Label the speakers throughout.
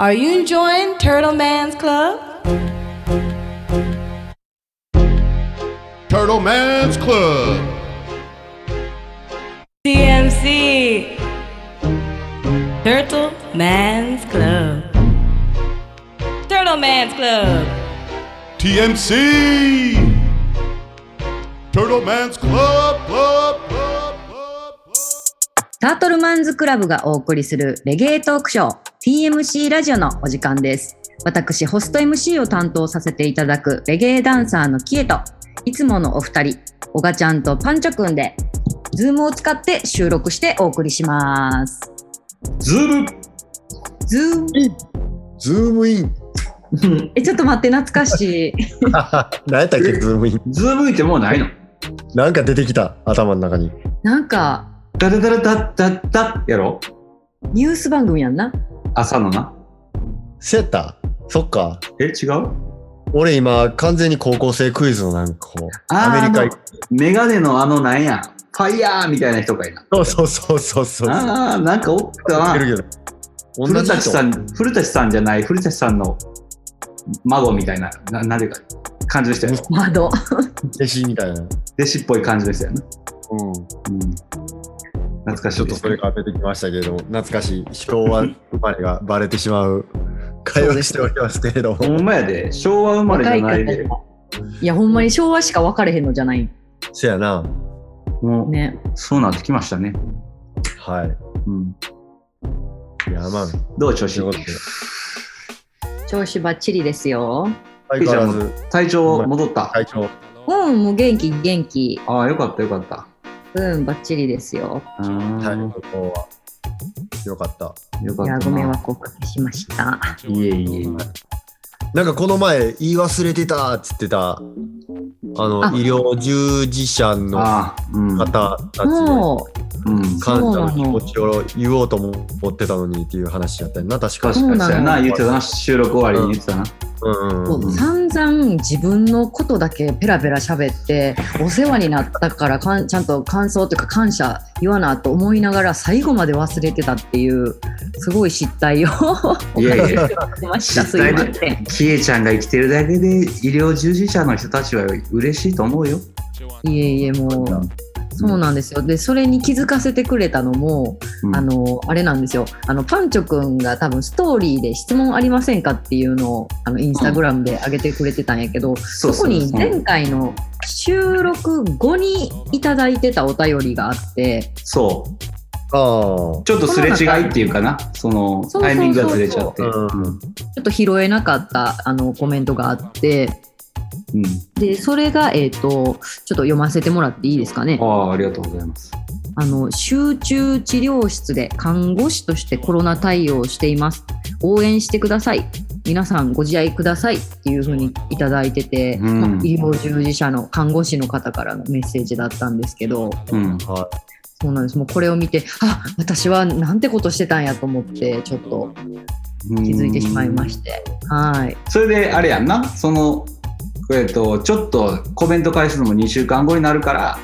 Speaker 1: Are you enjoying Turtle Man's Club?
Speaker 2: Turtle Man's Club.
Speaker 1: DMC Turtle Man's Club Turtle Man's Club
Speaker 2: TMC. Turtle Man's Club. Club. Club. Club. Club.
Speaker 3: タートルマンズクラブがお送りするレゲエトークショー TMC ラジオのお時間です。私、ホスト MC を担当させていただくレゲエダンサーのキエと、いつものお二人、オガちゃんとパンチョくんで、ズームを使って収録してお送りします。
Speaker 4: ズーム
Speaker 3: ズーム、
Speaker 5: ズームイン。
Speaker 3: え、ちょっと待って、懐か しい。
Speaker 5: 何やったっけ、ズームイン。
Speaker 4: ズームってもうないの
Speaker 5: なんか出てきた、頭の中に。
Speaker 3: なんか、
Speaker 4: ダダダダダダダやろ
Speaker 3: ニュース番組やんな。
Speaker 4: 朝のな。
Speaker 5: セーターそっか。
Speaker 4: え、違う
Speaker 5: 俺今、完全に高校生クイズのなんかこう、
Speaker 4: あー
Speaker 5: アメリカ
Speaker 4: あのメガネのあのなんや、ファイヤーみたいな人がいな。
Speaker 5: 行そうそうそうそう。そう
Speaker 4: ああ、なんかおった
Speaker 5: 知
Speaker 4: な
Speaker 5: って。るけど。
Speaker 4: 古舘さ
Speaker 5: ん。
Speaker 4: ん、古舘さんじゃない、古舘さんの孫みたいな、ななんていうか、感じの人やろ。
Speaker 3: 窓。
Speaker 5: 弟子みたいな。うん。
Speaker 4: 弟子っぽい感じの人やな。うん。懐かしい
Speaker 5: ちょっ
Speaker 4: で
Speaker 5: と
Speaker 4: す
Speaker 5: それが出てきましたけれども、懐かしい昭和生まれがバレてしまう会話しておりますけれど
Speaker 4: ほ
Speaker 5: も、
Speaker 4: んまやで、昭和生まれじゃな
Speaker 3: 若
Speaker 4: い
Speaker 3: い
Speaker 4: で、
Speaker 3: いや、ほんまに昭和しか分かれへんのじゃない。
Speaker 5: せやな。
Speaker 4: もう、
Speaker 3: ね。
Speaker 4: そうなってきましたね。
Speaker 5: はい。
Speaker 4: うん。
Speaker 5: いや、まあ、
Speaker 4: どう調子
Speaker 5: ということで
Speaker 3: 調子ばっちりですよ。
Speaker 5: 相変わらず
Speaker 4: 体調戻った。
Speaker 5: 会長、
Speaker 3: うん、もう元気、元気。
Speaker 4: ああ、よかったよかった。
Speaker 3: うん、ばっちりですよ。
Speaker 4: うーん
Speaker 5: 体調は良かった。
Speaker 4: よか
Speaker 3: い
Speaker 4: った
Speaker 3: や、
Speaker 4: な。
Speaker 3: ご迷惑をおかけしました。
Speaker 4: いえいえいえ。
Speaker 5: なんかこの前言い忘れてたっつってたあの
Speaker 3: あ
Speaker 5: 医療従事者の
Speaker 4: ああ、うん。うん。
Speaker 5: 方たちの
Speaker 3: もう、
Speaker 5: 感謝
Speaker 3: そう
Speaker 5: の
Speaker 3: なの
Speaker 5: 気持ちを言おうと思ってたのにっていう話やったよな確か
Speaker 4: 確かにそうやな、
Speaker 3: そうなの
Speaker 4: 言ってたな、収録終わりに言ってたな。
Speaker 5: うんうん
Speaker 3: そう散々自分のことだけペラペラ喋って、お世話になったからかん、ちゃんと感想というか感謝言わなと思いながら、最後まで忘れてたっていう、すごい失態を
Speaker 4: いやいや、
Speaker 3: しました。す
Speaker 4: 失
Speaker 3: い
Speaker 4: 態
Speaker 3: ま
Speaker 4: で
Speaker 3: せん。
Speaker 4: キエちゃんが生きてるだけで、医療従事者の人たちは嬉しいと思うよ。
Speaker 3: いえいえ、もう。そうなんですよ。で、それに気づかせてくれたのも、
Speaker 4: うん
Speaker 3: あの、あれなんですよ。あの、パンチョくんが多分ストーリーで質問ありませんかっていうのを、あの、インスタグラムで上げてくれてたんやけど、
Speaker 4: そう
Speaker 3: そこに前回の収録後にいただいてたお便りがあって、
Speaker 4: そう。
Speaker 5: あ
Speaker 4: ちょっとすれ違いっていうかな、その
Speaker 3: そうそうそうそう
Speaker 4: タイミングがずれちゃって。
Speaker 5: うん
Speaker 3: ちょっと拾えなかったあのコメントがあって、
Speaker 4: うん
Speaker 3: で、それが、えっ、と、ちょっと読ませてもらっていいですかね
Speaker 4: あ。あ、ありがとうございます。
Speaker 3: あの集中治療室で看護師としてコロナ対応をしています応援してください皆さんご自愛くださいっていうふうにいただいてて、
Speaker 4: うん
Speaker 3: まあ医療従事者の看護師の方からのメッセージだったんですけど
Speaker 4: うん。
Speaker 5: あは
Speaker 3: そうなんですもうこれを見てあ私はなんてことしてたんやと思ってちょっと気づいてしまいましてはい
Speaker 4: それであれやんなその、えっとちょっとコメント返すのも2週間後になるから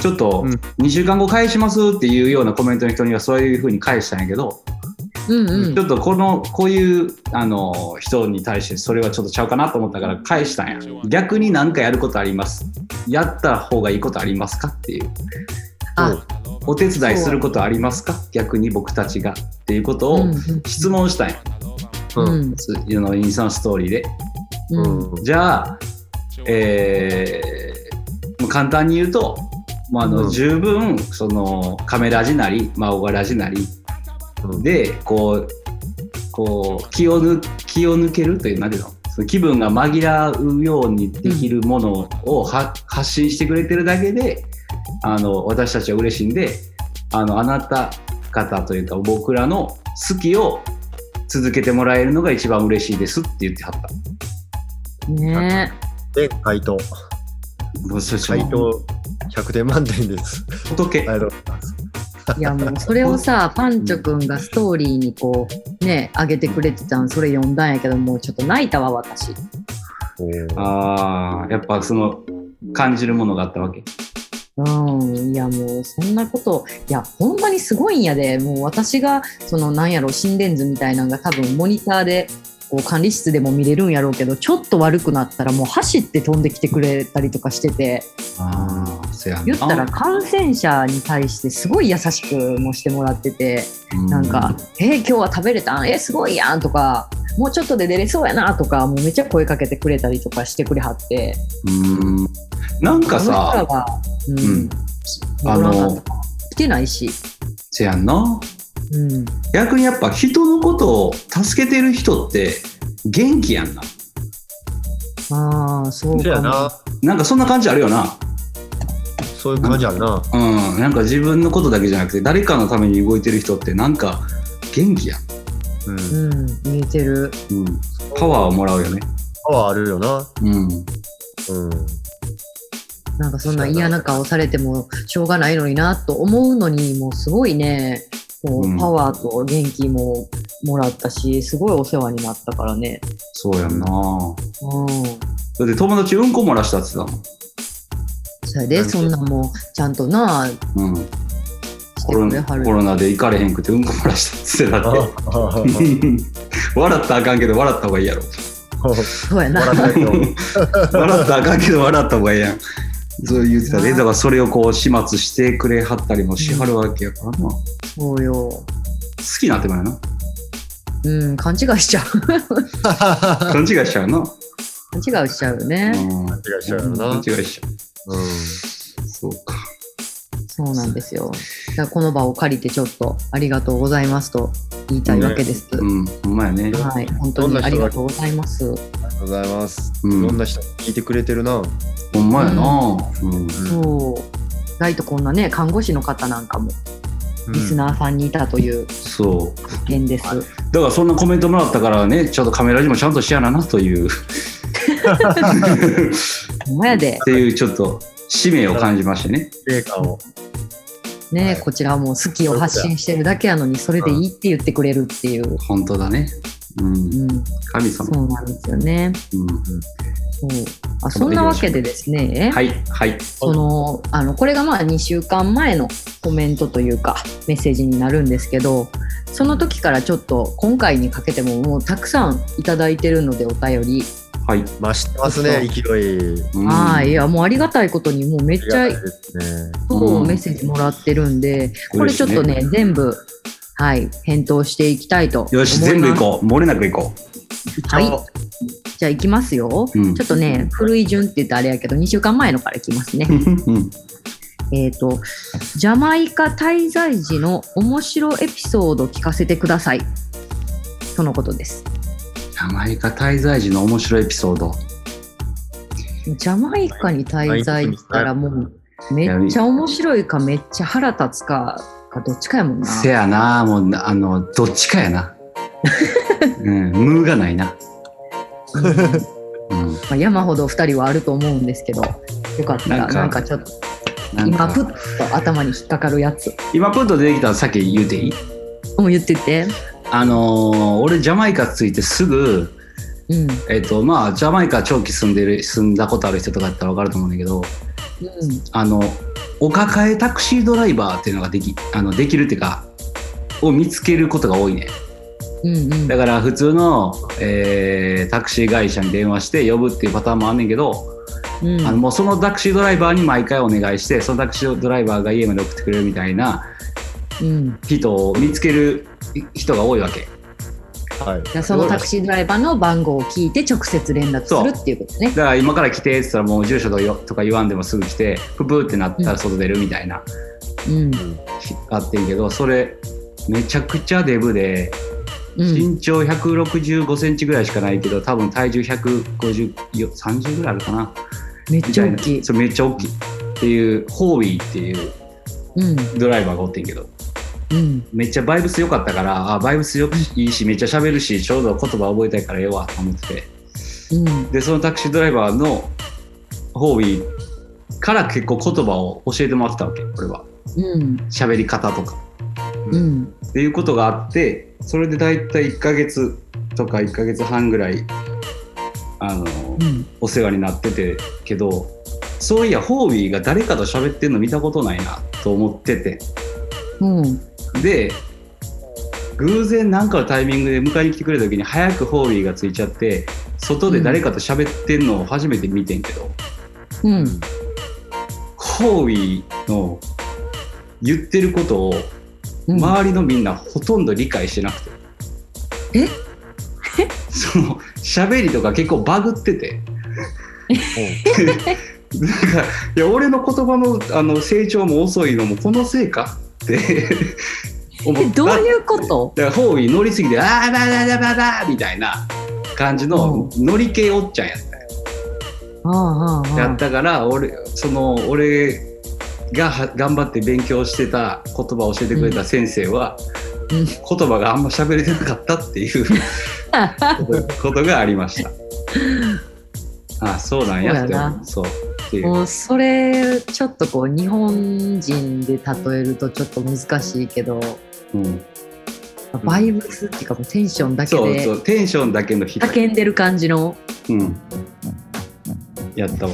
Speaker 4: ちょっと
Speaker 5: うん
Speaker 4: 2週間後返しますっていうようなコメントの人にはそういうふうに返したんやけど、
Speaker 3: うんうん
Speaker 4: ちょっとこのこういうあの人に対してそれはちょっとちゃうかなと思ったから返したんや逆に何かやることありますやった方がいいことありますかっていう
Speaker 3: あ
Speaker 4: お手伝いすることありますか逆に僕たちがっていうこと
Speaker 3: う
Speaker 4: を
Speaker 3: ん
Speaker 4: 質問したんや、
Speaker 5: う
Speaker 3: うんん
Speaker 4: すあのインスタのストーリーで。
Speaker 3: う
Speaker 5: うんん
Speaker 4: じゃあ、えーもう簡単に言うと、まあ、あの
Speaker 5: うん
Speaker 4: 十分そのカメラジなり、まあ、オガラジなり
Speaker 5: うん
Speaker 4: でこうこう気を抜気を抜けるという何ていうのその気分が紛らうようにできるものをは発信してくれてるだけであの私たちは嬉しいんであのあなた方というか僕らの好きを続けてもらえるのが一番嬉しいですって言ってはった。
Speaker 3: ね
Speaker 5: で回答
Speaker 4: もうそれ
Speaker 5: 回答100点満点です
Speaker 4: 仏
Speaker 5: ありがとうございます
Speaker 3: いやもうそれをさパンチョくんがストーリーにこうね上げてくれてたんそれ読んだんやけどもうちょっと泣いたわ私
Speaker 5: おー
Speaker 4: ああ、やっぱその感じるものがあったわけ。
Speaker 3: うん、いやもうそんなこといやほんまにすごいんやでもう私がそのなんやろ心電図みたいなのが多分モニターでこう管理室でも見れるんやろうけどちょっと悪くなったらもう走って飛んできてくれたりとかしてて
Speaker 4: ああ、せやな
Speaker 3: 言ったら感染者に対してすごい優しくもしてもらっててなんか、「えー今日は食べれたんえーすごいやん」とか「もうちょっとで出れそうやな」とかもうめっちゃ声かけてくれたりとかしてくれはって
Speaker 4: うん。うんなんか
Speaker 3: その人ら
Speaker 4: さ、
Speaker 3: が、うん
Speaker 4: うん。
Speaker 3: あ
Speaker 4: あ
Speaker 3: の
Speaker 4: の、
Speaker 3: 来てないし。
Speaker 4: せやんな。
Speaker 3: うん
Speaker 4: 逆にやっぱ人のことを助けてる人って元気やんな。
Speaker 3: ああ、そう
Speaker 5: そう
Speaker 3: か
Speaker 5: や
Speaker 3: も。
Speaker 5: な。
Speaker 4: なんかそんな感じあるよな。
Speaker 5: そういう感じあるな。
Speaker 4: うん。なんか自分のことだけじゃなくて、誰かのために動いてる人ってなんか元気やん。
Speaker 5: うん。
Speaker 3: うん、見えてる。
Speaker 4: うん。パワーをもらうよね。
Speaker 5: パワーあるよな。
Speaker 4: うん。
Speaker 5: うん。
Speaker 3: なんかそんな嫌な顔されてもしょうがないのになと思うのに、もうすごいね、こ
Speaker 4: う
Speaker 3: うんパワーと元気ももらったし、すごいお世話になったからね。
Speaker 4: そうやんな。
Speaker 3: うん。
Speaker 4: だって友達うんこ漏らしたって言って
Speaker 3: それで、そんなんもうちゃんとな、して
Speaker 4: たもん。うん。コロ
Speaker 3: くれ
Speaker 4: ナ
Speaker 3: は
Speaker 4: コ
Speaker 3: る。
Speaker 4: ロナで行かれへんくてうんこ漏らしたって言ってたって。 笑ったらあかんけど笑った方がいいやろ。
Speaker 3: そうやな。
Speaker 5: 笑ったけ ど。
Speaker 4: 笑ったらあかんけど笑った方がいいやん。そう言ってたで、
Speaker 3: なあ
Speaker 4: だからそれをこう始末してくれはったりもしはるわけやからな。好
Speaker 3: そうよ。
Speaker 4: きになってもらうな。
Speaker 3: うん、勘違いしちゃう。
Speaker 4: 勘違いしちゃうな。
Speaker 3: 勘違いしちゃうよ
Speaker 4: うん
Speaker 3: ね。
Speaker 4: 勘
Speaker 5: 違いしちゃう よな
Speaker 4: 違いしちゃ
Speaker 5: うん。
Speaker 4: う。そうか。
Speaker 3: そうなんですよ。だからこの場を借りてちょっとありがとうございますと言いたいわけです。
Speaker 4: うん、ほんまやね。
Speaker 3: はい、本当にありがとうございます。
Speaker 5: ありがとうございます。い
Speaker 4: うん
Speaker 5: ろんな人聞いてくれてるな。
Speaker 4: ほんまやな。うん。
Speaker 3: そう。意外とこんなね、看護師の方なんかも
Speaker 5: うん
Speaker 3: リスナーさんにいたという
Speaker 4: そう。
Speaker 3: 発見です。
Speaker 4: だからそんなコメントもらったからね、ちょっとカメラにもちゃんとしやらなという、っ
Speaker 3: ほんまやで、
Speaker 4: ていうちょっと使命を感じましてね。
Speaker 5: 成果を。
Speaker 3: ね、
Speaker 5: はい
Speaker 3: こちらはもう好きを発信してるだけやのに、それでいいって言ってくれるっていう。
Speaker 4: 本当だね。うん
Speaker 3: う。ん、
Speaker 4: 神
Speaker 3: そ
Speaker 4: 様。
Speaker 3: うなんですよね。
Speaker 4: うん
Speaker 3: そう。あ、そんなわけでですね。
Speaker 4: はい、はい。
Speaker 3: そのあのこれがまあ2週間前のコメントというかメッセージになるんですけどその時からちょっと今回にかけてももうたくさんいただいてるのでお便り、
Speaker 4: はい。
Speaker 5: 増してますね、勢い。
Speaker 4: うん
Speaker 3: はいいやもうありがたいことにもうめっちゃ
Speaker 5: ありがたいですね。
Speaker 3: そう
Speaker 4: うん
Speaker 3: メッセージもらってるんで、これ
Speaker 4: 嬉し
Speaker 3: ちょ
Speaker 4: い
Speaker 3: っとね全部はい返答していきたいと思い
Speaker 4: よ
Speaker 3: ます
Speaker 4: し、全部行こう。漏れなく行こ
Speaker 3: はいじゃあ行きますよ、
Speaker 4: うん
Speaker 3: ちょっとね古い順って言ったらあれやけど2週間前のからいきますね
Speaker 4: う。うん。
Speaker 3: えっ、と、ジャマイカ滞在時の面白エピソード聞かせてください。とのことです。
Speaker 4: ジャマイカ滞在時の面白いエピソード。
Speaker 3: ジャマイカに滞在したらもう、めっちゃ面白いかめっちゃ腹立つか、かどっちかやもんな。
Speaker 4: せやな、もう、あの、どっちか やな。うん、ムーがないな。
Speaker 3: うんま
Speaker 4: うん、
Speaker 3: あ山ほど2人はあると思うんですけど、よかったら、な
Speaker 4: なんん
Speaker 3: か
Speaker 4: か
Speaker 3: ちょっと
Speaker 4: なん
Speaker 3: 今、ふ
Speaker 4: か
Speaker 3: っと頭に引っかかるやつ。
Speaker 4: 今プッと出てきたらさっき言うていい
Speaker 3: もう言ってて。
Speaker 4: あのー俺ジャマイカ着いてすぐ、
Speaker 3: うん。
Speaker 4: えっとまあ、ジャマイカ長期住んでる住んだことある人とかやったら分かると思うんだけど
Speaker 3: うん、
Speaker 4: あのお抱えタクシードライバーっていうのができあのできるっていうかを見つけることが多いね
Speaker 3: うん、うん
Speaker 4: だ。から普通の、えータクシー会社に電話して呼ぶっていうパターンもあんねんけど、
Speaker 3: うん
Speaker 4: あのもうそのタクシードライバーに毎回お願いしてそのタクシードライバーが家まで送ってくれるみたいな
Speaker 3: うん
Speaker 4: 人を見つける人が多いわけ
Speaker 5: はい。
Speaker 3: じゃあそのタクシードライバーの番号を聞いて直接連絡するっていうことね。
Speaker 4: だから今から来てって言ったらもう住所とよとか言わんでもすぐ来てププーってなったら外出るみたいな、
Speaker 3: うん
Speaker 4: あってんけどそれめちゃくちゃデブで
Speaker 3: うん、
Speaker 4: 身長1 6 5センチぐらいしかないけど多分体重15030ぐらいあるかな
Speaker 3: めっ
Speaker 4: み
Speaker 3: ち
Speaker 4: た
Speaker 3: ゃ
Speaker 4: い
Speaker 3: 大
Speaker 4: な
Speaker 3: きい。
Speaker 4: そうめっちゃ大きいっていうホーイっていう
Speaker 3: うん、
Speaker 4: ドライバーがおってんけど
Speaker 3: うん、
Speaker 4: めっちゃバイブス良かったからあバイブスよくいいしめっちゃ喋るしちょうど言葉覚えたいからええわと思ってて
Speaker 3: うん、
Speaker 4: でそのタクシードライバーのホービーから結構言葉を教えてもらってたわけ俺は
Speaker 3: うん、
Speaker 4: 喋り方とか
Speaker 3: うん、
Speaker 4: っていうことがあってそれで大体1ヶ月とか1ヶ月半ぐらいあの、
Speaker 3: うん、
Speaker 4: お世話になっててけどそういやホービーが誰かと喋ってるの見たことないなと思ってて
Speaker 3: うん。
Speaker 4: で偶然何かのタイミングで迎えに来てくれた時に早くホービーがついちゃって外で誰かと喋ってんのを初めて見てんけど、
Speaker 3: うん。
Speaker 4: ホービーの言ってることを
Speaker 3: うん、
Speaker 4: 周りのみんなほとんど理解してなくて、
Speaker 3: え
Speaker 4: その喋りとか結構バグってて なんかいや俺の言葉のあの成長も遅いのもこのせいかって思
Speaker 3: え
Speaker 4: った
Speaker 3: どういうこと
Speaker 4: だからホービー乗りすぎて「あーだだだだだ」みたいな感じの乗り系おっちゃんやった
Speaker 3: ああああ
Speaker 4: やっ
Speaker 3: あ
Speaker 4: たから俺その俺がは頑張って勉強してた言葉を教えてくれた先生は、
Speaker 3: うん
Speaker 4: 言葉があんま喋れてなかったっていう ことがありま した。あそうなんやって思うそうっ
Speaker 3: あ。
Speaker 4: ていう
Speaker 3: もうそれちょっとこう日本人で例えるとちょっと難しいけど
Speaker 4: うん
Speaker 3: バイブスっていうかもうテンションだけ
Speaker 4: そうそ
Speaker 3: で
Speaker 4: うテンションだけの人、
Speaker 3: 叫んでる感じの
Speaker 4: うん、やっ たわ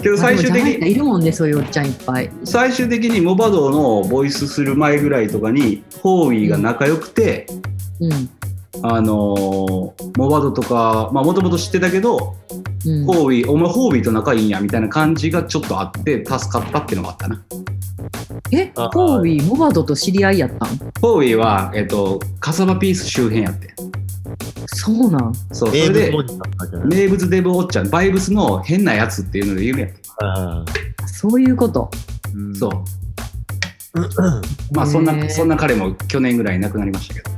Speaker 4: けど最終
Speaker 3: まあでもジャマイ
Speaker 4: 的
Speaker 3: カ
Speaker 4: に
Speaker 3: いるもんねそういうおっちゃんいっぱい
Speaker 4: 最終的にモバドーのボイスする前ぐらいとかにホーイが仲良くて、
Speaker 3: うん
Speaker 4: あのーモバドとかもともと知ってたけど、
Speaker 3: うん
Speaker 4: ホービーお前ホービーと仲いいんやみたいな感じがちょっとあって助かったっていうのがあったな
Speaker 3: え
Speaker 5: あー
Speaker 3: ホービーモバドと知り合いやったん
Speaker 4: ホービーは、えっとカサバピース周辺やって
Speaker 3: そうなん
Speaker 4: そうそれ
Speaker 5: 英語
Speaker 4: で
Speaker 5: 文字だったじゃない
Speaker 4: 名物デブおっちゃんバイブスの変なやつっていうので有名やって、
Speaker 5: あ
Speaker 3: そういうこと
Speaker 5: ーん
Speaker 4: そうまあそん
Speaker 3: へ
Speaker 4: な
Speaker 3: ー
Speaker 4: そんな彼も去年ぐらい亡くなりましたけど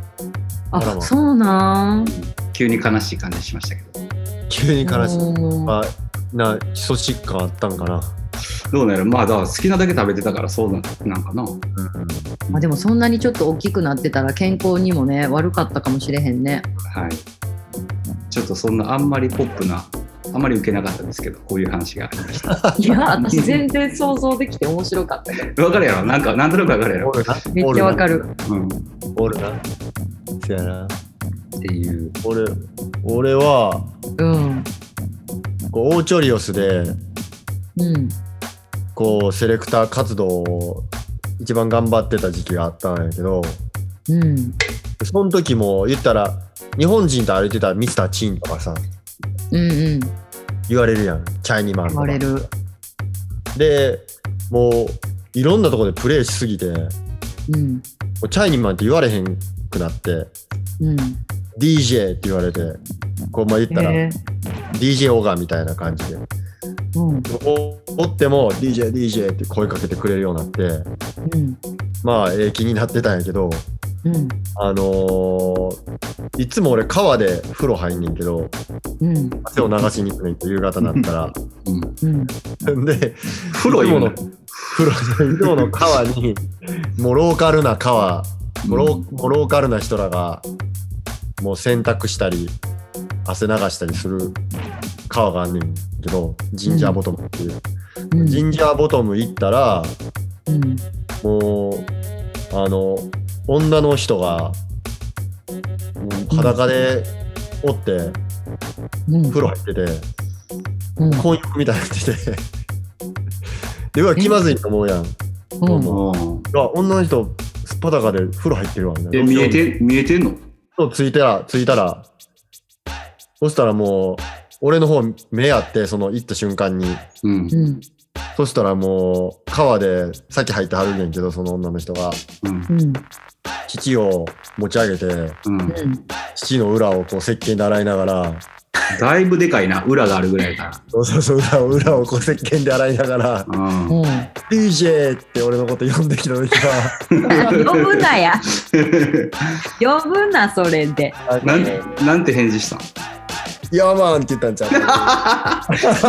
Speaker 5: あら
Speaker 3: あ
Speaker 5: ま
Speaker 3: そうなん
Speaker 4: 急に悲しい感じしましたけど
Speaker 5: 急に悲しい。
Speaker 3: うん
Speaker 5: まあ、な基礎疾患あったんかな。
Speaker 4: どうなるまあだから好きなだけ食べてたからそうなんなんかな
Speaker 3: まあでもそんなにちょっと大きくなってたら健康にもね悪かったかもしれへんね
Speaker 4: はい。ちょっとそんなあんまりポップな、あんまり受けなかったんですけど、こういう話 がありました。
Speaker 3: いや私全然想像できて面白かったけ
Speaker 4: わかるやろなんか、なんとなくわかるやろ
Speaker 5: おるな
Speaker 3: どめっちゃわかる
Speaker 4: うん。っ
Speaker 5: おるな。せやな。
Speaker 4: ていう。
Speaker 5: 俺、俺は、
Speaker 3: うん
Speaker 5: こうオーチョリオスで、
Speaker 3: うん
Speaker 5: こう、セレクター活動を一番頑張ってた時期があったんやけど、
Speaker 3: うん
Speaker 5: その時も言ったら、日本人と歩いてたらミスターチンとかさ、
Speaker 3: うんうん
Speaker 5: 言われるやん。チャイニーマン
Speaker 3: 言
Speaker 5: と
Speaker 3: わ
Speaker 5: か
Speaker 3: れ。る
Speaker 5: で、もう、いろんなとこでプレイしすぎて、も
Speaker 3: うん
Speaker 5: うチャイニーマンって言われへんくなって、
Speaker 3: うん
Speaker 5: DJ って言われて、こう、まあ言ったら、
Speaker 3: へえ
Speaker 5: DJ オガみたいな感じで。
Speaker 3: うん
Speaker 5: おおっても DJ、DJ って声かけてくれるようになって、
Speaker 3: うん
Speaker 5: まあ、ええ気になってたんやけど、
Speaker 3: うん
Speaker 5: あのーいつも俺、川で風呂入んねんけど、
Speaker 3: うん
Speaker 5: 汗を流しに行くねんって夕方になったら。
Speaker 3: うん
Speaker 5: で、
Speaker 4: 風呂言うの
Speaker 5: いつもの風呂、いつもの川に、もうローカルな川、もうローもうローカルな人らが、もう洗濯したり、汗流したりする川があんねんけど、ジンジャーボトムっていう。
Speaker 3: うん
Speaker 5: ジンジャーボトム行ったら、
Speaker 3: うん
Speaker 5: もう、あの、女の人が、もう裸でおって、
Speaker 3: うん
Speaker 5: 風呂入ってて、
Speaker 3: うん
Speaker 5: 婚浴みたいになってて、で、うわ、気まずいと思うやん。
Speaker 3: うん
Speaker 4: うん
Speaker 5: うわ、女の人、すっぱだかで風呂入ってるわ、みた
Speaker 4: え、
Speaker 5: いな。
Speaker 4: 見えて、見えてんの
Speaker 5: そうついたら、ついたら、そしたらもう、俺の方目あって、その行った瞬間に、
Speaker 4: うん
Speaker 3: う。ん
Speaker 5: そしたらもう、川で、さっき入ってはるねんけど、その女の人が、
Speaker 4: うん。
Speaker 3: うん
Speaker 5: 父を持ち上げて、
Speaker 4: うん。
Speaker 3: うん
Speaker 5: 父の裏をこう石鹸で洗いながら、
Speaker 4: だいぶでかいな。裏があるぐらいか
Speaker 5: そうそうそう、裏を裏をこう石鹸で洗いながら、
Speaker 4: ら。うん。
Speaker 3: うん
Speaker 5: DJ って俺のこと呼んできた時は、
Speaker 3: 呼ぶなや呼ぶなそれで
Speaker 4: なん、なんて返事した ん
Speaker 5: イヤーマンって言ったんちゃ
Speaker 3: い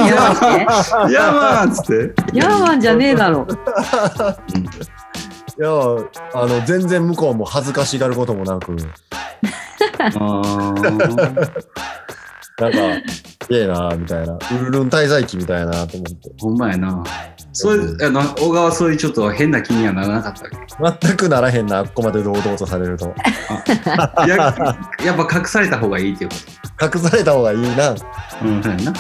Speaker 3: や待って
Speaker 4: いやまあっつって。
Speaker 3: ヤーマンじゃねえだろ
Speaker 5: ういや、あの、全然向こうも恥ずかしがることもなく、
Speaker 4: あー
Speaker 5: なんか、ええな、みたいな。ウルルン滞在期みたいな、と思って。
Speaker 4: ほんまやな。そういう、あの、小川そういうちょっと変な気にはならなかったわ け
Speaker 5: 全くならへんな、ここまで堂々とされると。
Speaker 4: ややっぱ隠された方がいいっていうこ
Speaker 5: 隠された方がいいな。
Speaker 4: と。うん、そうやな。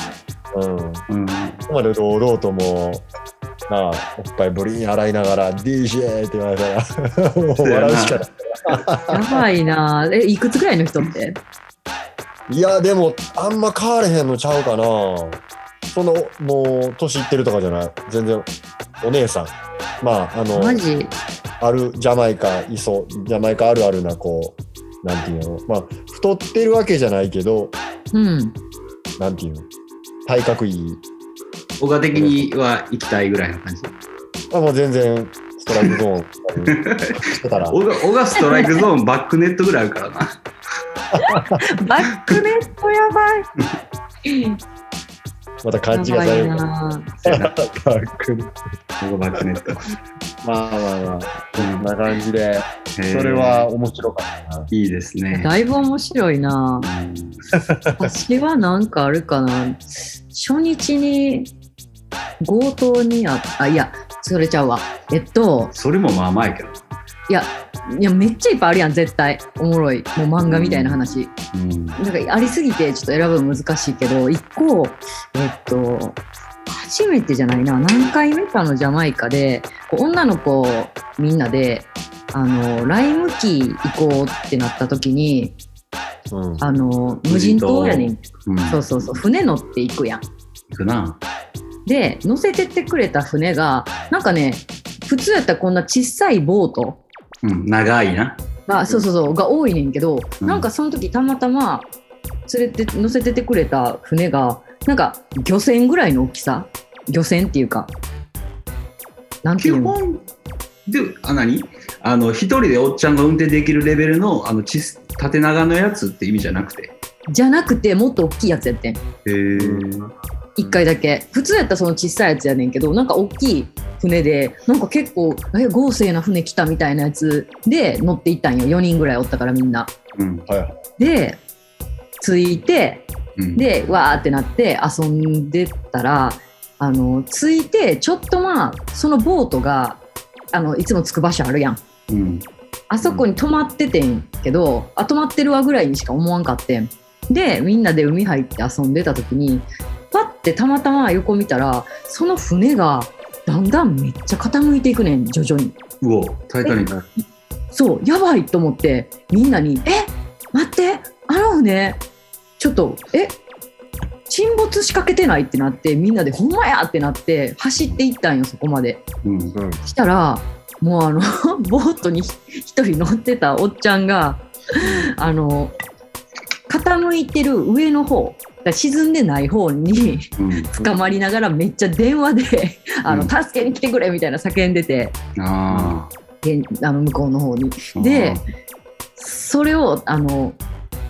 Speaker 5: うん。こ
Speaker 4: うん、
Speaker 5: こまでローローとも、なあ、おっぱいブリン洗いながら、DJ って言われたら、 もう笑うしかない。
Speaker 3: やばいなえ、いくつぐらいの人って
Speaker 5: いや、でも、あんま変われへんのちゃうかな。その、もう、年いってるとかじゃない。全然、お姉さん。まあ、あの、
Speaker 3: マジ
Speaker 5: あるジャマイカいそうジャマイカあるあるなこうなんていうのまあ太ってるわけじゃないけど
Speaker 3: うん。
Speaker 5: なんていうの体格いい
Speaker 4: 小川的には行きたいぐらいの感じ
Speaker 5: あもう全然ストライクゾーンし てたら
Speaker 4: 小川小川ストライクゾーンバックネットぐらいあるからな
Speaker 3: バックネットやばい。
Speaker 5: また勘違いされるから
Speaker 4: そうやな
Speaker 5: バック
Speaker 4: ここバックネット、
Speaker 5: まあまあまあ
Speaker 4: う
Speaker 5: こん
Speaker 4: ん
Speaker 5: な感じで
Speaker 4: へー
Speaker 5: それは面白かったない
Speaker 4: いですね
Speaker 3: だいぶ面白い な
Speaker 4: うん
Speaker 3: 私はなんかあるかな初日に強盗にああいやそれちゃうわえっと
Speaker 4: それもまあまあやけど、
Speaker 3: いやいやめっちゃいっぱいあるやん絶対おもろいもう漫画みたいな話、
Speaker 4: うん、
Speaker 3: なんかありすぎてちょっと選ぶの難しいけど一個えっと初めてじゃないな何回目かのジャマイカでこう女の子みんなであのライムキー行こうってなった時に
Speaker 5: うん
Speaker 3: あの無人島やねん
Speaker 4: うん、
Speaker 3: そう
Speaker 4: 行
Speaker 3: そうそう船乗って行くやん
Speaker 4: くな
Speaker 3: で乗せてってくれた船がなんかね普通やったらこんな小さいボート
Speaker 4: うん、長いな。
Speaker 3: がそうそうそうが多いねんけど、
Speaker 4: うん
Speaker 3: なんかその時たまたま連れて乗せてってくれた船がなんか漁船ぐらいの大きさ漁船っていうかなんてい
Speaker 4: 基
Speaker 3: うの
Speaker 4: 本で、あ、何あの、一人でおっちゃんが運転できるレベルの、あの、ち縦長のやつって意味じゃなくて。
Speaker 3: じゃなくてもっと大きいやつやってん
Speaker 4: へ
Speaker 5: ー
Speaker 3: 1回だけ普通やったらその小さいやつやねんけどなんか大きい船でなんか結構え豪勢な船来たみたいなやつで乗っていったんよ4人ぐらいおったからみんな。
Speaker 4: うん。
Speaker 3: で着いて
Speaker 4: うん、
Speaker 3: でわーってなって遊んでたらあの着いてちょっとまあそのボートがあのいつも着く場所あるやん
Speaker 4: うん。
Speaker 3: あそこに泊まっててんけど、あ泊まってるわぐらいにしか思わんかってんでみんなで海入って遊んでた時にパッてたまたま横見たらその船がだんだんめっちゃ傾いていくねん徐々に
Speaker 4: うお、タイタニック。
Speaker 3: そうやばいと思ってみんなに「え待ってあの船ちょっとえ沈没しかけてない」ってなってみんなで「ほんまや!」ってなって走っていったんよそこまで。
Speaker 4: うん。
Speaker 5: うん
Speaker 3: したらもうあの ボートにひ一人乗ってたおっちゃんがあの傾いてる上の方だから沈んでない方に
Speaker 4: うん。
Speaker 3: 捕まりながらめっちゃ電話で「あの
Speaker 4: うん
Speaker 3: 助けに来てくれ」みたいな叫んでて
Speaker 4: あ
Speaker 3: であの向こうの方に。
Speaker 4: あ。
Speaker 3: でそれをあの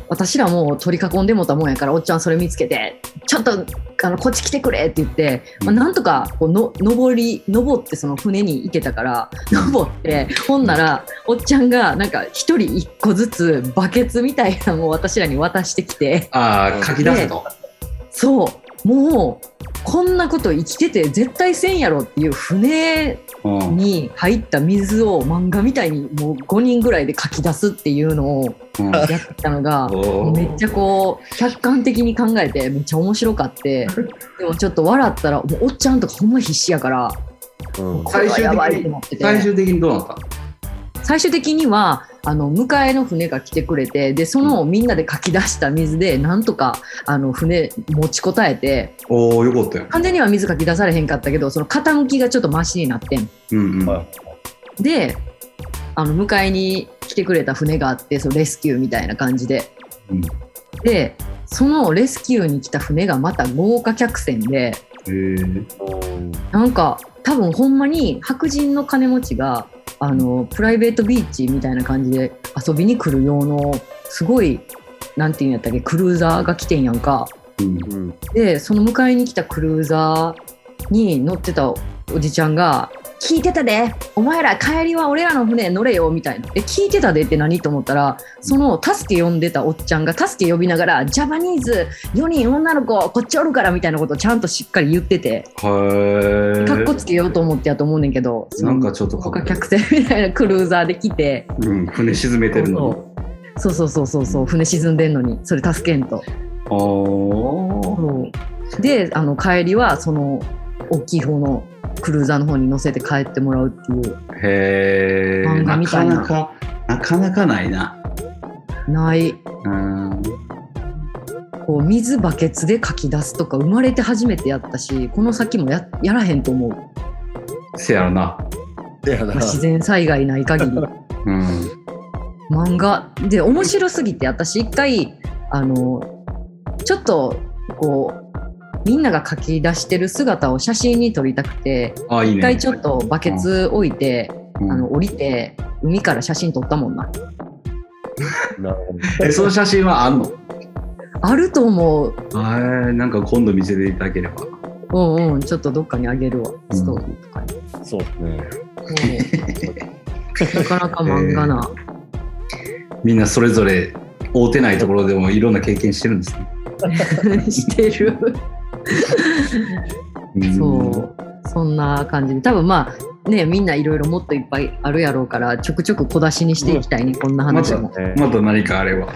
Speaker 3: 私らもう取り囲んでもうたもんやからおっちゃんそれ見つけて「ちょっとあのこっち来てくれ」って言って、まあ、
Speaker 4: うん
Speaker 3: なんとかこうの登り登ってその船に行けたから登ってほんならおっちゃんがなんか一人一個ずつバケツみたいなのを私らに渡してきて
Speaker 4: ああ、書き出せと。
Speaker 3: そうもうこんなこと生きてて絶対せんやろっていう船
Speaker 4: うん。
Speaker 3: に入った水を漫画みたいにもう5人ぐらいで書き出すっていうのを
Speaker 4: うん
Speaker 3: やってたのが。
Speaker 4: お
Speaker 3: めっちゃこう客観的に考えてめっちゃ面白か ってでもちょっと笑ったらもうおっちゃんとかほんま必死やから
Speaker 5: うん
Speaker 3: これはやばいってなってて
Speaker 4: 最終的にどうなった
Speaker 3: 最終的にはあの迎えの船が来てくれてでそのみんなでかき出した水でなんとかあの船持ちこたえて
Speaker 4: おお、よかったよ。
Speaker 3: 完全には水かき出されへんかったけどその傾きがちょっとマシになってん
Speaker 4: うんうん。
Speaker 5: は
Speaker 3: であの迎えに来てくれた船があってそのレスキューみたいな感じで
Speaker 4: うん
Speaker 3: でそのレスキューに来た船がまた豪華客船で。
Speaker 4: へえ。
Speaker 3: なんか多分ほんまに白人の金持ちがあのプライベートビーチみたいな感じで遊びに来る用のすごいなんていうんやったっけクルーザーが来てんやんか
Speaker 4: うん。
Speaker 5: うん
Speaker 3: でその迎えに来たクルーザーに乗ってたおじちゃんが「聞いてたでお前ら帰りは俺らの船乗れよ」みたいな「え聞いてたで」って何と思ったらその助け呼んでたおっちゃんが助け呼びながら「ジャパニーズ4人女の子こっちおるから」みたいなことをちゃんとしっかり言ってて。
Speaker 4: へえ。
Speaker 3: かっこつけようと思ってやと思うねんけど、
Speaker 4: なんかちょっと
Speaker 3: 他客船みたいなクルーザーで来て、
Speaker 4: うん、船沈めてるのに。
Speaker 3: そうそうそうそうそう、船沈んでんのに、それ助けんと。
Speaker 4: ああ。
Speaker 3: そうであの帰りはその大きい方のクルーザーの方に乗せて帰ってもらうっていう
Speaker 4: へえ。
Speaker 3: 漫画
Speaker 4: な
Speaker 3: みた
Speaker 4: か
Speaker 3: いな
Speaker 4: なか、なかなかないな。
Speaker 3: ない
Speaker 4: うん。
Speaker 3: こう水バケツで書き出すとか生まれて初めてやったしこの先もややらへんと思う
Speaker 4: せやろな。
Speaker 5: いやな
Speaker 3: 自然災害ない限り
Speaker 4: うん。
Speaker 3: 漫画で面白すぎて私一回あのちょっとこうみんなが書き出してる姿を写真に撮りたくて
Speaker 4: あ、いいね。
Speaker 3: 一回ちょっとバケツ置いて、
Speaker 4: うん、
Speaker 3: あの降りて海から写真撮ったもんな
Speaker 5: なるほど
Speaker 4: え、その写真はあんの
Speaker 3: あると思う
Speaker 4: えなんか今度見せていただければ。
Speaker 3: うんうんちょっとどっかにあげるわ
Speaker 4: うん
Speaker 3: ストーリーとかに、
Speaker 5: そうですね。
Speaker 3: なかなか漫画な、
Speaker 4: みんなそれぞれ会うてないところでもいろんな経験してるんですね。
Speaker 3: してる
Speaker 4: ん
Speaker 3: そうそんな感じで多分まあねみんないろいろもっといっぱいあるやろうからちょくちょく小出しにしていきたいね、こんな話も、
Speaker 4: また何かあれば。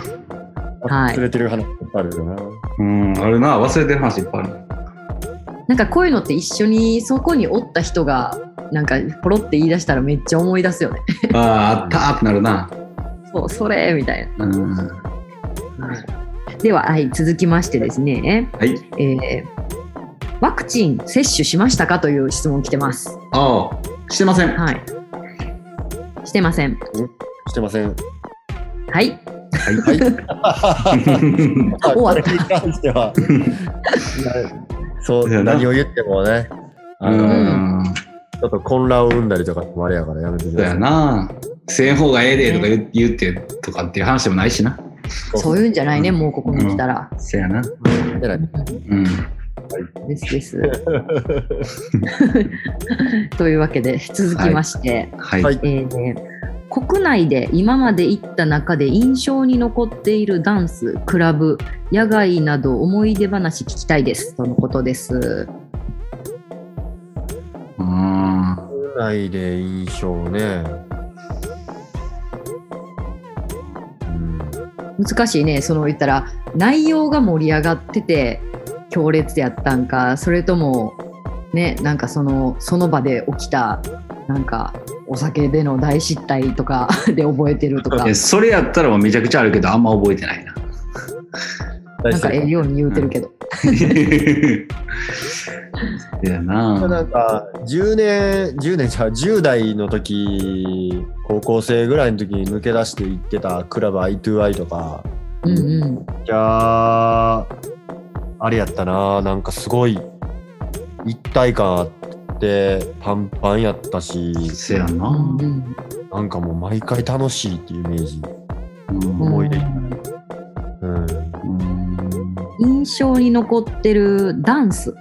Speaker 3: はい
Speaker 5: 忘れてる話いっぱいあるよな。
Speaker 4: うん、あるな。忘れてる話いっ ぱいある。
Speaker 3: なんかこういうのって一緒にそこにおった人がなんかポロって言い出したらめっちゃ思い出すよね
Speaker 4: ああ、あったーってなるな。
Speaker 3: そうそれみたい
Speaker 4: うん。は
Speaker 3: な、では、はい、続きましてですね、
Speaker 4: い。
Speaker 3: えーワクチン接種しましたかという質問来てます
Speaker 4: ああ、してません。は
Speaker 3: はいしてません
Speaker 5: してません。
Speaker 3: はい
Speaker 4: い。
Speaker 3: あ終わった
Speaker 5: これに関しては、そう
Speaker 4: いやな
Speaker 5: 何を言ってもね、あ
Speaker 4: う
Speaker 5: の、
Speaker 4: ん。
Speaker 5: ちょっと混乱を生んだりとかもあれやからやめてく
Speaker 4: そう
Speaker 5: ださ
Speaker 4: や
Speaker 5: い。
Speaker 4: な。せん方がええでとか言言ってとかっていう話でもないしな。
Speaker 3: そういうんじゃないねもうここに来たら、
Speaker 4: せやな。
Speaker 5: えらい
Speaker 4: うん。
Speaker 3: ですです。 というわけで続きまして、
Speaker 4: はい。
Speaker 5: はい
Speaker 3: えーね国内で今まで行った中で印象に残っているダンス、クラブ、野外など思い出話聞きたいですとのことです。
Speaker 4: うん。
Speaker 5: 国内で印象ね。うん
Speaker 3: 難しいね、その言ったら内容が盛り上がってて強烈やったんか、それともね、なんかそのその場で起きたなんかお酒での大失態とか で覚えてるとか
Speaker 4: いや。それやったらもうめちゃくちゃあるけどあんま覚えてない な。
Speaker 3: なんかええように言うてるけど。
Speaker 4: そうや
Speaker 5: な
Speaker 4: なん
Speaker 5: か10年10年じゃう10代の時高校生ぐらいの時に抜け出して行ってたクラブ I2I とか
Speaker 3: うんうん。
Speaker 5: いやーあれやったななんかすごい一体感あってパンパンやったし
Speaker 4: せやな、
Speaker 3: うんう
Speaker 4: うん
Speaker 5: なんかもう毎回楽しいっていうイメージ、
Speaker 4: ん
Speaker 5: 思い出うん、
Speaker 3: 印象に残ってるダンス。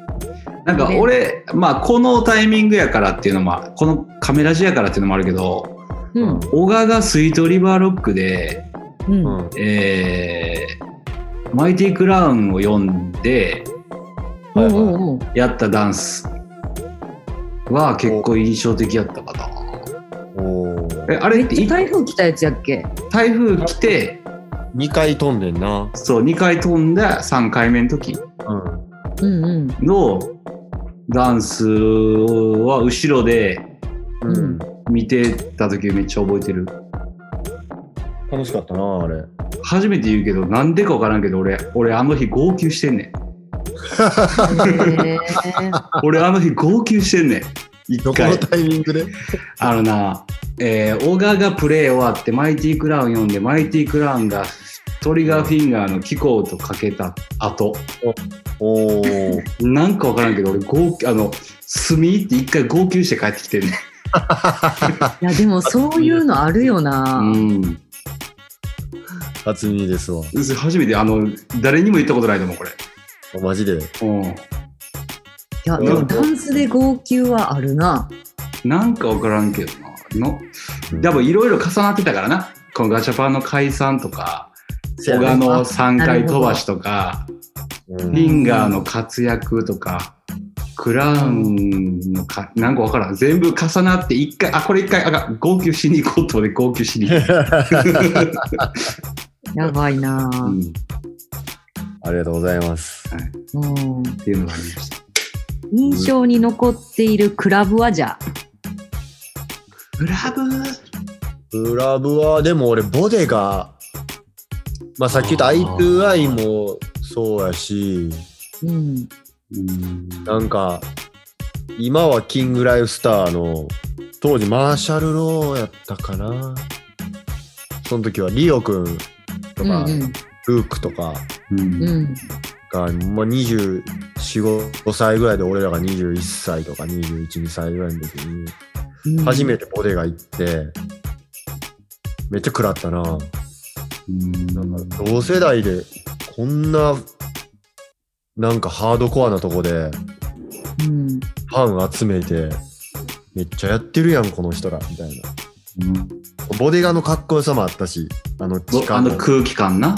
Speaker 4: なんか俺、まあ、このタイミングやからっていうのもこのカメラ字やからっていうのもあるけど
Speaker 3: うん
Speaker 4: 小川がスイートリバーロックで、
Speaker 3: うん
Speaker 5: うん
Speaker 4: えーマイティクラウンを読んで
Speaker 3: おう
Speaker 5: はいはい
Speaker 3: おうおう
Speaker 4: やったダンスは結構印象的やったかな。
Speaker 5: おー
Speaker 4: えあれってい
Speaker 3: 台風来たやつやっけ。
Speaker 4: 台風来て
Speaker 5: 2回飛んでんな、
Speaker 4: そう2回飛んで3回目の時
Speaker 5: うん、
Speaker 3: うんうん。
Speaker 4: のダンスは後ろで
Speaker 5: うん
Speaker 4: 見てた時めっちゃ覚えてる
Speaker 5: 楽しかったなあれ
Speaker 4: 初めて言うけどなんでか分からんけど俺俺あの日号泣してんねん
Speaker 3: へえ
Speaker 4: 俺あの日号泣してんねん一
Speaker 5: どこ
Speaker 4: 回
Speaker 5: のタイミングで
Speaker 4: あのな、えー、小川がプレー終わってマイティクラウン読んでマイティクラウンがトリガーフィンガーの機構とかけた後
Speaker 5: おー
Speaker 4: なんか分からんけど俺号泣あの墨って一回号泣して帰ってきてんねん
Speaker 3: いやでもそういうのあるよな。
Speaker 4: うん
Speaker 5: 初耳ですわ
Speaker 4: 初めてあの誰にも言ったことないと思うこれ、
Speaker 5: マジで
Speaker 4: う
Speaker 3: いやでもダンスで号泣はあるな。
Speaker 4: ん、なんか分からんけどなの多分いろいろ重なってたからなこのガチャパンの解散とか
Speaker 5: せや
Speaker 4: 小
Speaker 5: ね
Speaker 4: 賀の3回飛ばしとか
Speaker 5: うん
Speaker 4: フィンガーの活躍とかクラウンのかなんか分からん全部重なって一回あこれ一回あかん号泣しに行こうと思って号泣 しに行く、
Speaker 3: やばいな。
Speaker 4: うん
Speaker 5: あありがとうございます。
Speaker 3: うん
Speaker 4: っていうのがありました。
Speaker 3: 印象に残っているクラブはじゃあ
Speaker 4: クラブ
Speaker 5: クラブは、でも俺、ボデが、まあさっき言った
Speaker 4: あ
Speaker 5: i
Speaker 4: ー
Speaker 5: to i もそうやし、
Speaker 3: うん
Speaker 4: うん
Speaker 5: なんか、今はキングライフスターの、当時マーシャルローやったかな。その時はリオくんと
Speaker 3: うん
Speaker 5: か、
Speaker 3: うん
Speaker 5: ルークとか
Speaker 4: うん
Speaker 3: うん
Speaker 5: が、ほんま24、5歳ぐらいで俺らが21歳とか21、2歳ぐらいの時に、
Speaker 3: うん
Speaker 5: 初めてボデが行って、めっちゃ食らったな。
Speaker 4: うん
Speaker 5: 同世代で、こんな、なんかハードコアなとこで、
Speaker 3: うん
Speaker 5: ファン集めて、めっちゃやってるやん、この人ら、みたいな。ボデガのかっこよさもあったし、あの、期
Speaker 4: あ
Speaker 5: 間
Speaker 4: の
Speaker 5: の
Speaker 4: 空気感な。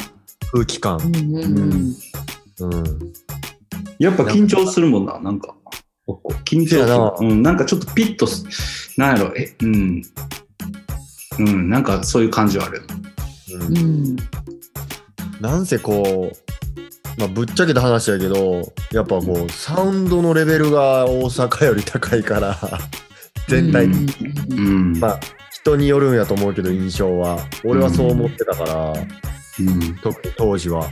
Speaker 5: 空気
Speaker 3: う
Speaker 5: 感。
Speaker 3: んうんうん
Speaker 5: うん。
Speaker 4: やっぱ緊張するもんな、なんか。緊張す
Speaker 5: せやな
Speaker 4: る。うん、なんかちょっとピッとす、なんやろ、え、うん。うん、なんかそういう感じはある。
Speaker 5: うん
Speaker 3: うん
Speaker 5: なんせこう、まあ、ぶっちゃけた話やけど、やっぱこう、サウンドのレベルが大阪より高いから、全体
Speaker 3: う
Speaker 5: に
Speaker 3: ん
Speaker 4: うん。
Speaker 5: まあ人によるんやと思うけど、印象は。俺はそう思ってたから、
Speaker 4: うん。
Speaker 5: 特に当時は。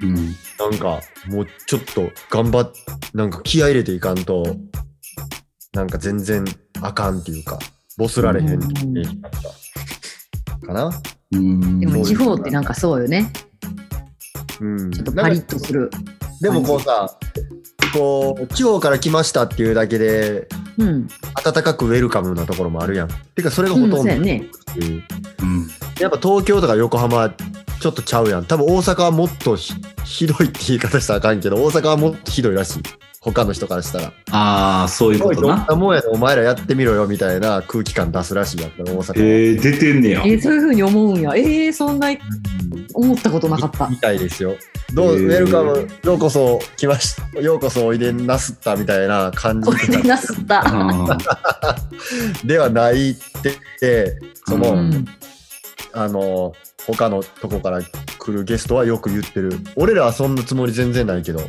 Speaker 4: うん。
Speaker 5: なんか、もうちょっと頑張っ、なんか気合い入れていかんと、なんか全然あかんっていうか、ボスられへんっていうかかな
Speaker 4: うん。
Speaker 3: でも地方ってなんかそうよね
Speaker 5: うん。
Speaker 3: ちょっと
Speaker 5: な
Speaker 3: パ
Speaker 5: ん
Speaker 3: リッ
Speaker 5: か
Speaker 3: とする
Speaker 5: でもこうさ、こう、地方から来ましたっていうだけで、
Speaker 3: うん
Speaker 5: 温かくウェルカムなところもあるやん。てか、それが
Speaker 3: う
Speaker 5: ほと
Speaker 3: ん
Speaker 5: んど
Speaker 3: そうやね
Speaker 5: っていう
Speaker 4: うん。
Speaker 5: やっぱ東京とか横浜はちょっとちゃうやん。多分大阪はもっとひひどいって言い方したらあかんけど、大阪はもっとひどいらしい。他の人からしたら。
Speaker 4: ああ、そういう
Speaker 5: お
Speaker 4: こ
Speaker 5: い、
Speaker 4: と
Speaker 5: どん
Speaker 4: な。
Speaker 5: なもんやでお前らやってみろよみたいな空気感出すらしいやん、大阪は。
Speaker 4: えー、出てんねや。
Speaker 3: えーそういうふうに思うんやえーそんな
Speaker 5: うん
Speaker 3: 思ったことなかった
Speaker 5: みたいですよ。どう、
Speaker 4: へー
Speaker 5: ウェルカム、ようこそ来ました、ようこそおいでなすったみたいな感じ
Speaker 3: おいでなすった
Speaker 4: あー
Speaker 5: ではないって、その、
Speaker 3: うん
Speaker 5: あの、他のとこから来るゲストはよく言ってる。俺らはそんなつもり全然ないけど。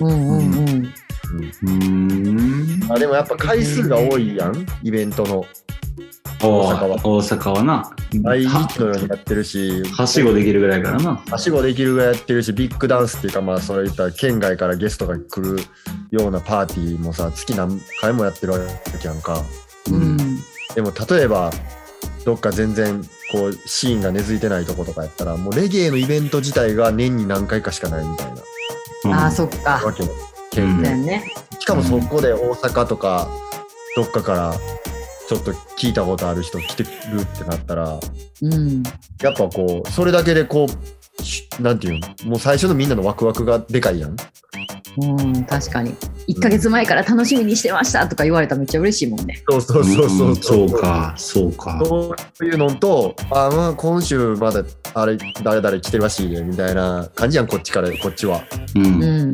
Speaker 3: うんうんうん
Speaker 4: うーん。
Speaker 5: あでもやっぱ回数が多いやん、イベントの。
Speaker 4: 大
Speaker 5: 阪は
Speaker 4: 大阪はな。
Speaker 5: 毎
Speaker 4: は
Speaker 5: 日のようにやってるし、
Speaker 4: はしごできるぐらいからな。
Speaker 5: はしごできるぐらいやってるし、ビッグダンスっていうか、まあ、それ言ったら県外からゲストが来るようなパーティーもさ、月何回もやってるわけやんか。
Speaker 3: うん
Speaker 5: でも例えば、どっか全然こうシーンが根付いてないとことかやったら、もうレゲエのイベント自体が年に何回かしかないみたいな
Speaker 3: ああ
Speaker 4: う
Speaker 3: そっか
Speaker 5: わけよ。
Speaker 4: ん
Speaker 3: そうやね
Speaker 5: しかもそこで大阪とか、どっかからちょっと聞いたことある人来てるってなったら、
Speaker 3: うん
Speaker 5: やっぱこう、それだけでこう、しなんていうのもう最初のみんなのワクワクがでかいやん。
Speaker 3: うん確かに1か月前から楽しみにしてましたとか言われたらめっちゃ嬉しいもんね
Speaker 5: そうそ
Speaker 4: んんそう。か、そうか。
Speaker 5: そういうのと、あまあ今週まだあれ、誰々来てるらしいね、みたいな感じやん、こっちから、こっちは。
Speaker 4: う。
Speaker 3: うんん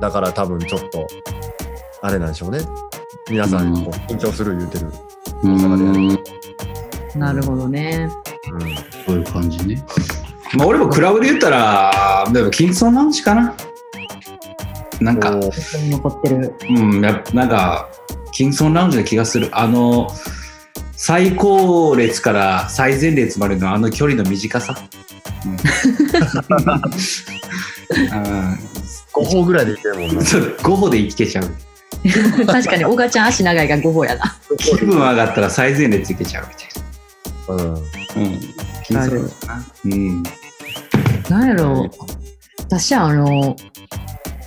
Speaker 5: だから多分ちょっと、あれなんでしょうね。皆さん、こう緊張する言うてる。
Speaker 4: うん
Speaker 5: 大阪で
Speaker 3: なるほどね
Speaker 5: うん
Speaker 4: そういう感じね。まあ、俺もクラブで言ったら、でも、キンソンマンチかな。なんか、
Speaker 5: こ
Speaker 3: 本当に残ってる
Speaker 4: うん、やっぱなんか、キンソンラウンジな気がする。あの、最高列から最前列までのあの距離の短さ。うん。
Speaker 5: う5歩ぐらいでいけるもんな。
Speaker 4: 5歩で行けちゃう。
Speaker 3: 確かに小賀ちゃん足長いが5歩やな
Speaker 4: 気分上がったら最前列行けちゃうみた
Speaker 5: うん。
Speaker 4: いな。うん。キンソンラウンジかな。うん。
Speaker 3: なんやろう私あの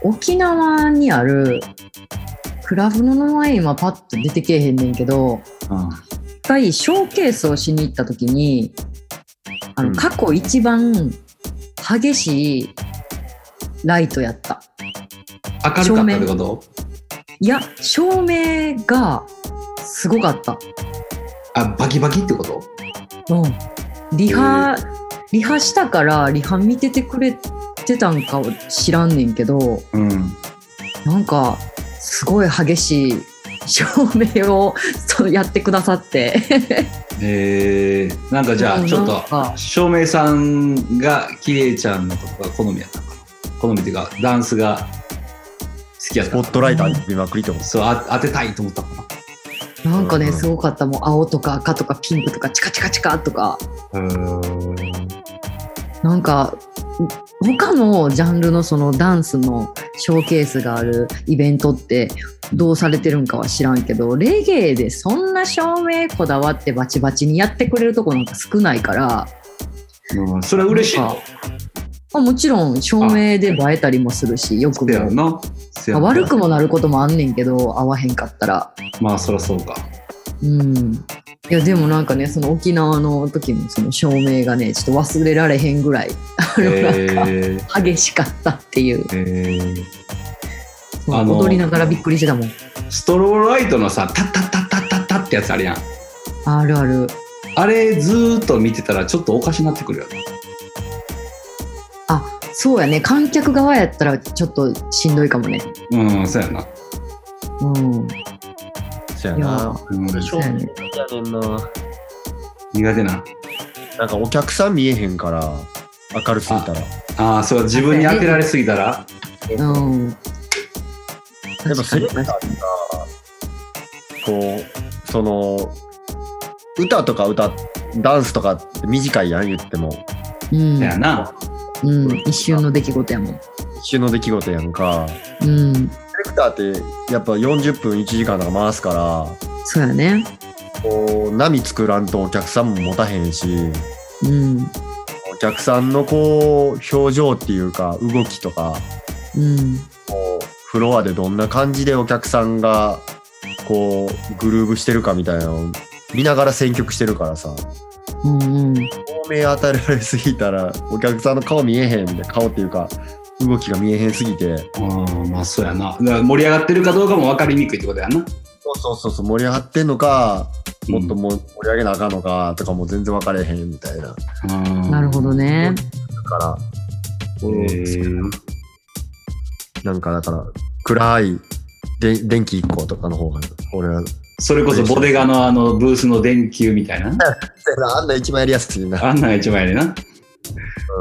Speaker 3: 沖縄にあるクラブの名前今パッと出てけえへんねんけど一回ショーケースをしに行った時にあ
Speaker 5: う
Speaker 3: の
Speaker 5: ん
Speaker 3: 過去一番激しいライトやった、
Speaker 4: 明るかったってこと
Speaker 3: いや照明がすごかった、
Speaker 4: あ、バキバキってこと
Speaker 3: うん、リハリハしたからリハ見ててくれてたんかを知らんねんけど
Speaker 4: うん。
Speaker 3: なんかすごい激しい照明をそうやってくださって
Speaker 4: えー、なんかじゃあ
Speaker 3: うん
Speaker 4: ちょっ
Speaker 3: なん
Speaker 4: と
Speaker 3: か
Speaker 4: 照明さんがキレイちゃんのことが好みやったのか好みというか、ダンスが好きやっ
Speaker 5: スポ
Speaker 4: た。
Speaker 5: ットライト浴びまくりってこと
Speaker 4: そう、あ当てたいと思ったか
Speaker 3: なんか
Speaker 5: う
Speaker 3: ね、
Speaker 5: んうん
Speaker 3: すごかった。もう青とか赤とかピンクとかチカチカチカとか、
Speaker 5: うーん
Speaker 3: なんか、他のジャンルのそのダンスのショーケースがあるイベントってどうされてるんかは知らんけど、レゲエでそんな照明こだわってバチバチにやってくれるとこなんか少ないから、
Speaker 4: な。うん、それは嬉しい
Speaker 3: なんかあもちろん照明で映えたりもするし、よく
Speaker 4: せや
Speaker 3: も。
Speaker 4: な。せやな
Speaker 3: 悪くもなることもあんねんけど、合わへんかったら。
Speaker 4: まあ、そりゃそうか。
Speaker 3: うん、いやでもなんかねその沖縄の時のその照明がねちょっと忘れられへんぐらいあのなんか
Speaker 4: えー
Speaker 3: 激しかったっていう、
Speaker 4: えー
Speaker 3: そう
Speaker 4: あの
Speaker 3: 踊りながらびっくりしてたもん
Speaker 4: ストローライトのさ、タッタッタッタッタッタってやつあるやん。
Speaker 3: あるある
Speaker 4: あれずーっと見てたらちょっとおかしになってくるよね。
Speaker 3: あそうやね観客側やったらちょっとしんどいかもね
Speaker 4: うん、そうやな。
Speaker 3: うん
Speaker 5: そや
Speaker 3: いや
Speaker 5: な
Speaker 4: うん、
Speaker 5: 俺
Speaker 4: 苦
Speaker 5: 正面やねんな
Speaker 4: 手な。
Speaker 5: なんかお客さん見えへんから明るすぎたらや
Speaker 4: ああ、そう、自分に当てられすぎたら。
Speaker 3: うん
Speaker 5: っぱセ
Speaker 3: 確
Speaker 5: レク
Speaker 3: か
Speaker 5: ター
Speaker 3: に
Speaker 5: がこうその歌とか歌ダンスとかって短いやん言っても
Speaker 3: うん
Speaker 4: だよな。
Speaker 3: うん、一瞬の出来事やもん
Speaker 5: 一瞬の出来事やんか
Speaker 3: うん
Speaker 5: セレクターってやっぱ40分1時間とか回すから
Speaker 3: そうやね
Speaker 5: こう波作らんとお客さんも持たへんし
Speaker 3: うん
Speaker 5: お客さんのこう表情っていうか動きとか
Speaker 3: うん
Speaker 5: こうフロアでどんな感じでお客さんがこうグルーブしてるかみたいなのを見ながら選曲してるからさ
Speaker 3: うんうん
Speaker 5: 透明当たられすぎたらお客さんの顔見えへんで顔っていうか動きが見えへんすぎて
Speaker 4: うん、まあそうやな。だから盛り上がってるかどうかも分かりにくいってことやな。
Speaker 5: そうそうそうそう盛り上がってんのかもっと
Speaker 4: う
Speaker 5: もう盛り上げなあかんのかとかも全然分かれへんみたいなだか
Speaker 4: ん
Speaker 3: なるほどね
Speaker 5: ら、
Speaker 4: えー
Speaker 5: なんかだから暗いで電気1個とかの方が俺は
Speaker 4: それこそボデガのあのブースの電球みたいな。
Speaker 5: あんな一番やりやすいな、
Speaker 4: あんなんが一番やでな。
Speaker 5: う、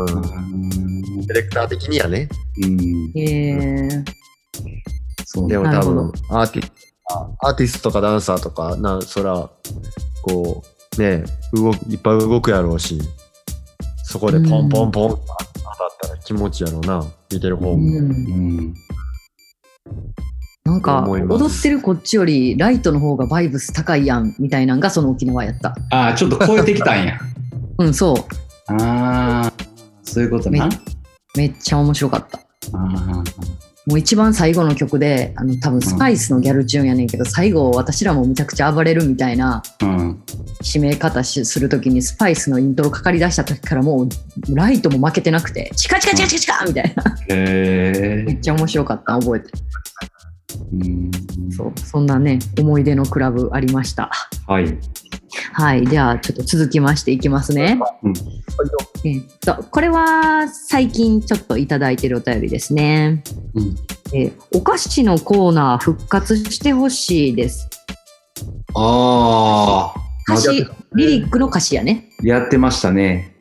Speaker 4: うん
Speaker 5: デ
Speaker 4: ん
Speaker 5: ィレクター的にはね
Speaker 4: うん。
Speaker 3: へえ
Speaker 4: そう
Speaker 5: で
Speaker 4: ね。
Speaker 5: も
Speaker 3: な
Speaker 5: 多
Speaker 3: るほど
Speaker 5: 分アーティアーティストとかダンサーとかなそらこうね動くいっぱい動くやろうしそこでポンポンポン当たったら気持ちやろうな見てる方も、
Speaker 3: うん
Speaker 4: うん。
Speaker 3: なんか
Speaker 5: 思います
Speaker 3: 踊ってるこっちよりライトの方がバイブス高いやんみたいなんがその沖縄やった。
Speaker 4: ああ、ちょっと超えてきたんや。
Speaker 3: うん、そう。
Speaker 4: ああ、そういうことな。あ
Speaker 3: めめっちゃ面白かった。
Speaker 4: あ
Speaker 3: もう一番最後の曲で、あの多分スパイスのギャルチューンやねんけど、最後私らもむちゃくちゃ暴れるみたいな
Speaker 4: ー、うん。
Speaker 3: 締め方しするときにスパイスのイントロかかりだした時からもうライトも負けてなくて、チカチカチカチカチカみたいな。
Speaker 4: へ
Speaker 3: め
Speaker 4: え
Speaker 3: っちゃ面白かった、覚えてる。
Speaker 4: うん。
Speaker 3: そう、そんなね、思い出のクラブありました。
Speaker 4: はい。
Speaker 3: はい、ではちょっと続きましていきますね。
Speaker 4: うん
Speaker 3: えっと、これは最近ちょっといただいてるお便りですね。
Speaker 4: うん
Speaker 3: えーお菓子のコーナー復活してほしいです。
Speaker 4: ああ、
Speaker 3: 歌詞、
Speaker 5: やっ
Speaker 3: リリックの歌詞やね。
Speaker 4: やってましたね。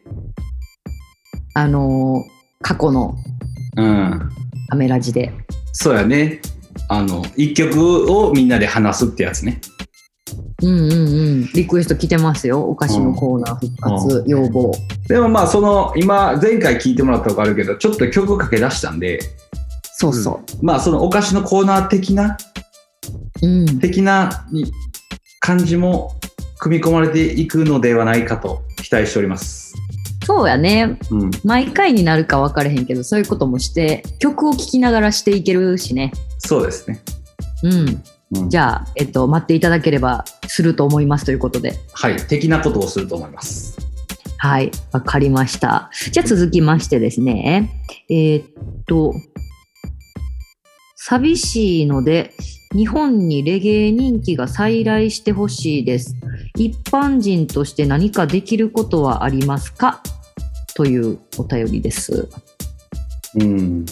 Speaker 3: あのー過去の
Speaker 4: うん。
Speaker 3: カメラ字で。
Speaker 4: そうやね。あの、一曲をみんなで話すってやつね。
Speaker 3: うんうんうん。リクエスト来てますよ。お菓子のコーナー復活要望。
Speaker 4: でもまあ、その、今、前回聞いてもらったことあるけど、ちょっと曲かけ出したんで、
Speaker 3: そうそ
Speaker 4: まあ、そのお菓子のコーナー的な、
Speaker 3: う。うん。
Speaker 4: 的なに感じも組み込まれていくのではないかと期待しております。
Speaker 3: そうやね。
Speaker 4: うん。
Speaker 3: 毎回になるか分からへんけど、そういうこともして、曲を聴きながらしていけるしね。
Speaker 4: そうですね。
Speaker 3: うん。
Speaker 4: うん、
Speaker 3: じ
Speaker 4: ゃ
Speaker 3: ゃあ、えっと、待っていただければすると思いますということで。
Speaker 4: はい。的なことをすると思います。
Speaker 3: はい、わかりました。じゃあ続きましてですね。えーっと、寂しいので、日本にレゲエ人気が再来してほしいです。一般人として何かできることはありますかというお便りです。
Speaker 4: うん。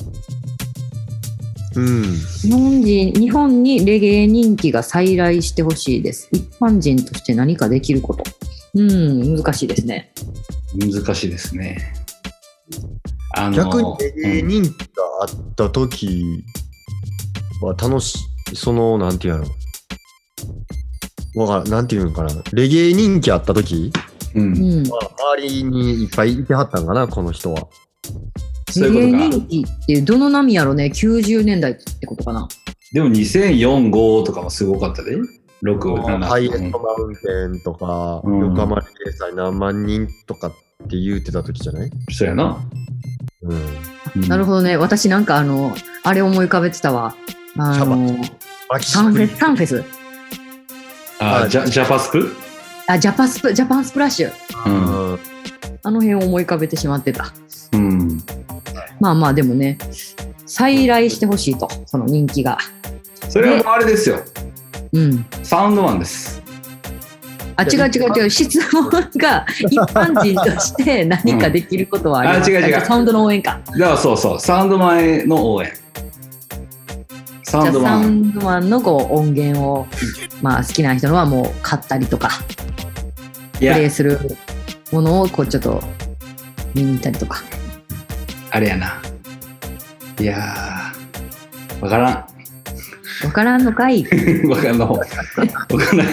Speaker 5: うん
Speaker 3: 日本人、日本にレゲエ人気が再来してほしいです。一般人として何かできること。うん、難しいですね。
Speaker 4: 難しいですね。あの
Speaker 5: 逆にレゲエ人気があった時は楽しそのなんていうんやろわからんなんていうのかなレゲエ人気あった時
Speaker 4: うん
Speaker 3: うん。
Speaker 5: 周りにいっぱいいてはったんかなこの人は
Speaker 4: そういうことか
Speaker 3: 人気ってどの波やろね90年代ってことかな
Speaker 4: でも2004、5とかもすごかったで。6、7。
Speaker 5: ハイエットマウンテンとか、
Speaker 4: うん
Speaker 5: 横浜レーサー何万人とかって言うてた時じゃない、
Speaker 4: そうやな。
Speaker 5: うん、
Speaker 3: なる
Speaker 4: ほ
Speaker 3: ほどね私なんかあのあれ思い浮かべてたわあ
Speaker 5: シャバ
Speaker 3: の
Speaker 5: マキシ
Speaker 3: サンフ
Speaker 5: ク
Speaker 3: ェ
Speaker 5: リ
Speaker 3: スサンフェス
Speaker 4: ど。あ、ジャジャパスプ
Speaker 3: あジャパスプジャパンスプラッシュ
Speaker 4: うん。
Speaker 5: うん
Speaker 3: あの辺を思い浮かべてしまってた
Speaker 4: うん。
Speaker 3: まあまあでもね再来してほしいとその人気が
Speaker 4: それはもうあれですよ。
Speaker 3: うん
Speaker 4: サウンドマンです。
Speaker 3: あ違う違う違う質問が一般人として何かできることはあります、
Speaker 4: うんあ違う違う
Speaker 3: あサウンドの応援か
Speaker 4: だからそうそう、サウンドマンの応援。サ
Speaker 3: じ
Speaker 4: ウ
Speaker 3: ゃあ
Speaker 4: ンド
Speaker 3: サ
Speaker 4: マ
Speaker 3: ウンドマ
Speaker 4: ン。
Speaker 3: ンのこう音源を、まあ、好きな人のはもう買ったりとか
Speaker 4: い
Speaker 3: プ
Speaker 4: や
Speaker 3: レ、イするものをこうちょっと見に行ったりとか
Speaker 4: あれやな。いやー、わからん。
Speaker 3: わからんのかい
Speaker 4: わかんない。わかんない。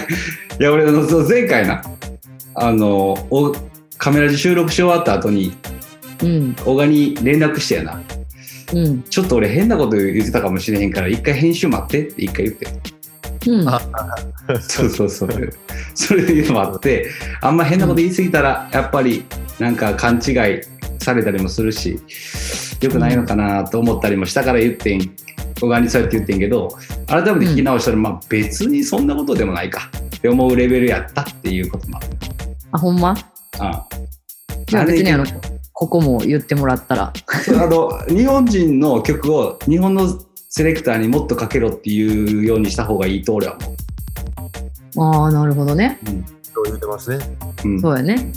Speaker 4: いや、俺、あのそう前回な、あの、おカメラで収録し終わった後に、
Speaker 3: うん
Speaker 4: 小賀に連絡してやな。
Speaker 3: うん
Speaker 4: ちょっと俺変なこと言ってたかもしれへんから、一回編集待ってって一回言って。
Speaker 3: うん
Speaker 5: あ
Speaker 4: そうそうそう。それでもあって、あんま変なこと言い過ぎたら、やっぱりなんか勘違いされたりもするし、良くないのかなと思ったりもしたから言ってん、小川にそうやって言ってんけど、改めて聞き直したら、まあ別にそんなことでもないかって思うレベルやったっていうこともある
Speaker 3: あほんま
Speaker 4: あ
Speaker 3: じゃあ別にあの
Speaker 4: れ
Speaker 3: ここも言ってもらったら
Speaker 4: そうあの日本人の曲を日本のセレクターにもっとかけろっていうようにした方がいいと俺は思
Speaker 3: ああなるほどね
Speaker 4: う。うん
Speaker 5: そう言うてますね、
Speaker 4: うん
Speaker 3: そうやね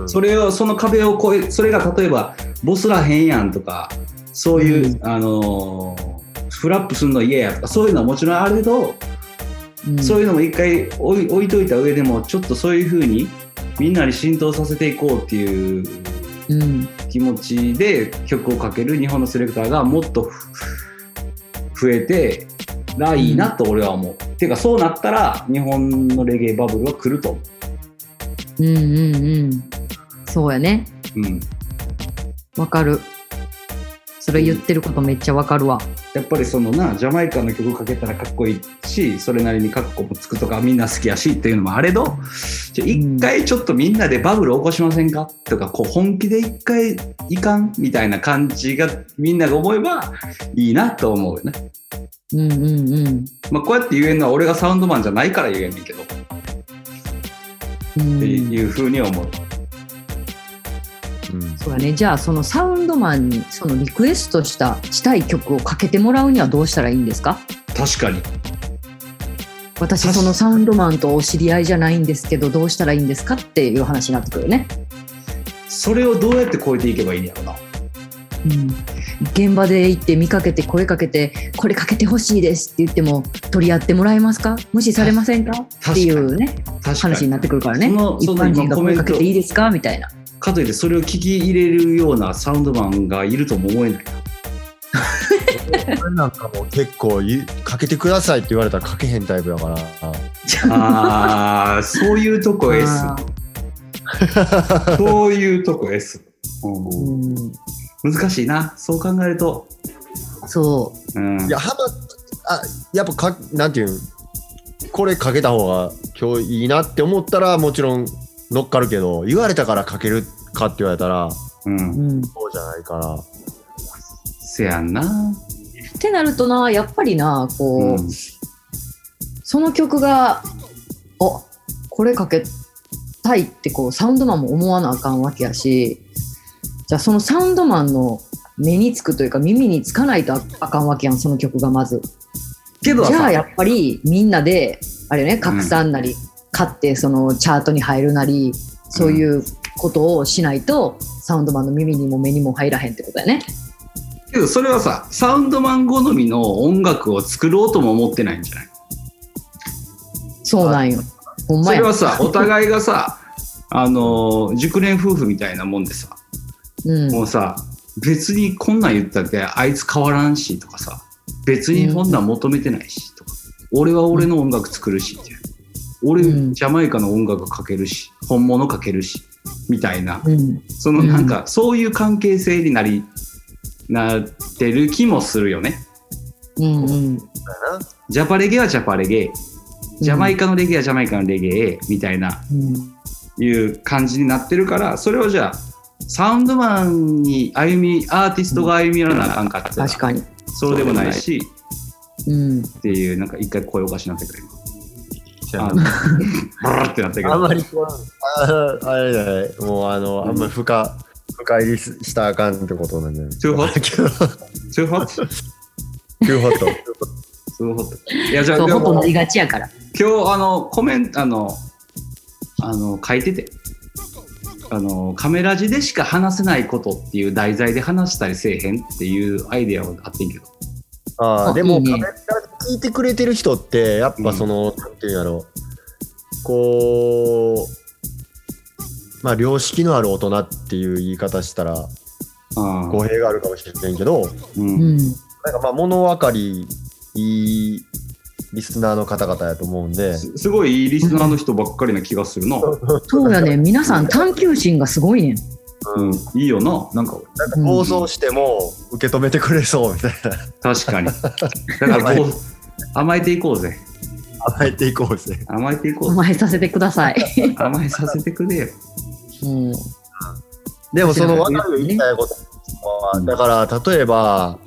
Speaker 5: うん、
Speaker 4: それをその壁を越えそれが例えばボスらへんやんとかそういう、あのーフラップするの嫌やとかそういうのはもちろんあるけど、
Speaker 3: うん
Speaker 4: そういうのも一回置い置いといた上でもちょっとそういうふうにみんなに浸透させていこうっていう
Speaker 3: うん
Speaker 4: 気持ちで曲をかける日本のセレクターがもっとふ増えてらいいなと俺は思う。っていうかそうなったら日本のレゲエバブルは来ると思
Speaker 3: うんうんうんそうやね
Speaker 4: う。うん
Speaker 3: わかるそれ言ってることめっちゃわかるわ
Speaker 4: やっぱりそのなジャマイカの曲かけたらかっこいいしそれなりにかっこもつくとかみんな好きやしっていうのもあれどじゃあ一回ちょっとみんなでバブル起こしませんかとかこう本気で一回いかんみたいな感じがみんなが思えばいいなと思うよね。
Speaker 3: うんうんうん
Speaker 4: まあ、こうやって言えるのは俺がサウンドマンじゃないから言えんねんけど、
Speaker 3: う
Speaker 4: って
Speaker 3: ん
Speaker 4: いうふうに思う。
Speaker 5: うん
Speaker 3: そうやねじゃあそのサウンドマンにそのリクエストしたしたい曲をかけてもらうにはどうしたらいいんですか
Speaker 4: 確かに
Speaker 3: 私そのサウンドマンとお知り合いじゃないんですけどどうしたらいいんですかっていう話になってくるよね、
Speaker 4: それをどうやって超えていけばいいんやろうな。
Speaker 3: うん、現場で行って見かけて声かけてこれかけてほしいですって言っても取り合ってもらえますか無視されませんか
Speaker 4: か
Speaker 3: っていうね
Speaker 4: 確かに
Speaker 3: 話になってくるからね
Speaker 4: その
Speaker 3: 一
Speaker 4: その
Speaker 3: 般人が
Speaker 4: 今コメ
Speaker 3: 声
Speaker 4: ン
Speaker 3: か
Speaker 4: ト
Speaker 3: けていいですかみたいな
Speaker 4: かといってそれを聞き入れるようなサウンドマンがいるとも思えない。
Speaker 5: 俺なんかもう結構いかけてくださいって言われたらかけへんタイプだから
Speaker 4: ああ、そういうとこ S。そう いうとこ S。う
Speaker 3: うん
Speaker 4: ん難しいな。そう考えると。
Speaker 3: そう
Speaker 4: うん。
Speaker 5: いやハマあやっぱかなんていうんこれかけた方が今日いいなって思ったらもちろん乗っかるけど言われたからかけるかって言われたら
Speaker 4: う
Speaker 3: う
Speaker 4: ん。
Speaker 3: ん、っ
Speaker 5: そうじゃないから
Speaker 4: せやんな。
Speaker 3: てなるとなやっぱりなこう、
Speaker 4: うん。
Speaker 3: その曲があこれかけたいってこうサウンドマンも思わなあかんわけやしじゃあそのサウンドマンの目につくというか耳につかないとああかんわけやんその曲がまず
Speaker 4: けど
Speaker 3: じゃあや
Speaker 4: さ、
Speaker 3: っぱりみんなであれよね拡散なり、買ってそのチャートに入るなりそういうことをしないと、サウンドマンの耳にも目にも入らへんってことやね
Speaker 4: けどそれはさ、サウンドマン好みの音楽を作ろうとも思ってないんじゃない
Speaker 3: そうなんよほん
Speaker 4: そ
Speaker 3: ま
Speaker 4: れ
Speaker 3: や
Speaker 4: はさ、お互いがさ、あのー熟年夫婦みたいなもんでさ、
Speaker 3: うん
Speaker 4: もうさ、別にこんなん言ったってあいつ変わらんしとかさ別にこんなん求めてないしとか俺は俺の音楽作るしみたいな俺ジ
Speaker 3: うん
Speaker 4: ャマイカの音楽かけるし本物かけるしみたいな
Speaker 3: うん
Speaker 4: そのなんかそういう関係性になりなってる気もするよね
Speaker 3: うんうん
Speaker 4: ジャパレゲはジャパレゲジャマイカのレゲはジャマイカのレゲみたいな
Speaker 3: うん
Speaker 4: いう感じになってるからそれをじゃあサウンドマンに歩みアーティストが歩み寄らなあかんかって言った
Speaker 3: 確
Speaker 4: ら
Speaker 3: かに、
Speaker 4: そうでもないし
Speaker 3: うん、
Speaker 4: っていうなんか一回声おかしなってくれる
Speaker 5: じゃ
Speaker 4: あ
Speaker 5: あ
Speaker 4: の ブルルってなったけ
Speaker 5: あん
Speaker 4: ど
Speaker 5: まりこう、ああれじゃない、もうあの、あんまり深、深入りしたらあかんってことなんじゃない
Speaker 4: トゥーホット
Speaker 5: けど、 ト
Speaker 4: ツーホット
Speaker 5: ゥーホット。
Speaker 4: ツーホットいやじゃあ
Speaker 3: そう
Speaker 4: で
Speaker 3: ほと
Speaker 4: も
Speaker 3: なりがちやから
Speaker 4: 今日あのコメントあのあの書いててあのカメラ字でしか話せないことっていう題材で話したりせえへんっていうアイデアはあってんけど
Speaker 5: あ
Speaker 3: あ
Speaker 5: あ、でも、
Speaker 3: いいね
Speaker 5: カメラ聞いてくれてる人って、やっぱその、なんていうんやろう、こう、まあ、良識のある大人っていう言い方したら、
Speaker 4: あ
Speaker 5: 語弊があるかもしれないけど、
Speaker 4: ーう
Speaker 3: うんん
Speaker 5: なんかまあ、物分かり、いいリスナーの方々やと思うんで、
Speaker 4: すすごいいいリスナーの人ばっかりな気がするな、
Speaker 3: そうやね皆さん探求心がすごいねん
Speaker 4: うん、いいよななんか
Speaker 5: なんか放送しても受け止めてくれそうみたいな、
Speaker 4: 確かに だからこう甘えていこうぜ
Speaker 5: 甘えていこうぜ。
Speaker 4: 甘えていこうぜ
Speaker 3: 甘えさせてください、
Speaker 4: 甘えさせてくれよ
Speaker 3: うん、
Speaker 5: でもその若いを言いたいことはだから例えば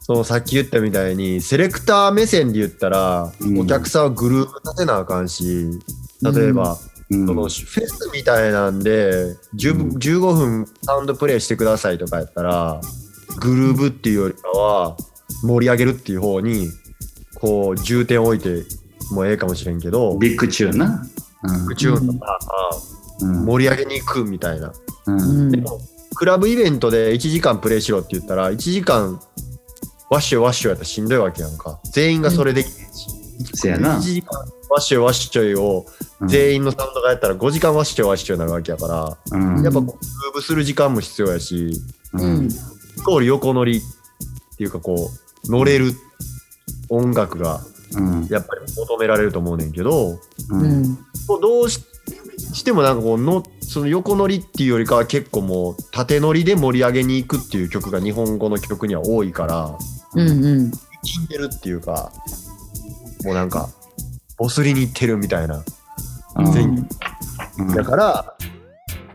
Speaker 5: そのさっき言ったみたいにセレクター目線で言ったら
Speaker 4: うん
Speaker 5: お客さんをグループ立てなあかんし例えば
Speaker 4: うん
Speaker 5: そのフェスみたいなんで
Speaker 4: うん
Speaker 5: 10 15分サウンドプレイしてくださいとかやったらグルーブっていうよりかは盛り上げるっていう方にこう重点を置いてもええかもしれんけど
Speaker 4: ビッグチューンな
Speaker 5: 宇宙とか
Speaker 4: うん
Speaker 5: 盛り上げに行くみたいな
Speaker 4: うんうん
Speaker 3: うん
Speaker 5: でもクラブイベントで1時間プレイしろって言ったら1時間ワッシュワッシュやったらしんどいわけやんか全員がそれできへんし、
Speaker 4: せやな
Speaker 5: 1時間ワッシュワッシュを
Speaker 4: うん
Speaker 5: 全員のサウンドがやったら5時間ワッシュワッシュになるわけやから、
Speaker 4: うん
Speaker 5: やっぱこうムーブする時間も必要やし
Speaker 4: う
Speaker 3: うんん
Speaker 5: イコール横乗りっていうかこう乗れる音楽が
Speaker 4: うん
Speaker 5: やっぱり求められると思うねんけど
Speaker 4: う
Speaker 3: うんん
Speaker 5: こうどうししてもなんかこうのその横乗りっていうよりかは結構もう縦乗りで盛り上げに行くっていう曲が日本語の曲には多いから
Speaker 3: うんうん
Speaker 5: 聞いてるっていうかもうなんかボスりに行ってるみたいな全員
Speaker 4: うん
Speaker 5: だから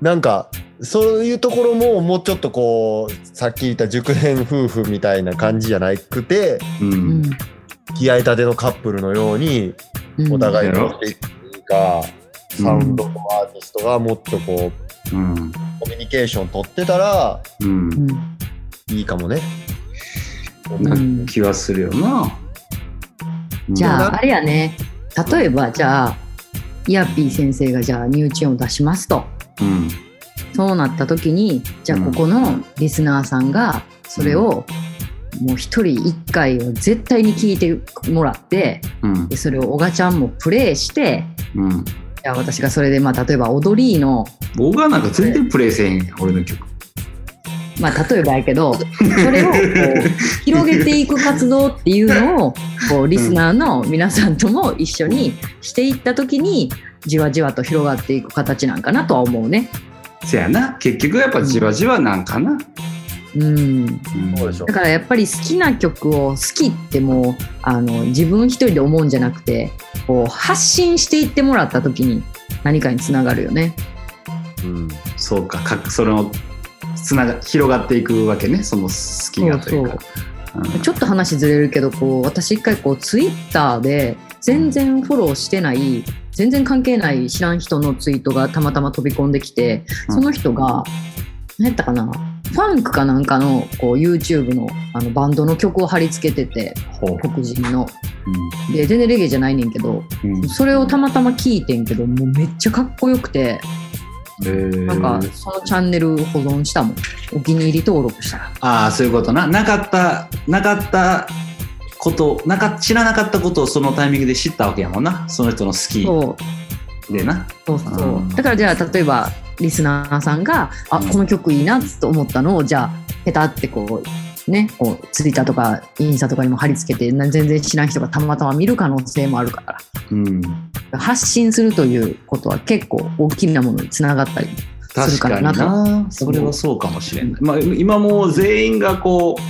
Speaker 5: なんかそういうところももうちょっとこうさっき言った熟年夫婦みたいな感じじゃなくて
Speaker 4: う
Speaker 3: うんん
Speaker 5: 気合いたてのカップルのように
Speaker 3: うん
Speaker 5: お互いに乗っていくっていうか、サウンドのアーティストがもっとこう
Speaker 4: うん
Speaker 5: コミュニケーション取ってたら
Speaker 4: うん
Speaker 3: うん
Speaker 5: いいかもね。
Speaker 4: な気はするよな
Speaker 3: じ
Speaker 5: う
Speaker 3: ゃ
Speaker 5: ん
Speaker 3: ああれやね例えばじゃあイヤピー先生がじゃあ入チューンを出しますと
Speaker 4: うん
Speaker 3: そうなった時にじゃあ
Speaker 4: うん
Speaker 3: ここのリスナーさんがそれをもう一人一回を絶対に聞いてもらって
Speaker 4: うん
Speaker 3: でそれを小賀ちゃんもプレイして
Speaker 4: うん
Speaker 3: じゃあ私がそれでまあ例えば踊りの
Speaker 4: オーガなんか全然プレイせえへんやん俺の曲
Speaker 3: まあ例えばやけどそれをこう広げていく活動っていうのをこうリスナーの皆さんとも一緒にしていった時にじわじわと広がっていく形なんかなとは思うね。
Speaker 4: せやな結局やっぱじわじわなんかな
Speaker 3: うん
Speaker 4: ん
Speaker 5: そうでしょ
Speaker 3: だからやっぱり好きな曲を好きってもうあの自分一人で思うんじゃなくてこう発信していってもらった時に何かにつながるよね。
Speaker 5: うん
Speaker 4: そうかかそのつなが広がっていくわけねその好きがというかうん
Speaker 3: ちょっと話ずれるけどこう私一回こうツイッターで全然フォローしてない全然関係ない知らん人のツイートがたまたま飛び込んできて
Speaker 4: うん
Speaker 3: その人が何やったかなファンクかなんかのこう YouTube のあのバンドの曲を貼り付けてて
Speaker 4: ほう
Speaker 3: 黒人の。
Speaker 4: う
Speaker 3: で全然レゲエじゃないねんけど
Speaker 4: んうん
Speaker 3: それをたまたま聞いてんけどもうめっちゃかっこよくて
Speaker 4: えー
Speaker 3: なんかそのチャンネル保存したもんお気に入り登録したら
Speaker 4: ああそういうことななかったなかったことなか知らなかったことをそのタイミングで知ったわけやもんなその人の好
Speaker 3: そう
Speaker 4: きでな
Speaker 3: そうそううんだからじゃあ例えばリスナーさんが「あ
Speaker 4: うん
Speaker 3: この曲いいな」と思ったのをじゃあペタってこう、ね、こう、ツイッターとかインスタとかにも貼り付けて、な全然知らん人がたまたま見る可能性もあるから。
Speaker 4: うん、
Speaker 3: 発信するということは結構大きなものにつながったりする
Speaker 4: 確
Speaker 3: か
Speaker 4: かに
Speaker 3: らなと。
Speaker 4: なそれはそうかもしれない、まあ、今もう全員がこう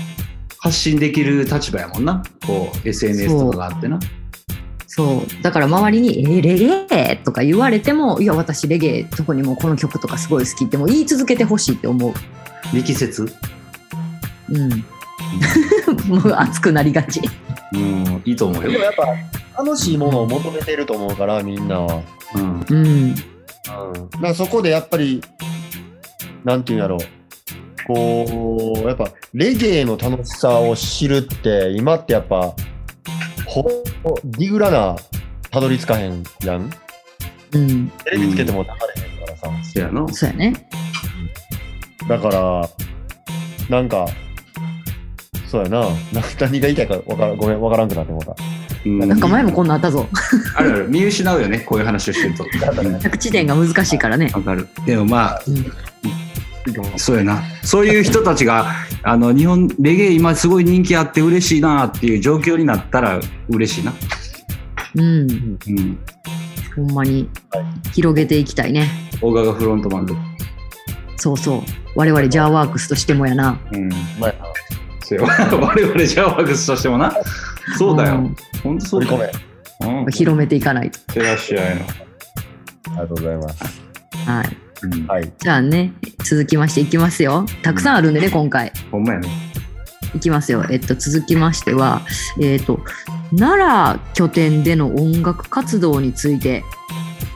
Speaker 4: 発信できる立場やもんなこう SNS とかがあってな
Speaker 3: そうだから周りに「えーレゲエ!」とか言われても「いや私レゲエ特にもうこの曲とかすごい好き」ってもう言い続けてほしいって思う。
Speaker 4: 力説
Speaker 3: うん、 もう熱くなりがち。
Speaker 4: うんいいと思う
Speaker 5: でも
Speaker 4: よ、
Speaker 5: やっぱ楽しいものを求めてると思うからみんなは、
Speaker 4: うん、
Speaker 3: うん、
Speaker 5: うん、だからそこでやっぱりなんていうんやろうこうやっぱレゲエの楽しさを知るって今ってやっぱほディグラなたどり着かへんやん
Speaker 3: うん、
Speaker 5: テレビつけても流れへんからさ、
Speaker 4: そやの
Speaker 3: そうやね。
Speaker 5: だから、なんか、そうやな、な何が言いたいかわからごめん、わからんくなって思った。
Speaker 3: なんか前もこ
Speaker 4: ん
Speaker 3: んなあったぞ。
Speaker 4: あるある見失うよねこういう話をして るとうん
Speaker 3: 着地点が難しいからね。
Speaker 4: わかるでもまあ
Speaker 3: うん
Speaker 4: そうやなそういう人たちがあの日本レゲエ今すごい人気あって嬉しいなっていう状況になったら嬉しいな、
Speaker 3: うん、
Speaker 4: うん、
Speaker 3: ほんまに広げていきたいね。
Speaker 4: 大川フロントバンド
Speaker 3: そうそう。我々ジャーワークスとしてもやな。
Speaker 4: うん
Speaker 5: まあ、
Speaker 4: そうよ 我々ジャワークスとしてもなそうだよ
Speaker 3: ん
Speaker 4: 本当そ
Speaker 5: 取
Speaker 4: うだ
Speaker 5: り込め。
Speaker 4: よ
Speaker 5: あ
Speaker 4: うん
Speaker 3: 広めていかないと。
Speaker 4: 照らし合いの
Speaker 5: りがとうございます。
Speaker 3: はい。
Speaker 4: うん
Speaker 5: はい。
Speaker 3: じゃあね、続きましていきますよ。たくさんあるんでね、今回。
Speaker 4: ほんまやね
Speaker 3: いきますよ。えっと、続きましては、えっ、と、奈良拠点での音楽活動について、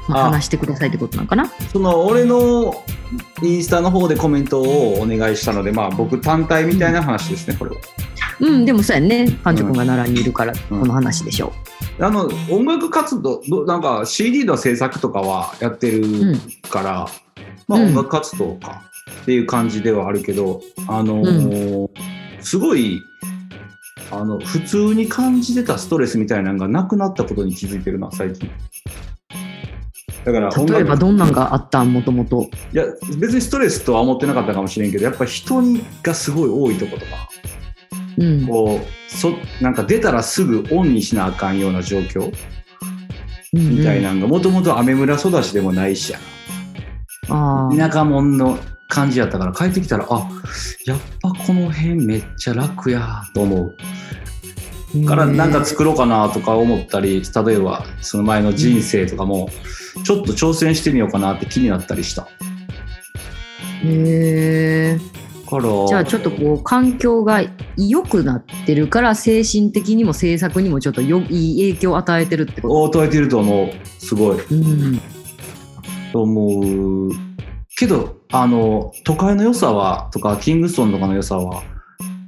Speaker 3: まあ
Speaker 4: あ
Speaker 3: 話してくださいってことなのかな
Speaker 4: その俺のインスタの方でコメントをお願いしたのでまあ僕単体みたいな話ですねこれは
Speaker 3: うん、でもそうやんね。パンチョ君が奈良にいるから、
Speaker 4: うん
Speaker 3: この話でしょ
Speaker 4: あの音楽活動どなんか CD の制作とかはやって
Speaker 3: う。うん
Speaker 4: る。から、まあ
Speaker 3: うん
Speaker 4: 音楽活動かっていう感じではあるけどあのーすごいあの普通に感じてたストレスみたいなのがなくなったことに気づいてるな最近だから音楽
Speaker 3: 例えばどんなんがあったんもともと。
Speaker 4: いや別にストレスとは思ってなかったかもしれんけどやっぱ人がすごい多いとことか
Speaker 3: うん。
Speaker 4: こうそなんか出たらすぐオンにしなあかんような状況みたいなのがもともと雨村育ちでもないしや
Speaker 3: うんうん。ああ。
Speaker 4: な田舎者の感じやったから帰ってきたらあやっぱこの辺めっちゃ楽やと思うからなんか作ろうかなとか思ったり例えばその前の人生とかもちょっと挑戦してみようかなって気になったりしたか
Speaker 3: へえ。
Speaker 4: ら
Speaker 3: じゃあちょっとこう環境が良くなってるから精神的にも制作にもちょっとよいい影響を与えてるってこ
Speaker 4: 応答えてると思うすごい
Speaker 3: と。うん。
Speaker 4: と思うけどあの都会の良さはとかキングストンとかの良さは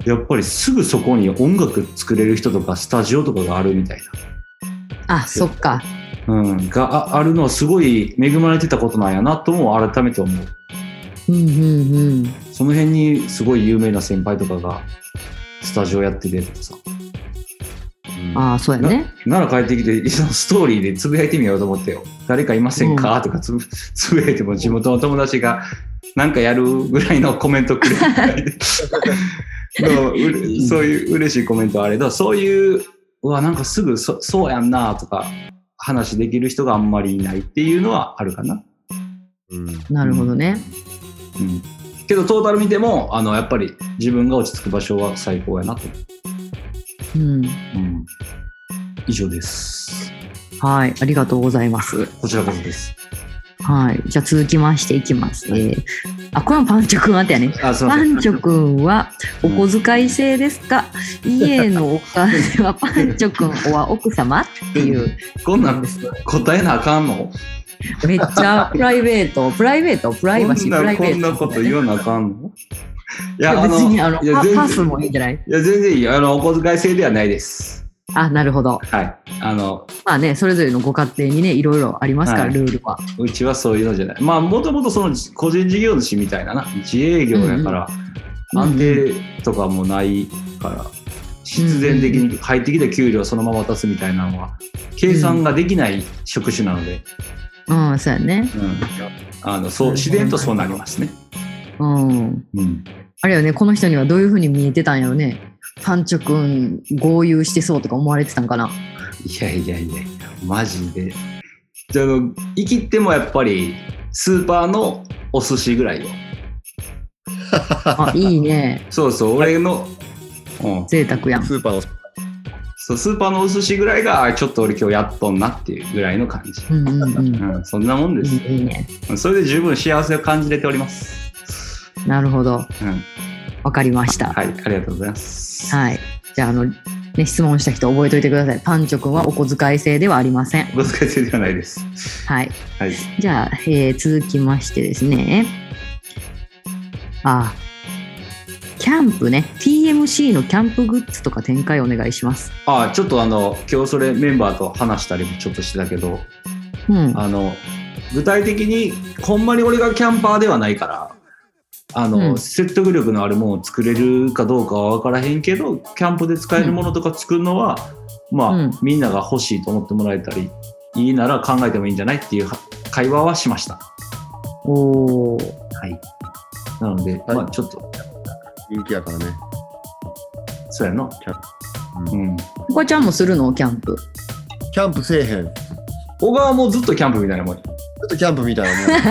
Speaker 4: やっぱりすぐそこに音楽作れる人とかスタジオとかがあるみたい
Speaker 3: あ、そっか。
Speaker 4: な、うん、がああるのはすごい恵まれてたことなんやなとも改めて思う
Speaker 3: うんうんうん。
Speaker 4: その辺にすごい有名な先輩とかがスタジオやっててとかさ、うん
Speaker 3: ああ、そうやね。
Speaker 4: 奈良帰って きてそのストーリーでつぶやいてみようと思ってよ誰かいませんか、とかつぶ つぶやいても地元の友達がなんかやるぐらいのコメントくれたりのうれそういう嬉しいコメントはあれだそういううわなんかすぐそそうやんなとか話できる人があんまりいないっていうのはあるかな。
Speaker 5: うん。
Speaker 3: なるほどね。
Speaker 4: うんけどトータル見てもあのやっぱり自分が落ち着く場所は最高やなと、
Speaker 3: うん。
Speaker 4: うん、以上です
Speaker 3: はい。ありがとうございます。
Speaker 4: こちらこそです
Speaker 3: はい。じゃあ続きましていきます。えー、あ、これはパンチョ君あってやね。
Speaker 4: あすいま
Speaker 3: パ
Speaker 4: せん
Speaker 3: ンチョ君はお小遣い制ですか家のお金はパンチョ君は奥様っていう。
Speaker 4: こんなん答えなあかんの
Speaker 3: めっちゃプライベート、プライベート、プライバシー、
Speaker 4: こ
Speaker 3: プ
Speaker 4: ん
Speaker 3: ラ
Speaker 4: な
Speaker 3: イベー
Speaker 4: こ
Speaker 3: ト。
Speaker 4: んなこと言わなあかんのい
Speaker 3: いや別にあの
Speaker 4: いや
Speaker 3: パ
Speaker 4: 全
Speaker 3: パ
Speaker 4: 然
Speaker 3: スもいいんじゃない
Speaker 4: いや全然いいあのお小遣い制ではないです
Speaker 3: あ、なるほど。
Speaker 4: はいあの
Speaker 3: まあね、それぞれのご家庭にね、いろいろありますから、
Speaker 4: はい
Speaker 3: ルールは。
Speaker 4: うちはそういうのじゃないまあもともとその個人事業主みたいなな自営業やから、
Speaker 3: うんうん
Speaker 4: 安定とかもないから必然的に入ってきた給料そのまま渡すみたいなのは計算ができない職種なので、
Speaker 3: うん、そうやね。
Speaker 4: うんあのそう自然とそうなりますね、
Speaker 3: うん。
Speaker 4: うん、
Speaker 3: あれよね、この人にはどういうふうに見えてたんやろね。パンチョ君、豪遊してそうとか思われてたんか な。
Speaker 4: いやいやいや、マジで。じゃあ、生きてもやっぱり、スーパーのお寿司ぐらいよ。
Speaker 3: あ、いいね。
Speaker 4: そうそう、俺の、うん、
Speaker 3: 贅沢やん。
Speaker 5: スーパーの
Speaker 4: そうスーパーのお寿司ぐらいが、あちょっと俺今日やっとんなっていうぐらいの感じ。
Speaker 3: うんうんうん。
Speaker 4: うん、そんなもんで
Speaker 3: い
Speaker 4: す。
Speaker 3: いいいね。
Speaker 4: それで十分幸せを感じれております。
Speaker 3: なるほど。
Speaker 4: うん、
Speaker 3: わかりました。
Speaker 4: はい、ありがとうございます。
Speaker 3: はい。じゃあ、あの、ね、質問した人覚えておいてください。パンチョ君はお小遣い制ではありません。
Speaker 4: ご使い制ではないです。
Speaker 3: はい。
Speaker 4: はい。
Speaker 3: じゃあ、えー続きましてですね。あキャンプね。TMC のキャンプグッズとか展開お願いします。
Speaker 4: あ、ちょっとあの、今日それメンバーと話したりもちょっとしてたけど、
Speaker 3: うん。
Speaker 4: あの、具体的に、ほんまに俺がキャンパーではないから、あの、
Speaker 3: うん
Speaker 4: 説得力のあるものを作れるかどうかは分からへんけど、キャンプで使えるものとか作るのは、まあ、
Speaker 3: うん
Speaker 4: みんなが欲しいと思ってもらえたり、いいなら考えてもいいんじゃないっていうは会話はしました。
Speaker 3: おー。
Speaker 4: はい。なので、まあ、ちょっと、
Speaker 5: 人気やからね。
Speaker 4: そうやの。う
Speaker 5: う
Speaker 4: ん。
Speaker 3: おかちゃんもするのキャンプ。
Speaker 5: キャンプせえへん。ちょっ
Speaker 4: 小川もずっとキャンプみたいなもんや。
Speaker 5: とキャンプみた いなもん。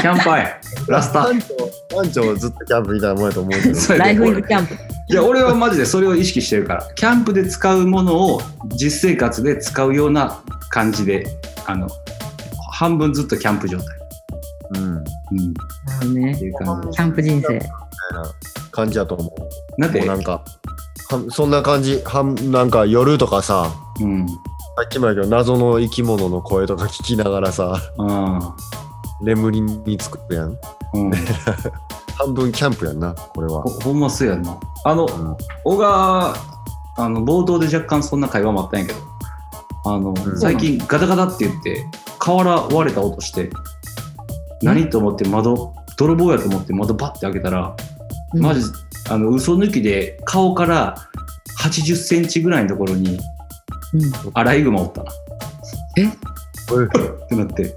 Speaker 4: キャンパーや。ラスタ ー。
Speaker 5: 班長、班長ずっとキャンプみたいなもんやと思うけど。
Speaker 4: そうや
Speaker 3: ラ
Speaker 4: で
Speaker 3: イフインキャンプ。
Speaker 4: いや俺はマジでそれを意識してるからキャンプで使うものを実生活で使うような感じであの半分ずっとキャンプ状態、
Speaker 5: うん。み
Speaker 4: うん、っ
Speaker 3: なるほどね
Speaker 4: て。いう感じで
Speaker 3: キャンプ人生。
Speaker 5: たいな感じやと思う。
Speaker 4: なん
Speaker 5: もう
Speaker 4: で
Speaker 5: なんか、はそんな感じ。はんなんか夜とかさ、
Speaker 4: うん
Speaker 5: さっきもやけど謎の生き物の声とか聞きながらさ、
Speaker 4: あ
Speaker 5: 眠りにつくやん。
Speaker 4: ーうん、
Speaker 5: 半分キャンプやんな、これは
Speaker 4: ほ。ほんまそうやんなあの
Speaker 5: うん
Speaker 4: 小川あの冒頭で若干そんな会話もあったんやけどあの、
Speaker 5: ん
Speaker 4: 最近ガタガタって言って瓦割れた音して何と思って窓泥棒やと思って窓バッて開けたらマジあの嘘抜きで顔から80センチぐらいのところに
Speaker 3: うん。
Speaker 4: アライグマおったなっ
Speaker 5: おい
Speaker 4: てなって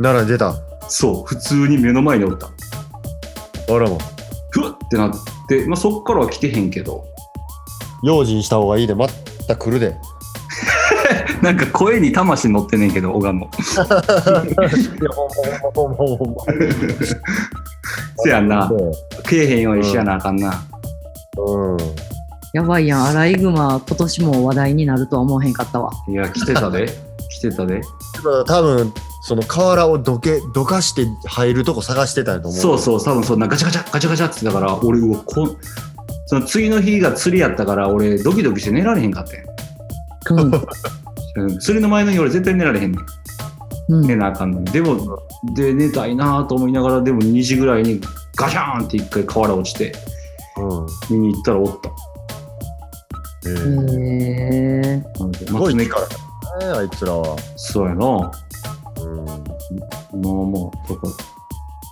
Speaker 5: 奈良に出た。
Speaker 4: そう普通に目の前におった
Speaker 5: あらも。
Speaker 4: ふわってなって、まあ、そっからは来てへんけど
Speaker 5: 用心した方がいいで、また来るで。
Speaker 4: なんか声に魂乗ってんねんけど小川の
Speaker 5: ほんまほんまほんまほん
Speaker 4: せやん
Speaker 5: ま
Speaker 4: な来えへんようにしやなあかんな、
Speaker 5: うん。
Speaker 3: やばいやん。アライグマ、今年も話題になるとは思わへんかったわ。
Speaker 4: いや来てたで来てたで
Speaker 5: だから多分、その瓦をどけ、どかして入るとこ探してたんやと思う。
Speaker 4: そうそう多分そんなガチャガチャガチャガチャってだから俺うわこんその次の日が釣りやったから俺ドキドキして寝られへんかってん
Speaker 3: うん。
Speaker 4: うん釣りの前の日俺絶対寝られへんねん
Speaker 3: うん
Speaker 4: 寝なあかんのにでもで寝たいなと思いながらでも2時ぐらいにガシャーンって一回瓦落ちて
Speaker 5: うん。
Speaker 4: 見に行ったらおった
Speaker 5: ええ
Speaker 3: へえ。
Speaker 4: なのです
Speaker 5: ごい
Speaker 4: まあ
Speaker 5: 力だね、あいつらは。
Speaker 4: そうやなも
Speaker 5: うん。
Speaker 4: うもうとか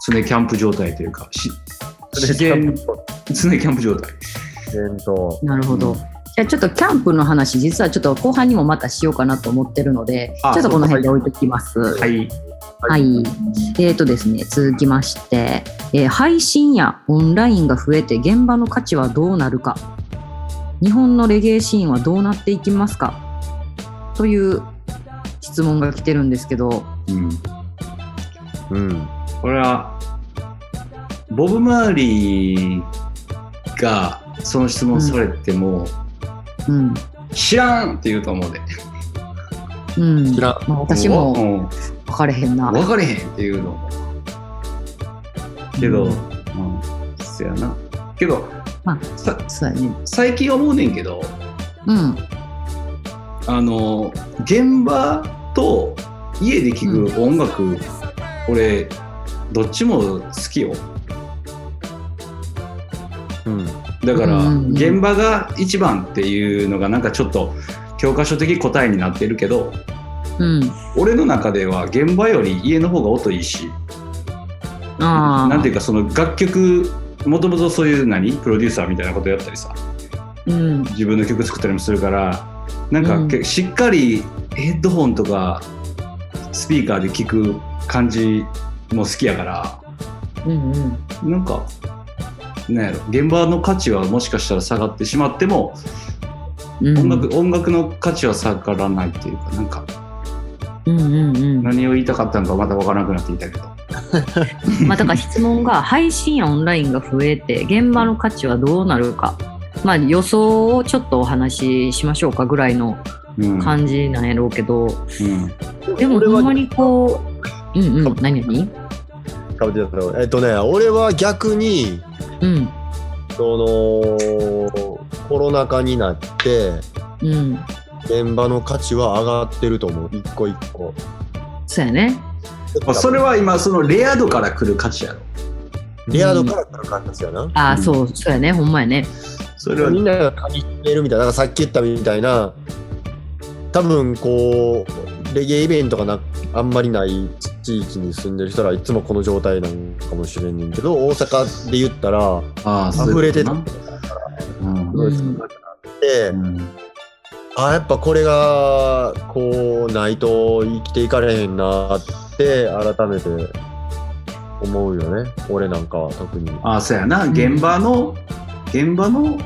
Speaker 4: 常キャンプ状態というかし自然常キャンプ状態
Speaker 5: 伝統。
Speaker 3: なるほど。
Speaker 4: うん
Speaker 3: いやちょっとキャンプの話実はちょっと後半にもまたしようかなと思ってるのでち
Speaker 4: あ
Speaker 3: ょっとこの辺で置いときます。は、
Speaker 4: はいい
Speaker 3: えーとですね続きまして、えー配信やオンラインが増えて現場の価値はどうなるか日本のレゲエシーンはどうなっていきますかという質問が来てるんですけど
Speaker 4: うん
Speaker 5: うん。
Speaker 4: これはボブ・マーリーがその質問されても、
Speaker 3: うん
Speaker 4: 知らんって言うと思うで
Speaker 3: うん
Speaker 5: 知らん
Speaker 3: まあ私も
Speaker 4: う
Speaker 3: 分
Speaker 4: ん
Speaker 3: かれへんな
Speaker 4: 分かれへんっていうのもけど、
Speaker 3: う
Speaker 4: うんん、そやなけど、
Speaker 3: ま
Speaker 4: さ
Speaker 3: そうやね
Speaker 4: 最近思うねんけど
Speaker 3: うん
Speaker 4: あの現場と家で聴く音楽、俺どっちも好きよ
Speaker 5: うん。
Speaker 4: だから、
Speaker 3: うんうんうん
Speaker 4: 現場が一番っていうのがなんかちょっと教科書的答えになってるけど
Speaker 3: うん
Speaker 4: 俺の中では現場より家の方が音いいし
Speaker 3: ああ
Speaker 4: なんていうかその楽曲もともとそういう何プロデューサーみたいなことやったりさ
Speaker 3: うん
Speaker 4: 自分の曲作ったりもするからなんかけ、しっかりヘッドホンとかスピーカーで聴く感じも好きやから
Speaker 3: うんうん。
Speaker 4: なんか、なんやろ、現場の価値はもしかしたら下がってしまっても、
Speaker 3: うん
Speaker 4: 音楽、音楽の価値は下がらないっていうか、なんか、
Speaker 3: うんうんうん。
Speaker 4: 何を言いたかったのかまだわからなくなっていたけど。
Speaker 3: まあだから質問が配信やオンラインが増えて現場の価値はどうなるか。まあ予想をちょっとお話ししましょうかぐらいの
Speaker 4: うん。
Speaker 3: 感じなんやろうけど、
Speaker 4: うん
Speaker 3: でも
Speaker 5: 俺
Speaker 3: ほ
Speaker 5: は
Speaker 3: んまにこう、うんうん、何々
Speaker 5: 食べてたのえっとね俺は逆に
Speaker 3: うん、
Speaker 5: そのコロナ禍になって
Speaker 3: うん、
Speaker 5: 現場の価値は上がってると思う一個一個
Speaker 3: そうやね。
Speaker 4: まあ、それは今、そのレア度から来る価値やろ。
Speaker 5: レア度から来る感じやな、
Speaker 3: あ
Speaker 4: う
Speaker 3: あ、
Speaker 4: ん
Speaker 3: そう、そうやね、ほんまやね。
Speaker 4: それは
Speaker 5: みんなが借りてるみたいななんかさっき言ったみたいな多分こうレゲエイベントがなあんまりない地域に住んでる人らいつもこの状態なんかもしれんねんけど大阪で言ったら
Speaker 4: ああそういう
Speaker 5: 溢
Speaker 4: こ
Speaker 5: れて
Speaker 4: と
Speaker 5: た
Speaker 4: なうん
Speaker 5: すごい少なくなって、あやっぱこれがこうないと生きていかれへんなって改めて思うよね俺なんかは特に
Speaker 4: ああそうやな現場の、現場の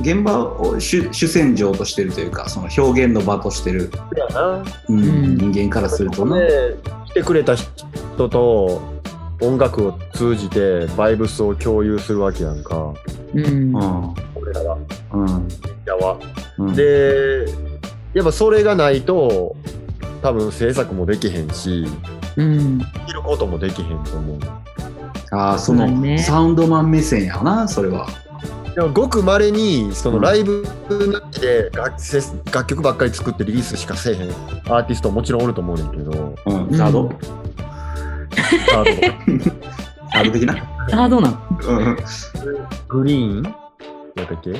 Speaker 4: 現場を主主戦場としてるというかその表現の場としてる、うん
Speaker 3: うん
Speaker 4: 人間からすると
Speaker 5: そ
Speaker 4: な、
Speaker 5: れで来てくれた人と音楽を通じてバイブスを共有するわけやんか
Speaker 3: うん、
Speaker 4: うん
Speaker 5: 俺らはみ
Speaker 4: うん
Speaker 5: んなは
Speaker 4: うん、
Speaker 5: でやっぱそれがないと多分制作もできへんし
Speaker 3: うん、
Speaker 5: 生きることもできへんと思う
Speaker 4: ああそ
Speaker 3: そうだ
Speaker 4: の、
Speaker 3: ね
Speaker 4: サウンドマン目線やなそれは
Speaker 5: でもごくまれにそのライブなしで楽せ楽曲ばっかり作ってリリースしかせえへんアーティストももちろんおると思うねんけど
Speaker 4: うんガード、
Speaker 5: あの
Speaker 4: ガード的な、
Speaker 3: ああ、どうなの
Speaker 4: うん、
Speaker 5: グリーンやったっけ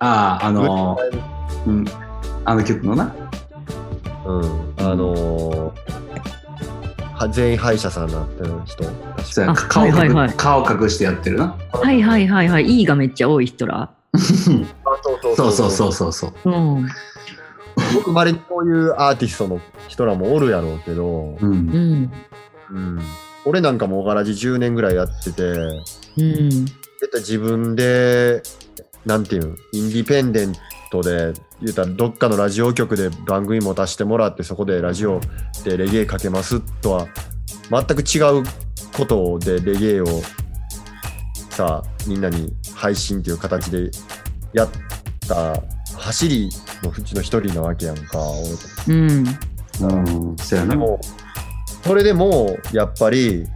Speaker 4: あああのーうん、あの曲のな
Speaker 5: うんあのーは全員歯医者さんなってる人確か
Speaker 4: そうや
Speaker 3: あ
Speaker 4: 顔
Speaker 3: はい
Speaker 4: 隠、
Speaker 3: はいはい
Speaker 4: 顔隠してやってるな
Speaker 3: はいはいはいはい、いいがめっちゃ多い人ら。
Speaker 5: そう
Speaker 4: そうそうそうそうそう
Speaker 3: うん、
Speaker 5: ごくまれにこういうアーティストの人らもおるやろうけど、
Speaker 4: うん
Speaker 3: うん、
Speaker 5: うん、俺なんかもおがらじ10年ぐらいやってて
Speaker 3: うん、
Speaker 5: 絶対自分で、なんていうん、インディペンデントで、言うたらどっかのラジオ局で番組持たせてもらって、そこでラジオでレゲエかけますとは、全く違うことでレゲエをさ、みんなに配信っていう形でやった走りのうちの一人なわけやんか。
Speaker 3: う
Speaker 5: 俺
Speaker 3: ん、
Speaker 4: うんそうやな
Speaker 5: でも、それでも、やっぱり、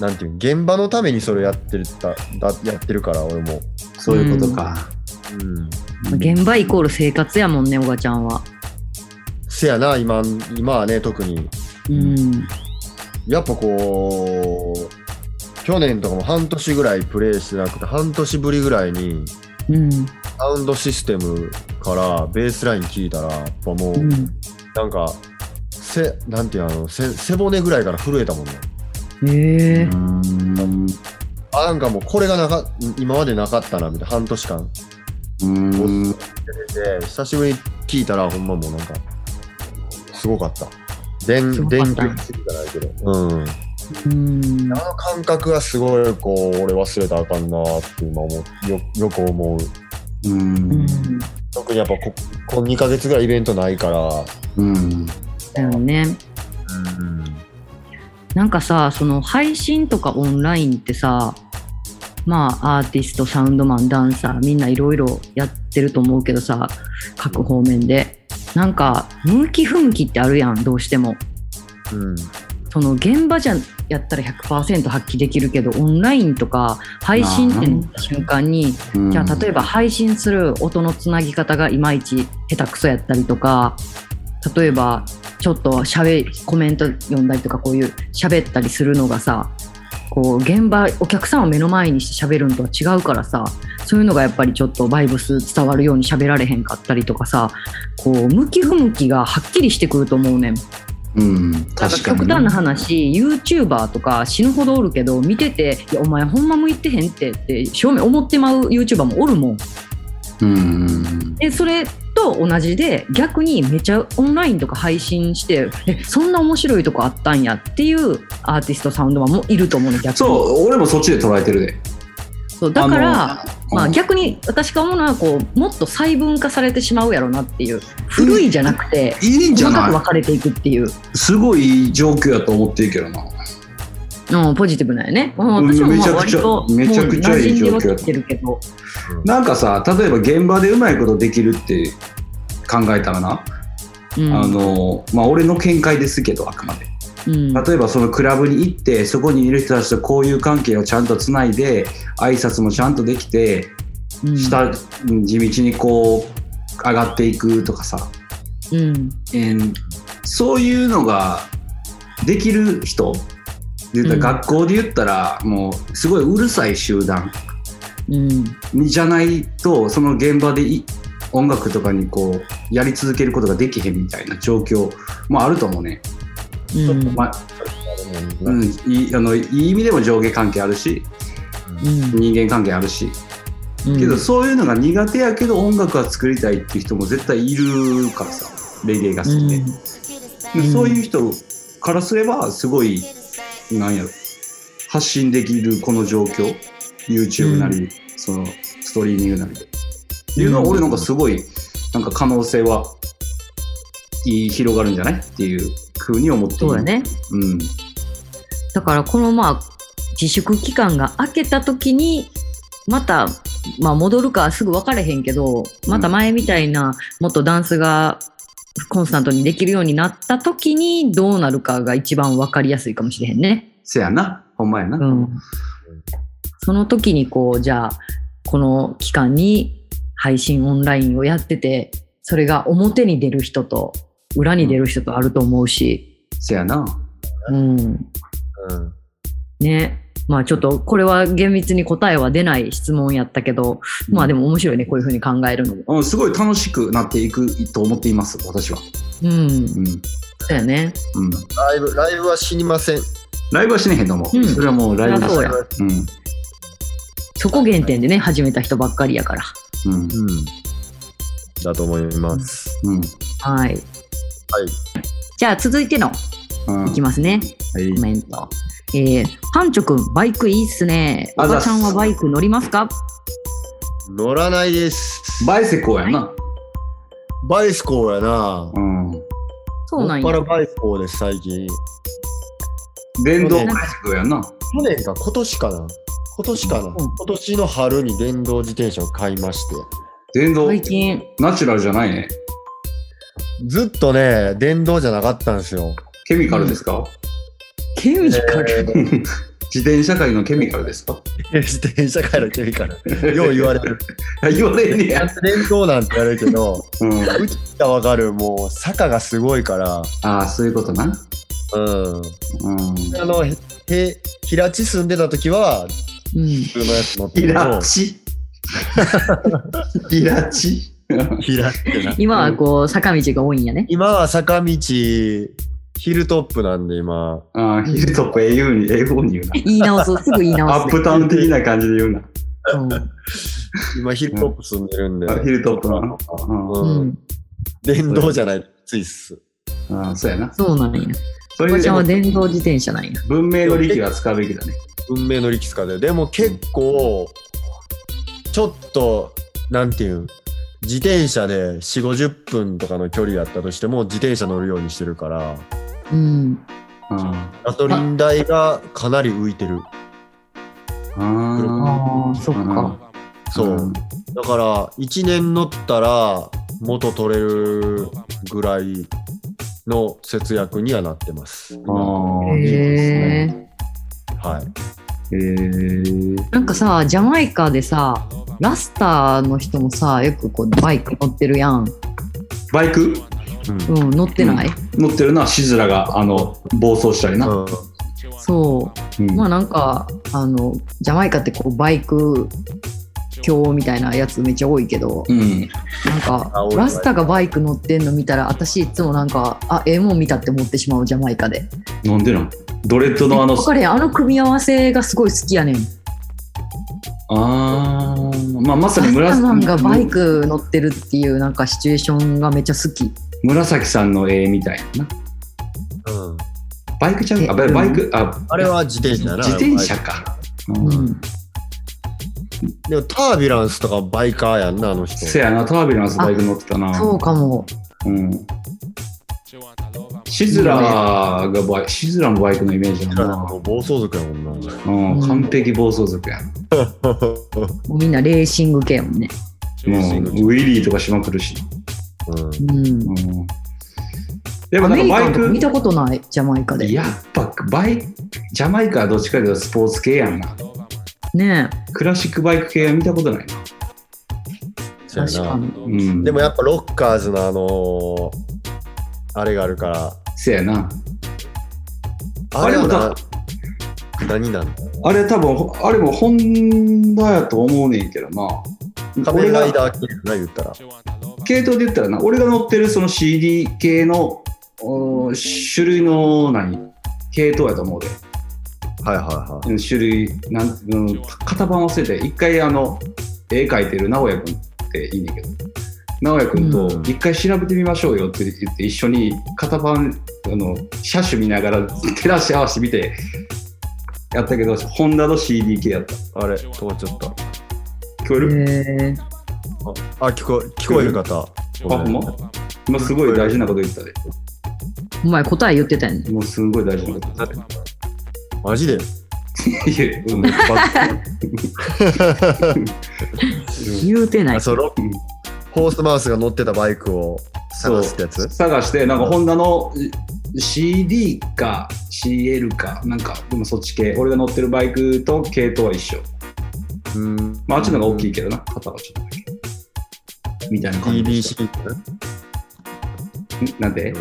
Speaker 5: なんていうん、現場のためにそれやってるた、だやってるから、俺も。
Speaker 4: そういうことか、
Speaker 5: うん
Speaker 4: うん
Speaker 3: 現場イコール生活やもんね、おがちゃんは。
Speaker 5: せやな今今はね特に
Speaker 3: うん、
Speaker 5: やっぱこう去年とかも半年ぐらいプレイしてなくて半年ぶりぐらいに
Speaker 3: うん、
Speaker 5: サウンドシステムからベースライン聞いたらやっぱもう
Speaker 3: うん。
Speaker 5: なんか、せなんていうのあのせ背骨ぐらいから震えたもんね
Speaker 3: へえ
Speaker 4: う、ん
Speaker 5: あなんかもうこれがなか今までなかったなみたいな半年間
Speaker 4: うん
Speaker 5: で久しぶりに聞いたらほんまもうなんかすごかった電
Speaker 3: すごか
Speaker 5: 電
Speaker 3: った
Speaker 5: 球ついてないけどうん
Speaker 3: うん、
Speaker 5: あの感覚がすごいこう俺忘れたらあかんなって今思うよよく思う
Speaker 4: うん
Speaker 5: 特にやっぱここの2ヶ月ぐらいイベントないから
Speaker 4: うん
Speaker 3: だよね。なんかさその配信とかオンラインってさまあアーティストサウンドマンダンサーみんないろいろやってると思うけどさ各方面でなんか向き不向きってあるやんどうしても
Speaker 5: うん
Speaker 3: その現場じゃやったら100%発揮できるけどオンラインとか配信ってなった瞬間に
Speaker 4: うん
Speaker 3: じゃあ例えば配信する音のつなぎ方がいまいち下手くそやったりとか例えばちょっとしゃべコメント読んだりとかこういう喋ったりするのがさこう現場お客さんを目の前にして喋るのとは違うからさそういうのがやっぱりちょっとバイブス伝わるように喋られへんかったりとかさこう向き不向きがはっきりしてくると思うねん。
Speaker 4: うん、
Speaker 3: なんか
Speaker 4: 確かに
Speaker 3: 極端な話 YouTuber とか死ぬほどおるけど見てて「いやお前ほんま向いてへんって」って正面思ってまう YouTuber もおるもん。
Speaker 4: うんうん
Speaker 3: でそれとと同じで逆にめちゃオンラインとか配信してえそんな面白いとこあったんやっていうアーティストサウンドマンもいると思うの逆に
Speaker 4: そう、俺もそっちで捉えてるで。
Speaker 3: そうだから
Speaker 4: うん
Speaker 3: まあ、逆に私が思うのはこうもっと細分化されてしまうやろうなっていう古いじゃなくて
Speaker 4: いいんじゃ
Speaker 3: 細かく分
Speaker 4: な
Speaker 3: かれていくっていう、
Speaker 4: いすごい状況やと思ってるけどな。
Speaker 3: うん、ポジティブだよね、うん、
Speaker 4: うん
Speaker 3: 私も
Speaker 4: め
Speaker 3: ま
Speaker 4: ち
Speaker 3: あ
Speaker 4: ゃく
Speaker 3: 割
Speaker 4: ちゃ
Speaker 3: と
Speaker 4: めちゃくちゃいい状況
Speaker 3: もう馴染んではきてるけど
Speaker 4: なんかさ、例えば現場でうまいことできるって考えたらな、
Speaker 3: うん
Speaker 4: あの、まあ俺の見解ですけど、あくまで。
Speaker 3: うん
Speaker 4: 例えばそのクラブに行ってそこにいる人たちと交友関係をちゃんとつないで挨拶もちゃんとできて
Speaker 3: うん
Speaker 4: 下地道にこう上がっていくとかさ、
Speaker 3: うん
Speaker 4: えーそういうのができる人で言ったら
Speaker 3: うん
Speaker 4: 学校で言ったらもうすごいうるさい集団
Speaker 3: うん
Speaker 4: じゃないとその現場でい音楽とかにこうやり続けることができへんみたいな状況もあると思うね。
Speaker 3: うん
Speaker 4: まあうん、いいあのいい意味でも上下関係あるし
Speaker 3: うん
Speaker 4: 人間関係あるし、
Speaker 3: うん
Speaker 4: けどそういうのが苦手やけど音楽は作りたいっていう人も絶対いるからさレゲエが好きで,で、
Speaker 3: うん
Speaker 4: そういう人からすればすごいなんやろ発信できるこの状況 YouTube なり、そのストリーミングなりで、っていうのは俺なんかすごいなんか可能性はいい広がるんじゃないっていうふうに思っている
Speaker 3: そうだね
Speaker 4: うん
Speaker 3: だからこのまあ自粛期間が明けた時にまた、まあ、戻るかすぐ分かれへんけどまた前みたいなもっとダンスがコンスタントにできるようになった時にどうなるかが一番分かりやすいかもしれへんね。
Speaker 4: せやなほんまやな、
Speaker 3: うん、その時にこうじゃあこの期間に配信オンラインをやっててそれが表に出る人と裏に出る人とあると思うし、
Speaker 4: せやな
Speaker 3: うん、
Speaker 5: うん
Speaker 3: ね。まあちょっとこれは厳密に答えは出ない質問やったけど、まあでも面白いね、こういうふうに考えるのも。
Speaker 4: うん、すごい楽しくなっていくと思っています、私は。
Speaker 3: うん。そ
Speaker 4: うん。
Speaker 3: うだよね。
Speaker 4: うん。
Speaker 5: ライブ、ライブは死にません。
Speaker 4: ライブはしねへんと思う。
Speaker 3: うん
Speaker 4: それはもうライブだ
Speaker 3: そり
Speaker 4: か
Speaker 3: ゃ
Speaker 4: ら。うん。
Speaker 3: そこ原点でね、始めた人ばっかりやから。
Speaker 4: うん。
Speaker 5: うん。だと思います。
Speaker 4: うん。
Speaker 3: はい。
Speaker 5: はい。
Speaker 3: じゃあ続いての
Speaker 4: うん
Speaker 3: いきますね、
Speaker 4: はい
Speaker 3: コメント。えー、パンチョくん、バイクいいっすね。お
Speaker 4: あざっ
Speaker 3: ば
Speaker 4: す
Speaker 3: ちゃんはバイク乗りますか
Speaker 5: 乗らないです。
Speaker 4: バイセコーやな。
Speaker 5: バイスコーやな。
Speaker 4: うん。
Speaker 3: そうなん
Speaker 5: もっぱ
Speaker 3: や
Speaker 5: ら。バイスコーです、最近。
Speaker 4: 電動バイセコーやな。
Speaker 5: 去年か今年かな今年かな、今年の春に電動自転車を買いまして
Speaker 4: 電動、
Speaker 3: 最近。
Speaker 4: ナチュラルじゃないね。
Speaker 5: ずっとね電動じゃなかったんですよ
Speaker 4: ケミカルですか、
Speaker 3: ケミカル。
Speaker 4: 自転車界のケミカルですか
Speaker 5: 自転車界のケミカルよう言われる
Speaker 4: 言われんねや。
Speaker 5: 電動なんて言われるけど
Speaker 4: うん。
Speaker 5: うちがわかるもう坂がすごいから
Speaker 4: ああ、そういうことな。
Speaker 5: うん
Speaker 4: うん。
Speaker 5: あのへへ平地住んでた時は
Speaker 3: うん。
Speaker 5: 普通のやつ乗って
Speaker 4: イ
Speaker 5: るけ
Speaker 4: ラ
Speaker 5: ど
Speaker 4: チ。イラチ。
Speaker 5: 平地ってな
Speaker 3: 今はこう、坂道が多いんやね。
Speaker 5: 今は坂道ヒルトップなんで今
Speaker 4: ああ、ヒルトップ AU に、A4 に言う
Speaker 3: 言い直す、すぐ言い
Speaker 4: な。
Speaker 3: 直
Speaker 4: アップ
Speaker 3: す。
Speaker 4: タウン的な感じで言うな。
Speaker 5: 今ヒルトップ住んでるんで、
Speaker 4: あヒルトップなの。
Speaker 3: う
Speaker 5: うん、
Speaker 3: うんん。
Speaker 5: 電動じゃないついっす
Speaker 4: うん、うんそうやな。
Speaker 3: そうなんや。
Speaker 4: そ
Speaker 3: おば
Speaker 4: れ
Speaker 3: ちゃんは
Speaker 4: で
Speaker 3: 電動自転車なんや。
Speaker 4: 文明の利器は使うべきだね。
Speaker 5: 運命の力使ででも結構ちょっとなんていうん自転車で4 5 0分とかの距離やったとしても自転車乗るようにしてるから
Speaker 3: うん。
Speaker 4: うん
Speaker 5: ガソリン代がかなり浮いてる
Speaker 4: あ
Speaker 3: ああ、そっか。
Speaker 2: Club.
Speaker 4: ー
Speaker 5: そう、
Speaker 4: ん
Speaker 5: だから1年乗ったら元取れるぐらいの節約にはなってますは
Speaker 4: あーいいです
Speaker 3: へ
Speaker 4: ね
Speaker 3: え。
Speaker 5: い
Speaker 4: へー
Speaker 3: なんかさジャマイカでさラスターの人もさよくこうバイク乗ってるやん、
Speaker 4: バイク
Speaker 3: うん、乗ってない、
Speaker 4: 乗ってるな、シズラがあの暴走したりな。
Speaker 5: うん
Speaker 3: そ
Speaker 4: うん
Speaker 3: うまあなんかあのジャマイカってこうバイク教みたいなやつめっちゃ多いけど
Speaker 4: うん
Speaker 3: なんか
Speaker 5: あ多い
Speaker 3: ラスターがバイク乗ってんの見たら私いつもなんかあええもん見たって思ってしまうジャマイカで
Speaker 4: なんでなんドレッドのあの
Speaker 3: わ、かれへんあの組み合わせがすごい好きやねん
Speaker 4: あー、まあ、まさに
Speaker 3: ラ
Speaker 4: 紫
Speaker 3: スマンがバイク乗ってるっていうなんかシチュエーションがめっちゃ好き。
Speaker 4: 紫さんの絵みたいな。
Speaker 5: うん、
Speaker 4: バイクちゃうか、バイバイク、あ、
Speaker 5: あれは自転車だな
Speaker 4: 自転車か。
Speaker 3: う
Speaker 4: うん
Speaker 3: ん、
Speaker 5: でもタービランスとかバイカーやんなあの人
Speaker 4: せやな、タービランスバイク乗ってたな。
Speaker 3: そうかも。
Speaker 4: うん。シズラーがバイシズラのバイクのイメージやな。
Speaker 5: 暴走族やもんな
Speaker 4: うん、完璧暴走族やな。
Speaker 3: もうみんなレーシング系やもんね。
Speaker 4: もうウィリーとかしまくるし。
Speaker 5: うん
Speaker 3: うん。
Speaker 4: うん。で
Speaker 3: ア
Speaker 4: もな
Speaker 3: メ
Speaker 4: ん
Speaker 3: リカン
Speaker 4: かバイ
Speaker 3: とか見
Speaker 4: ク、
Speaker 3: たことないジャマイカで。
Speaker 4: やっぱバイク、ジャマイカはどっちかというとスポーツ系やんな。
Speaker 3: ね
Speaker 4: クラシックバイク系は見たことないな。
Speaker 3: え
Speaker 5: そう
Speaker 3: 確
Speaker 5: や
Speaker 3: か
Speaker 5: な
Speaker 3: に。
Speaker 4: うん。
Speaker 5: でもやっぱロッカーズのあのーあれがあるから
Speaker 4: せやな。
Speaker 5: あれは
Speaker 4: あれも
Speaker 5: な何なの
Speaker 4: あれ多分、あれもホンダやと思うねんけどな。
Speaker 5: 仮面ライダー系やな言ったら
Speaker 4: 系統で言ったらな、俺が乗ってるその CD 系のおー種類の何系統やと思うで。
Speaker 5: はいはいは
Speaker 4: うん種類、なんうん、型番忘れて、一回あの、絵描いてる直哉君っていいねんけど、直哉君と
Speaker 5: うん
Speaker 4: 一回調べてみましょうよって言って、一緒に型番、あの、車種見ながら 照らし合わせてみて、やったけど、ホンダの CD 系やった。
Speaker 5: いあれ止まっちゃった
Speaker 4: 聞こえる、
Speaker 3: へえ
Speaker 5: あ聞こえ聞こえる方
Speaker 4: あ、ほんま今すごい大事なこと言ったで。
Speaker 3: お前答え言ってたよね。
Speaker 4: もうすごい大事なこと言っ
Speaker 5: マジで
Speaker 4: た。いえ、うん、バッ
Speaker 3: 言うてない
Speaker 5: あ。そうロ
Speaker 4: うん
Speaker 5: ホースマウスが乗ってたバイクを探すってやつ
Speaker 4: 探して、なんかホンダのえ CD か CL か、なんか、でもそっち系、俺が乗ってるバイクと系統は一緒。
Speaker 5: うん
Speaker 4: まあ、あっちの方が大きいけどな、肩はちょっとだけ。みたいな感じで
Speaker 5: CB
Speaker 4: し
Speaker 5: シ
Speaker 4: た。
Speaker 5: リーズ
Speaker 4: んなんで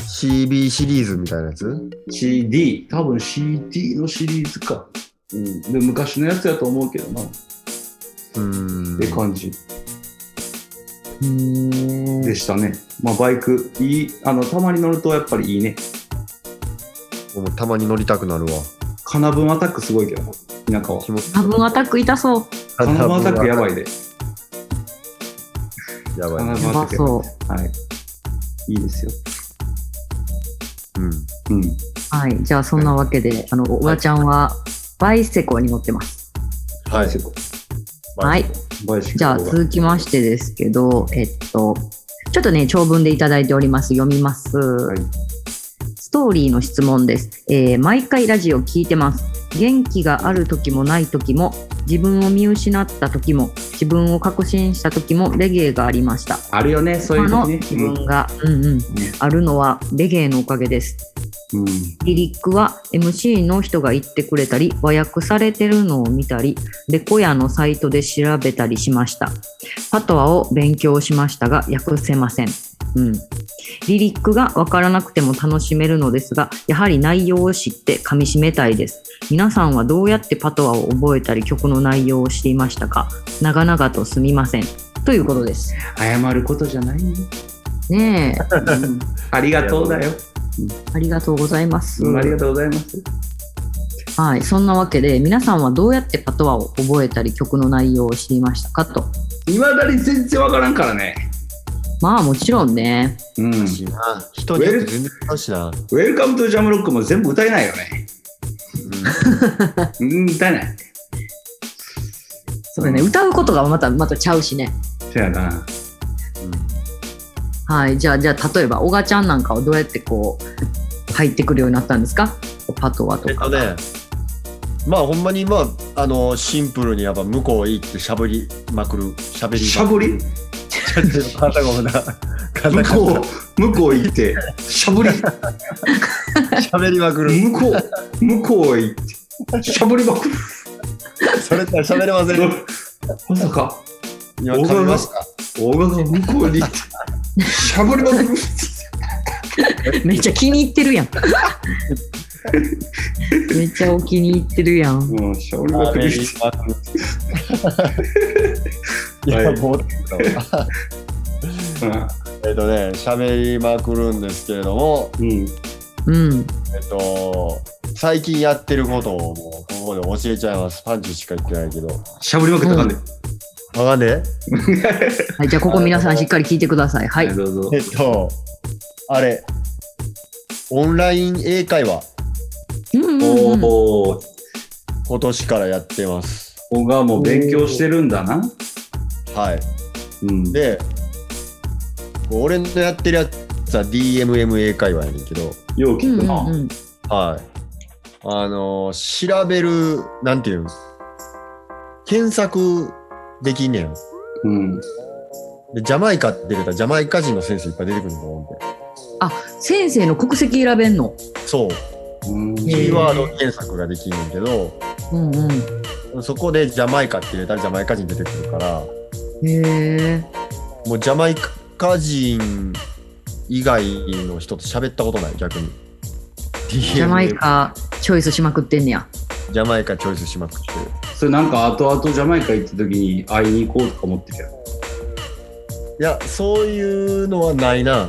Speaker 5: CB シリーズみたいなやつ
Speaker 4: ?CD、多分 CD のシリーズか。うん、で昔のやつやと思うけどな、
Speaker 5: うん
Speaker 4: って感じ
Speaker 3: うーん
Speaker 4: でしたね。まあ、バイク、いい、あの、たまに乗るとやっぱりいいね。
Speaker 5: もうたまに乗りたくなるわ
Speaker 4: カナブンアタックすごいけどな、田舎は。
Speaker 5: 気持ち
Speaker 3: 多分アタック痛そう。
Speaker 4: カナブンアタックやばいで。
Speaker 5: やば
Speaker 4: カ
Speaker 5: い
Speaker 4: ナブン
Speaker 3: や
Speaker 4: アタッ
Speaker 3: ば
Speaker 4: クやばい。
Speaker 3: そう。
Speaker 4: はい。いいですよ。
Speaker 5: う
Speaker 4: う
Speaker 5: ん
Speaker 4: ん。
Speaker 3: はい。じゃあそんなわけで、あの、おばちゃんはバイセコに乗ってます。
Speaker 5: はい
Speaker 4: セコ
Speaker 3: はい。
Speaker 4: バイシクル
Speaker 3: じゃあ続きましてですけど、えっと、ちょっとね、長文でいただいております。読みます。
Speaker 4: い
Speaker 3: ストーリーの質問です、えー毎回ラジオ聞いてます。元気がある時もない時も、自分を見失った時も、自分を確信した時もレゲエがありました。
Speaker 4: あるよね、そうい
Speaker 3: 今
Speaker 4: う
Speaker 3: の
Speaker 4: のね。
Speaker 3: 自分が、うんうん、あるのはレゲエのおかげです。
Speaker 4: うん。
Speaker 3: リリックは MC の人が言ってくれたり和訳されてるのを見たりレコヤのサイトで調べたりしましたパトワを勉強しましたが訳せません、うん、リリックがわからなくても楽しめるのですがやはり内容を知って噛み締めたいです皆さんはどうやってパトワを覚えたり曲の内容を知りましたか長々とすみませんということです
Speaker 4: 謝ることじゃないよ。
Speaker 3: ねえ
Speaker 4: ありがとうだよ。
Speaker 3: ありがとうございます、
Speaker 4: うん、ありがとうございます。
Speaker 3: はい、そんなわけで皆さんはどうやってパトワを覚えたり曲の内容を知りましたかと
Speaker 4: いまだに全然わからんからね。
Speaker 3: まあもちろんね
Speaker 4: うん。ウ
Speaker 5: 難しいな人によって全然違うしな、
Speaker 4: ェルカムトゥジャムロックも全部歌えないよね。うん、歌えない。
Speaker 3: そうだね、
Speaker 4: うん
Speaker 3: 歌うことがまたまたちゃうしね
Speaker 4: そやな。
Speaker 3: はいじゃあじゃあ例えば小賀ちゃんなんかはどうやってこう入ってくるようになったんですかパトワと
Speaker 5: えっ
Speaker 3: か、
Speaker 5: とねまあほんまにまああのシンプルにやっぱ向こう行ってしゃぶりまくるしゃべり
Speaker 4: しゃ
Speaker 5: まく
Speaker 4: ぶ
Speaker 5: る
Speaker 4: り
Speaker 5: 肩ごめんな
Speaker 4: 向
Speaker 5: 肩
Speaker 4: こ
Speaker 5: こ
Speaker 4: う、向こう行って、しゃぶり。
Speaker 5: しゃべりまくる
Speaker 4: 向こう、向こうへ行って、しゃぶりまくる。
Speaker 5: それってしゃべれません
Speaker 4: まさか。
Speaker 5: 今噛みました
Speaker 4: 大賀が向こうに行って、しゃぶりま くる。
Speaker 3: めっちゃ気に入ってる やんめっちゃお気に入ってるやん
Speaker 4: うん、しゃぶりまくる。
Speaker 5: いや
Speaker 4: はい
Speaker 5: もう えっとねしゃべりまくるんですけれども
Speaker 4: うん。
Speaker 3: うん
Speaker 5: えっと最近やってることをもうここで教えちゃいます。パンチしか言ってないけど。
Speaker 4: しゃぶりまくったらあかんで。
Speaker 5: わかんね
Speaker 3: はい、じゃあここ皆さんしっかり聞いてください。はい。
Speaker 4: どうぞ
Speaker 5: え。っと、あれ、オンライン英会話、
Speaker 3: うんうんうん
Speaker 4: おお、
Speaker 5: 今年からやってます。
Speaker 4: 小川も勉強してるんだな。
Speaker 5: はい。
Speaker 4: うん。
Speaker 5: で、俺のやってるやつは DMM 英会話やねんけど、
Speaker 4: よう聞
Speaker 3: うん
Speaker 4: く
Speaker 3: う
Speaker 4: な。
Speaker 3: ん
Speaker 5: はい。あの、調べる、なんていうん検索できんねん。
Speaker 4: うん。
Speaker 5: で、ジャマイカって出てたらジャマイカ人の先生いっぱい出てくるのと思うんで。
Speaker 3: あ、先生の国籍選べんの。
Speaker 5: そう。
Speaker 4: うん
Speaker 5: キ
Speaker 3: へ
Speaker 5: ーワード検索ができんねんけど、
Speaker 3: うんうん。
Speaker 5: そこでジャマイカって入れたらジャマイカ人出てくるから、
Speaker 3: へえ。
Speaker 5: もうジャマイカ人以外の人と喋ったことない、逆に。
Speaker 3: ジャマイ。カチョイスしまくってんねや。
Speaker 5: ジャマイカチョイスしまくって
Speaker 4: それなんか後々ジャマイカ行った時に会いに行こうとか思ってたよ。
Speaker 5: る。いや、そういうのはないな。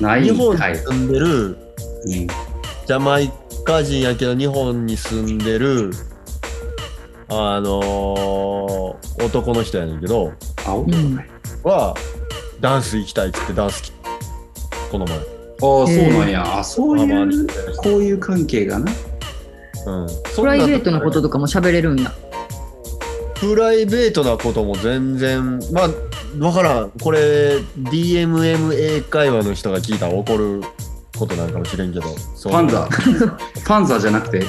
Speaker 4: ない
Speaker 5: 日本に
Speaker 4: はい。
Speaker 5: 住んでる
Speaker 4: うん
Speaker 5: ジャマイカ人やけど日本に住んでる、あのー男の人やねんけど、
Speaker 4: あ、お
Speaker 3: うん
Speaker 4: あ
Speaker 5: は、ダンス行きたいっつってダンス来この前。
Speaker 4: そうなんや。あ、そう
Speaker 5: まあま
Speaker 4: いう、こういう関係がな。
Speaker 5: うん、
Speaker 3: プライベートのこととかも喋れるんや。
Speaker 5: プライベートなことも全然まあ分からんこれ DMM 英会話の人が聞いたら怒ることなんかもしれんけどそう
Speaker 4: パンザ。パンザじゃなくて。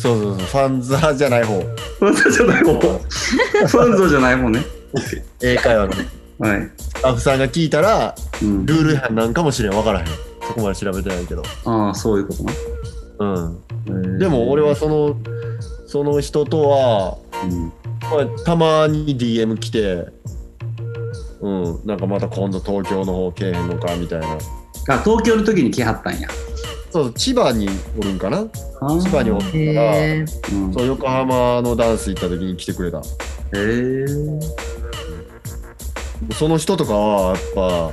Speaker 5: そうそうそうファンザーじゃない方
Speaker 4: パンザじゃない方。パンザじゃない方ね。
Speaker 5: 英会話のス
Speaker 4: はい。
Speaker 5: タッフさんが聞いたら
Speaker 4: うん。
Speaker 5: ルール違反なんかもしれん分からへんそこまで調べてないけど
Speaker 4: ああ、そういうことな。
Speaker 5: うん
Speaker 4: えー
Speaker 5: でも俺は、そのその人とは、
Speaker 4: うん
Speaker 5: まあ、たまに DM 来てうんなんかまた今度東京の方来えへんのかみたいな
Speaker 4: あ、東京の時に来はったんや。
Speaker 5: そう千葉におるんかな千葉におる
Speaker 3: へ
Speaker 5: から
Speaker 3: え。
Speaker 4: うん
Speaker 5: そう横浜のダンス行った時に来てくれた
Speaker 4: へー
Speaker 5: その人とかはやっぱ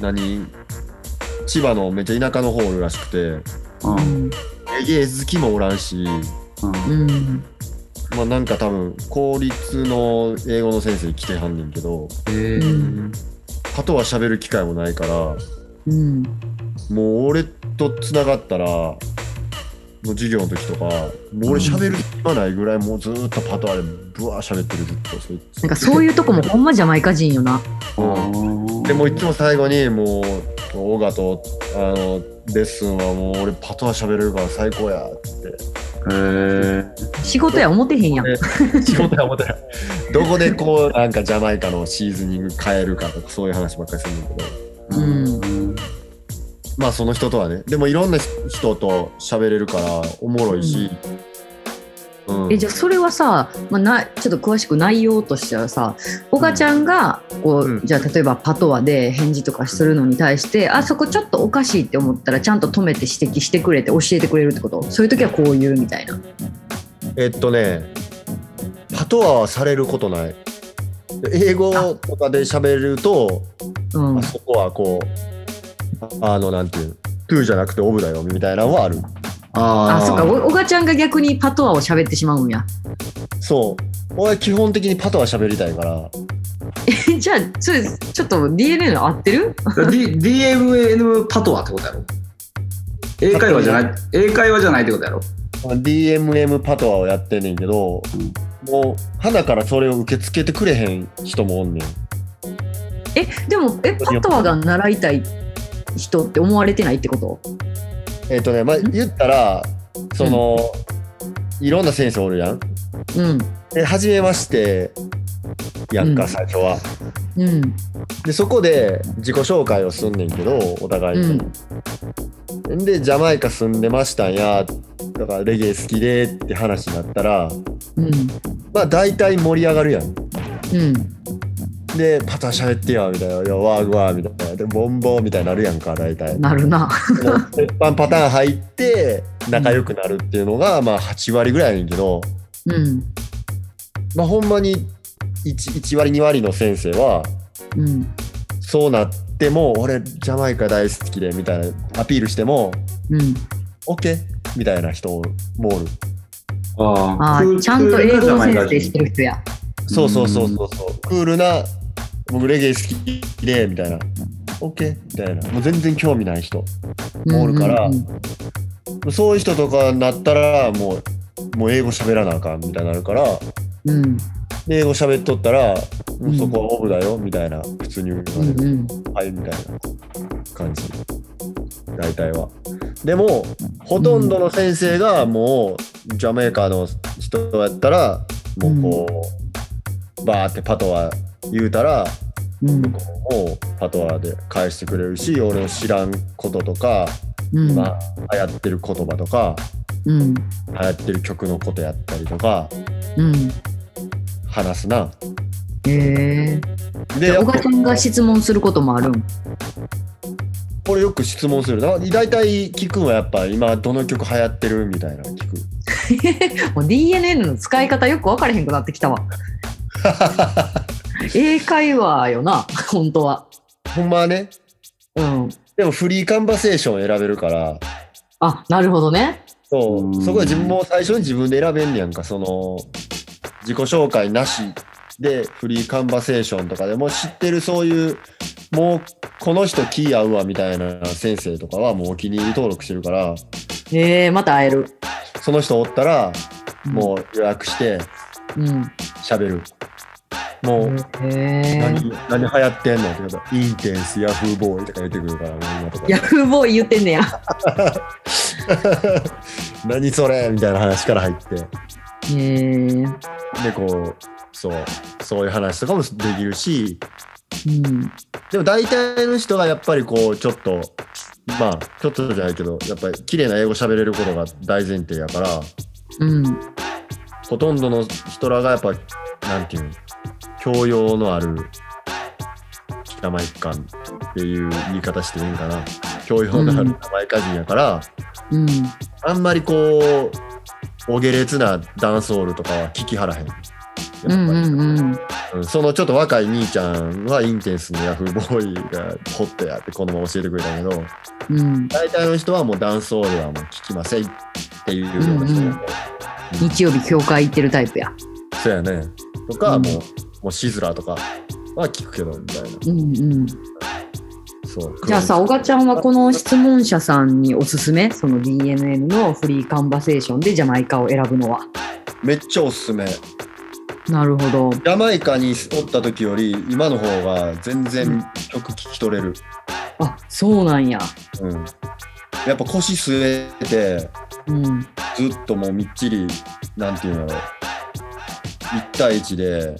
Speaker 5: 何千葉のめっちゃ田舎の方おるらしくて
Speaker 4: うん
Speaker 5: 芸好きもおらんし
Speaker 4: うん
Speaker 3: うんうん。
Speaker 5: まあなんか多分公立の英語の先生来てはんねんけど
Speaker 4: へ
Speaker 3: うん
Speaker 4: ー
Speaker 5: あとは喋る機会もないから
Speaker 3: うん。
Speaker 5: もう俺と繋がったらもう授業の時とかもう俺喋る暇ないぐらいもうずーっとパトあれぶわー喋ってるずっとそいつ
Speaker 3: なんかそういうとこもほんまジャマイカ人よな。
Speaker 4: うん
Speaker 5: でもういつも最後にもうオーガとあのレッスンはもう俺パトは喋れるから最高や
Speaker 4: へー
Speaker 3: 仕事や思ってへんやん。
Speaker 5: 仕事や思ったらどこでこうなんかジャマイカのシーズニング変えるかとかそういう話ばっかりするんだけど
Speaker 4: うん
Speaker 5: まあその人とはねでもいろんな人と喋れるからおもろいし、うん
Speaker 3: えじゃあそれはさ、まあ、なちょっと詳しく内容としてはさ小賀ちゃんがこう、
Speaker 5: うん
Speaker 3: じゃあ例えばパトワで返事とかするのに対して、あそこちょっとおかしいって思ったらちゃんと止めて指摘してくれて教えてくれるってことそういう時はこう言うみたいな。
Speaker 5: えっとねパトワはされることない英語とかで喋ると
Speaker 3: うん
Speaker 5: あ、そこはこうあのなんていうトゥーじゃなくてオブだよみたいなのはある
Speaker 3: あ
Speaker 4: あ
Speaker 3: そっか
Speaker 4: ー
Speaker 3: お小賀ちゃんが逆にパトワを喋ってしまうんや。
Speaker 5: そう俺は基本的にパトは喋りたいから
Speaker 3: えじゃあそれちょっと DNA の合ってる
Speaker 4: D- DMN パトワってことやろ英会話じゃない英会話じゃないってことやろ
Speaker 5: DMM パトワをやってんねんけど、もう花からそれを受け付けてくれへん人もおんねん
Speaker 3: えでもえパトワが習いたい人って思われてないってこと
Speaker 5: えっ、とねまあ言ったらその、いろんな先生おるやん
Speaker 3: うん
Speaker 5: で初めましてやんか、
Speaker 3: うん
Speaker 5: 最初は
Speaker 3: うん
Speaker 5: でそこで自己紹介をすんねんけどお互いに、でジャマイカ住んでましたんやだからレゲエ好きでって話になったら
Speaker 3: うん
Speaker 5: まあ大体盛り上がるやん
Speaker 3: うん
Speaker 5: でパター喋ってよみたいな「いやわーわー」みたいなでボンボンみたいになるやんか大体
Speaker 3: なるな。
Speaker 5: もう鉄板パターン入って仲良くなるっていうのがまあ8割ぐらいやねんけど
Speaker 3: うん
Speaker 5: まあほんまに 1, 1割2割の先生は
Speaker 3: うん
Speaker 5: そうなっても俺ジャマイカ大好きでみたいなアピールしても
Speaker 3: うん
Speaker 5: OK みたいな人もおる。
Speaker 4: あ
Speaker 3: あーちゃんと英語の先生して
Speaker 4: る。
Speaker 3: る人や。
Speaker 5: そうそうそうそうそう。クールな、僕レゲエ好きで、みたいな。OK みたいな。もう全然興味ない人。おるから
Speaker 3: うんうんうん
Speaker 5: そういう人とかになったら、もう、もう英語喋らなあかんみたいになるから、
Speaker 3: うん
Speaker 5: で英語喋っとったら、もうそこはオフだよ、みたいな。普通に言わ
Speaker 3: う
Speaker 5: れる。
Speaker 3: んうん
Speaker 5: はいみたいな感じ大体はでもほとんどの先生がもうジャメイカの人やったらもうこう、バーってパトワ言うたら
Speaker 3: うん
Speaker 5: 向こうもパトワで返してくれるし俺の知らんこととか、
Speaker 3: うん
Speaker 5: まあ、流行ってる言葉とか
Speaker 3: うん
Speaker 5: 流行ってる曲のことやったりとか
Speaker 3: うん
Speaker 5: 話すな
Speaker 3: へえ。
Speaker 5: でやっ
Speaker 3: 小
Speaker 5: ぱ
Speaker 3: 川ちゃんが質問することもあるん。
Speaker 5: これよく質問するな大体聞くんはやっぱ今どの曲流行ってるみたいなの聞 く
Speaker 3: もう DNN の使い方よく分からへんくなってき たわ。英会話よな、本当は。
Speaker 5: ほんまはね、
Speaker 3: うん。
Speaker 5: でもフリーカンバセーション選べるから、
Speaker 3: あ、なるほどね。
Speaker 5: そうう、
Speaker 4: ん
Speaker 5: そこは自分も最初に自分で選べんねやんか、その、自己紹介なしで、フリーカンバセーションとかでもう知ってるそういう、もうこの人気合うわみたいな先生とかはもうお気に入り登録してるから、
Speaker 3: へえ、また会える。
Speaker 5: その人おったら、もう予約して
Speaker 3: うん。
Speaker 5: 喋る。もう、
Speaker 3: へえ
Speaker 5: 何、。何流行ってんのって言うからインテンス、ヤフーボーイとか言ってくるから、もう今とか。
Speaker 3: ヤフーボーイ言ってんねや。
Speaker 5: 何それみたいな話から入って。
Speaker 3: へえ。うん。
Speaker 5: でこうそうそういう話とかもできるしでも大体の人がやっぱりこうちょっとまあちょっとじゃないけどやっぱり綺麗な英語喋れることが大前提やから
Speaker 3: うん。
Speaker 5: ほとんどの人らがやっぱなんていうの教養のあるジャマイカンっていう言い方していいんかな教養のあるジャマイカ人やから、
Speaker 3: うん。
Speaker 5: あんまりこうお下劣なダンスホールとかは聞きはらへんやっぱ
Speaker 3: う
Speaker 5: り。
Speaker 3: んうんうん。
Speaker 5: うんそのちょっと若い兄ちゃんはインテンスのヤフーボーイがホットやってこのまま教えてくれたけど
Speaker 3: うん。
Speaker 5: 大体の人はもうダンスオールはもう聞きませんっていうような人
Speaker 3: うんうん日曜日教会行ってるタイプや。
Speaker 5: そうやねとか、
Speaker 3: うん
Speaker 5: もうもうシズラーとかは聞くけどみたいな
Speaker 3: うんうん。
Speaker 5: そう
Speaker 3: じゃあさ、小賀ちゃんはこの質問者さんにおすすめ、その DNN のフリーカンバセーションでジャマイカを選ぶのは。
Speaker 5: めっちゃおすすめジ
Speaker 3: なるほど。
Speaker 5: ャマイカにおった時より今の方が全然曲聞き取れる、
Speaker 3: あ、そうなんや。
Speaker 5: うんやっぱ腰据えて
Speaker 3: うん。
Speaker 5: ずっともうみっちりなんていうの1対1で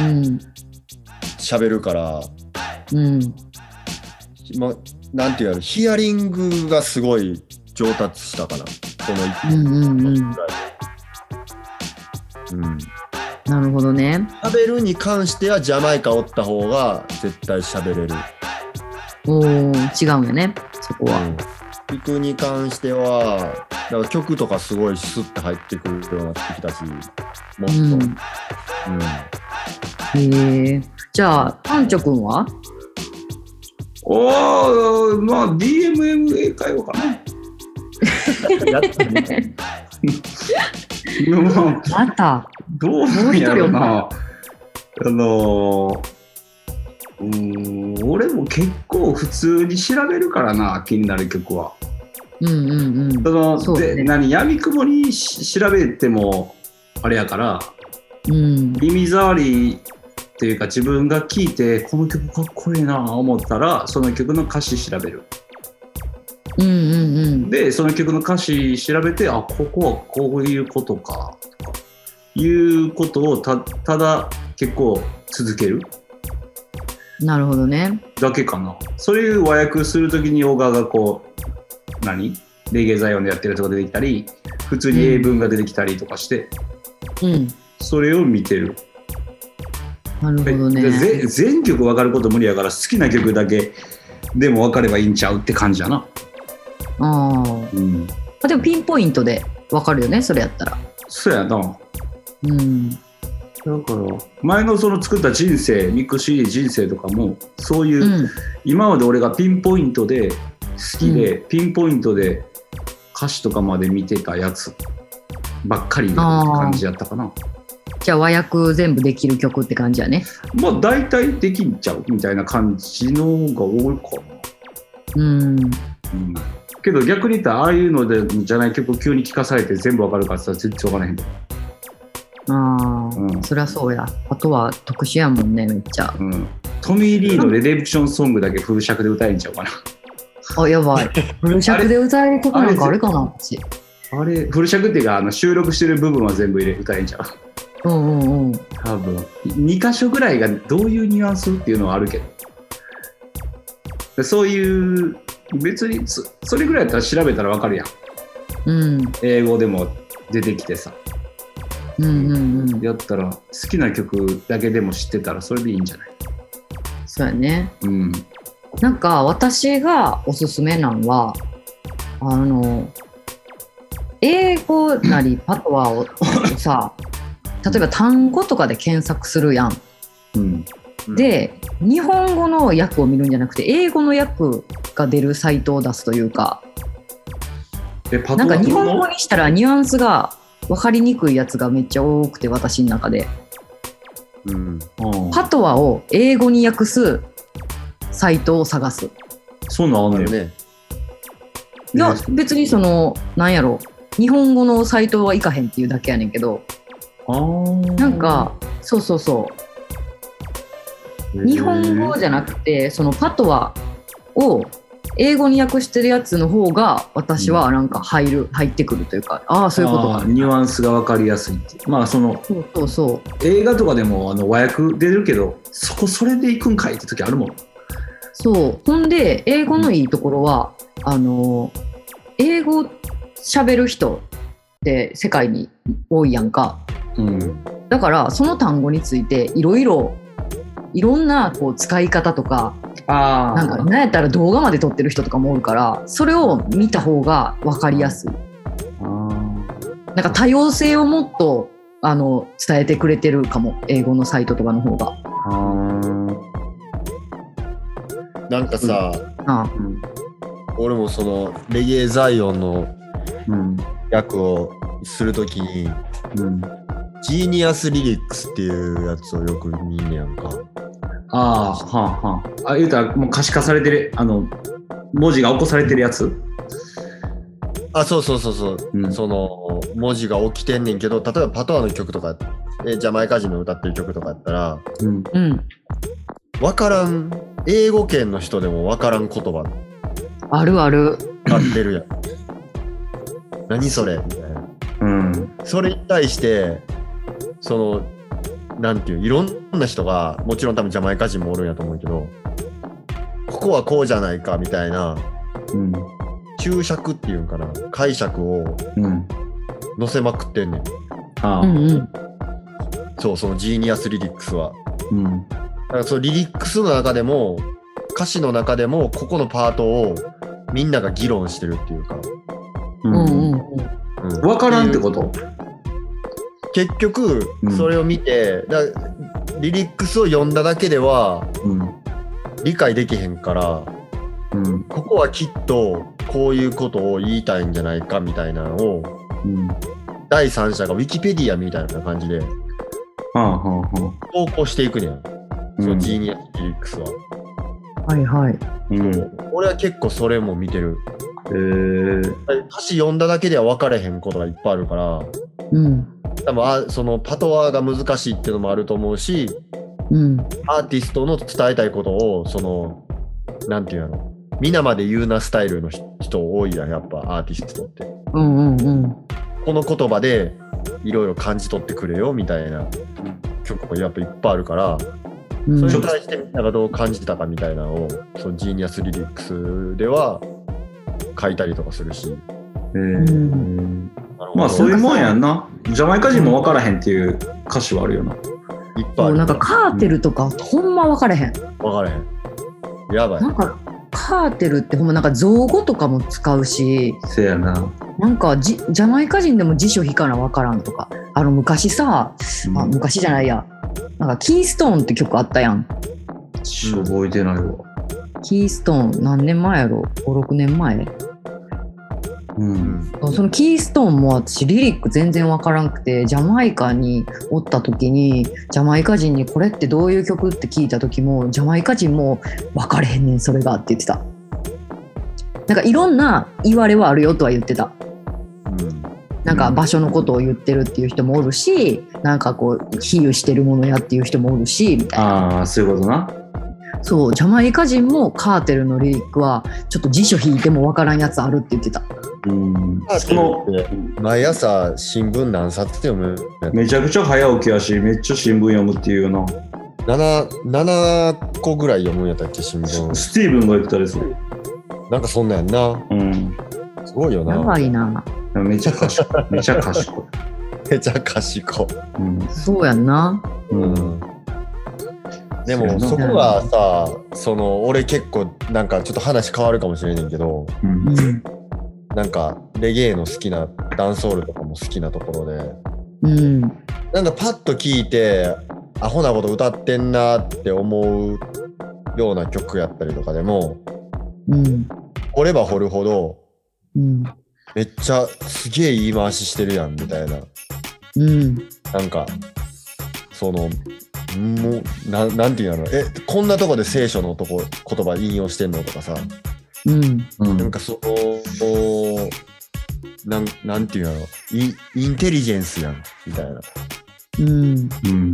Speaker 3: うん。
Speaker 5: 喋るから
Speaker 3: うん。
Speaker 5: ま、なんていうやろヒアリングがすごい上達したかなこの1
Speaker 3: うんうんうん。
Speaker 5: ぐらいで、うん、
Speaker 3: なるほどね。
Speaker 5: 喋るに関してはジャマイカおった方が絶対喋れる、
Speaker 3: おお、違うんよね。そこは。
Speaker 5: うん、曲に関してはだから曲とかすごいスッて入ってくるようになってきたしもっと、
Speaker 3: う
Speaker 5: うん
Speaker 3: ん。へえ。じゃあ、パンチョくんは
Speaker 4: おー、まあ DMM 英会話かな。
Speaker 5: やったね
Speaker 4: いやまあ
Speaker 3: また。
Speaker 4: どうなんやろな。あのー、うーん、俺も結構普通に調べるからな、気になる曲は。
Speaker 3: うんうんうん
Speaker 4: そ。の
Speaker 3: そうね
Speaker 4: で何闇雲にし調べてもあれやから
Speaker 3: うん。
Speaker 4: 耳障りっていうか自分が聴いてこの曲かっこいいなぁ思ったらその曲の歌詞調べる
Speaker 3: うんうんうん。
Speaker 4: でその曲の歌詞調べてあここはこういうことかとかいうことをたただ結構続ける
Speaker 3: なるほどね。
Speaker 4: だけかなそういう和訳するときにオーガがこう何レゲエザイオンでやってるとか出てきたり普通に英文が出てきたりとかして、
Speaker 3: うん。
Speaker 4: それを見てる
Speaker 3: なるほど
Speaker 4: で
Speaker 3: ね。
Speaker 4: ぜ全曲分かること無理やから好きな曲だけでも分かればいいんちゃうって感じやな、
Speaker 3: ああ。
Speaker 4: うん、
Speaker 3: あでもピンポイントでわかるよねそれやったら
Speaker 4: そうやなだか
Speaker 3: うん
Speaker 4: ら前のその作った人生ミクシー人生とかもそういう、
Speaker 3: うん
Speaker 4: 今まで俺がピンポイントで好きで、ピンポイントで歌詞とかまで見てたやつばっかりって感じやったかな。
Speaker 3: じゃあ和訳全部できる曲って感じやね。
Speaker 4: まあ大体できんちゃうみたいな感じのが多いか
Speaker 3: うん。
Speaker 4: な。うんけど逆に言ったらああいうのでじゃない曲急に聞かされて全部わかるかって言ったら全然わからへんけど。
Speaker 3: ああ、
Speaker 4: うん
Speaker 3: そりゃそうや。あとは特殊やもんね、めっちゃ。
Speaker 4: うんトミー・リーのレディプションソングだけフル尺で歌えんちゃうかな。
Speaker 3: あ、やばい。フル尺で歌える曲なんかあるかな、うち。
Speaker 4: あれ、フル尺っていうか、あの収録してる部分は全部入れ歌えんちゃう。
Speaker 3: うんうんうん。
Speaker 4: 多分2箇所ぐらいがどういうニュアンスっていうのはあるけどでそういう別にそそれぐらいやったら調べたらわかるやん
Speaker 3: うん
Speaker 4: 英語でも出てきてさ
Speaker 3: うんうんうん。
Speaker 4: やったら好きな曲だけでも知ってたらそれでいいんじゃない
Speaker 3: そうやね。
Speaker 4: うん
Speaker 3: なんか私がおすすめなんはあの英語なりパトワをさ例えば単語とかで検索するやん。
Speaker 4: うん
Speaker 3: で日本語の訳を見るんじゃなくて英語の訳が出るサイトを出すというか
Speaker 4: でパ
Speaker 3: なんか日本語
Speaker 4: の
Speaker 3: にしたらニュアンスが分かりにくいやつがめっちゃ多くて私の中で
Speaker 5: うん。
Speaker 4: うん
Speaker 3: パトワを英語に訳すサイトを探す。
Speaker 4: そうなんあんね
Speaker 5: あ
Speaker 4: ん
Speaker 5: るね。
Speaker 3: いや
Speaker 4: ね
Speaker 3: 別にそのなんやろ日本語のサイトは行かへんっていうだけやねんけど
Speaker 4: あー
Speaker 3: なんかそうそうそう日本語じゃなくてそのパトワを英語に訳してるやつの方が私はなんか入る、入ってくるというかああそういうこと
Speaker 4: あ
Speaker 3: か
Speaker 4: ーニュアンスがわかりやすいってまあその
Speaker 3: そうそうそ
Speaker 4: 映画とかでもあの和訳出るけどそこそれで行くんかいって時あるもん
Speaker 3: うそうほんで英語のいいところは、あの英語喋る人って世界に多いやんか。
Speaker 4: うん
Speaker 3: だからその単語についていろいろいろんなこう使い方とか
Speaker 4: あ
Speaker 3: なんかなんやったら動画まで撮ってる人とかもおるからそれを見た方が分かりやすいなんか多様性をもっとあの伝えてくれてるかも英語のサイトとかの方が。
Speaker 5: なんかさ、
Speaker 3: あ
Speaker 5: 俺もそのレゲエザイオンの
Speaker 4: うん
Speaker 5: 役をするときに、
Speaker 4: うん
Speaker 5: ジーニアスリリックスっていうやつをよく見んねやんか。
Speaker 4: ああはあはああ言うたらもう可視化されてるあの文字が起こされてるやつ
Speaker 5: あ、そうそうそうそう。
Speaker 4: うん
Speaker 5: その文字が起きてんねんけど、例えばパトワの曲とか、えジャマイカ人の歌ってる曲とかやったら、
Speaker 4: うん
Speaker 3: うん、
Speaker 5: わからん、英語圏の人でもわからん言葉
Speaker 3: あるある
Speaker 5: 使って るやん。何それみたいな。
Speaker 4: うん
Speaker 5: それに対して、その、なんていう、いろんな人が、もちろん多分ジャマイカ人もおるんやと思うけど、ここはこうじゃないかみたいな、
Speaker 4: うん
Speaker 5: 注釈っていうんかな、解釈を
Speaker 4: うん
Speaker 5: 載せまくってんねん。
Speaker 4: ああ
Speaker 3: うんうん
Speaker 5: そう、そのジーニアスリリックスは。
Speaker 4: うん
Speaker 5: だからそのリリックスの中でも、歌詞の中でも、ここのパートをみんなが議論してるっていうか。
Speaker 4: う
Speaker 3: うん
Speaker 4: ん
Speaker 3: うん
Speaker 5: うん
Speaker 4: 分からんってこと
Speaker 5: 結局
Speaker 4: うん、
Speaker 5: それを見て、だからリリックスを読んだだけでは
Speaker 4: うん
Speaker 5: 理解できへんから、
Speaker 4: うん
Speaker 5: ここはきっとこういうことを言いたいんじゃないかみたいなのを
Speaker 4: うん
Speaker 5: 第三者がウィキペディアみたいな感じで
Speaker 4: はあはあは
Speaker 5: 投稿していくねや、
Speaker 4: あ
Speaker 5: その
Speaker 4: うん
Speaker 5: ジーニアスリリックスは、
Speaker 3: はいはい
Speaker 4: うんへ
Speaker 5: 俺は結構それも見てる
Speaker 4: え
Speaker 5: 歌詞読んだだけでは分かれへんことがいっぱいあるから
Speaker 3: うん
Speaker 5: 多分あそのパトワーが難しいっていうのもあると思うし
Speaker 3: うん
Speaker 5: アーティストの伝えたいことをそのなんていうの皆まで言うなスタイルの人多いやんやっぱアーティストって
Speaker 3: うんうんうん
Speaker 5: この言葉でいろいろ感じ取ってくれよみたいな曲もやっぱいっぱいあるから、
Speaker 3: うん
Speaker 5: それに対してみんながどう感じてたかみたいなのをそのジーニアスリリックスでは書いたりとかするし
Speaker 4: え
Speaker 3: ん
Speaker 4: まあそういうもんや
Speaker 5: い
Speaker 4: んなジャマイカ人も分からへんっていう歌詞はあるよな
Speaker 5: っぱいあ
Speaker 3: そう
Speaker 5: る
Speaker 3: なんかカーテルとか、ほんま分からへん
Speaker 5: 分からへんやばい
Speaker 3: なんかカーテルってほんまなんか造語とかも使うし
Speaker 4: せやな
Speaker 3: なんかじジャマイカ人でも辞書引かなわからんとかあの昔さ、あ昔じゃないやなんかキーストーンって曲あったやん
Speaker 4: しょ覚えてないわ
Speaker 3: キーストーン何年前やろ56年前
Speaker 4: うん
Speaker 3: そのキーストーンも私リリック全然わからんくてジャマイカにおった時にジャマイカ人にこれってどういう曲って聞いた時もジャマイカ人も分かれへんねんそれがって言ってたなんかいろんな言われはあるよとは言ってたなんか場所のことを言ってるっていう人もおるしなんかこう比喩してるものやっていう人もおるしみたいな
Speaker 4: ああそういうことな
Speaker 3: そうジャマイカ人もカーテルのリリックはちょっと辞書引いてもわからんやつあるって言ってた
Speaker 4: うんその
Speaker 5: 毎朝新聞何冊って読む
Speaker 4: めちゃくちゃ早起きやしめっちゃ新聞読むっていうよ
Speaker 5: 7, 7個ぐらい読むんやったっけ新
Speaker 4: な
Speaker 5: 聞
Speaker 4: スティーブンが言ってたですよ
Speaker 5: なんかそんなんやんな
Speaker 4: うん
Speaker 5: すごいよ
Speaker 3: や
Speaker 5: な
Speaker 3: ばいな
Speaker 4: めちゃ賢 いめちゃ賢い
Speaker 5: めちゃ賢い、
Speaker 4: うん
Speaker 3: そうやんな
Speaker 4: うん
Speaker 5: でもそ
Speaker 4: そう
Speaker 5: こ
Speaker 3: や
Speaker 5: が
Speaker 3: な
Speaker 5: さその俺結構なんかちょっと話変わるかもしれねんけど
Speaker 4: うん
Speaker 3: うん
Speaker 5: なんかレゲエの好きなダンスホールとかも好きなところで
Speaker 3: うん
Speaker 5: なんかパッと聞いてアホなこと歌ってんなって思うような曲やったりとかでも
Speaker 3: うん
Speaker 5: 掘れば掘るほど
Speaker 3: うん
Speaker 5: めっちゃすげえ言い回ししてるやんみたいな
Speaker 3: うん
Speaker 5: なんかそのもうななんていうんだろうえこんなとこで聖書のとこ言葉引用してんのとかさ
Speaker 3: うん
Speaker 4: うん
Speaker 5: なんかそのこうなんなんていうんだろうインインテリジェンスやんみたいな
Speaker 3: うん
Speaker 4: うん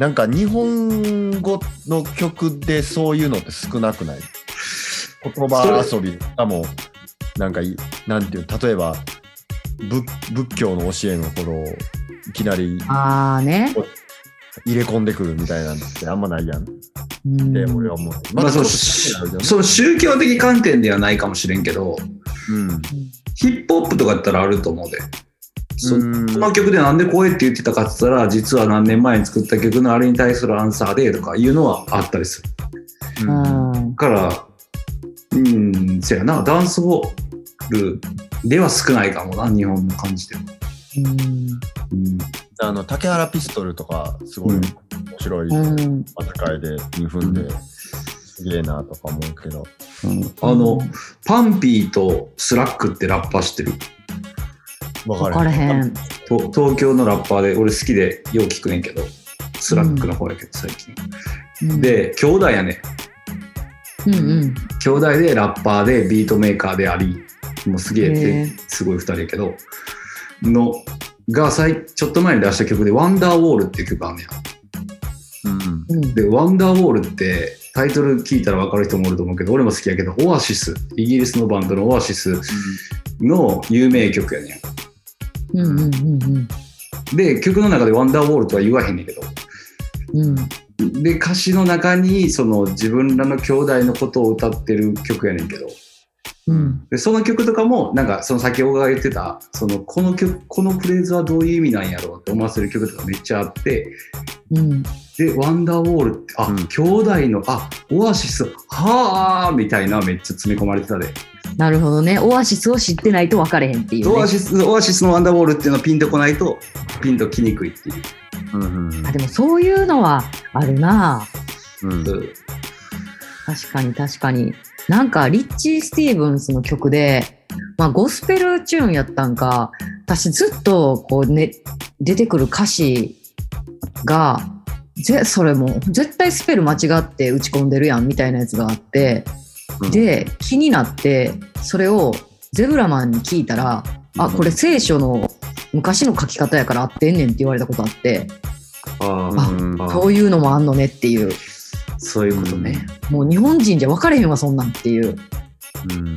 Speaker 5: なんか日本語の曲でそういうのって少なくない言葉遊びかもなんかいなんていう例えば仏仏教の教えの頃をいきなり
Speaker 3: ああね
Speaker 5: 入れ込んでくるみたいなんってあんまないやんって
Speaker 3: うん
Speaker 5: 俺は思う。
Speaker 4: まあそのその宗教的観点ではないかもしれんけど
Speaker 5: うん
Speaker 4: ヒップホップとかやったらあると思うでそ
Speaker 5: うん
Speaker 4: この曲でなんでこうやって言ってたかって言ったら実は何年前に作った曲のあれに対するアンサーでとかいうのはあったりする
Speaker 5: う
Speaker 3: うんん
Speaker 4: だからうんせやなダンスホールでは少ないかもな日本の感じでも、
Speaker 5: あの竹原ピストルとかすごい
Speaker 4: うん
Speaker 5: 面白い
Speaker 3: うん
Speaker 5: 扱いで2分ですげえなとか思うけど
Speaker 4: うんあのパンピーとスラックってラッパー知ってる
Speaker 5: 分
Speaker 3: 分からへん
Speaker 4: と東京のラッパーで俺好きでよう聞くねんけどスラックの方やけど最近、
Speaker 3: うん
Speaker 4: で兄弟やね
Speaker 3: う
Speaker 4: ん
Speaker 3: んうん
Speaker 4: 兄弟でラッパーでビートメーカーでありもうすげえ
Speaker 3: へえ
Speaker 4: てすごい2人やけどのが最ちょっと前に出した曲で「ワンダーウォール」っていう曲あんねや
Speaker 5: うん
Speaker 3: うん
Speaker 4: で「ワンダーウォール」ってタイトル聞いたら分かる人もおると思うけど俺も好きやけどオアシスイギリスのバンドのオアシスの有名曲やね
Speaker 3: うんうんうん
Speaker 4: んで曲の中で「ワンダーウォール」とは言わへんねんけど
Speaker 3: うん
Speaker 4: で歌詞の中にその自分らの兄弟のことを歌ってる曲やねんけど
Speaker 3: うん
Speaker 4: でその曲とかもなんかその先ほどが言ってたそのこの曲このフレーズはどういう意味なんやろうって思わせる曲とかめっちゃあって
Speaker 3: うん
Speaker 4: で「ワンダーウォール」ってあ、
Speaker 5: うん
Speaker 4: 兄弟のあオアシスはあみたいなめっちゃ詰め込まれてたで、
Speaker 3: なるほどねオアシスを知ってないと分かれへんっていう
Speaker 4: オア
Speaker 3: ね
Speaker 4: シスオアシスの「ワンダーウォール」っていうのはピンとこないとピンときにくいっていう
Speaker 5: うんうん
Speaker 3: あでもそういうのはあるな
Speaker 5: うん
Speaker 3: 確かに確かになんかリッチー・スティーブンスの曲で、まあ、ゴスペルチューンやったんか私ずっとこう、ね、出てくる歌詞がぜそれも絶対スペル間違って打ち込んでるやんみたいなやつがあって
Speaker 5: うん
Speaker 3: で気になってそれをゼブラマンに聞いたら「あこれ聖書の昔の書き方やから合ってんねん」って言われたことあって
Speaker 4: あ
Speaker 5: う
Speaker 4: ー
Speaker 5: ん
Speaker 4: あ
Speaker 3: そういうのもあんのねっていう
Speaker 4: そういうことね、
Speaker 3: もう日本人じゃ分かれへんわそんなんっていう。
Speaker 5: うん
Speaker 4: い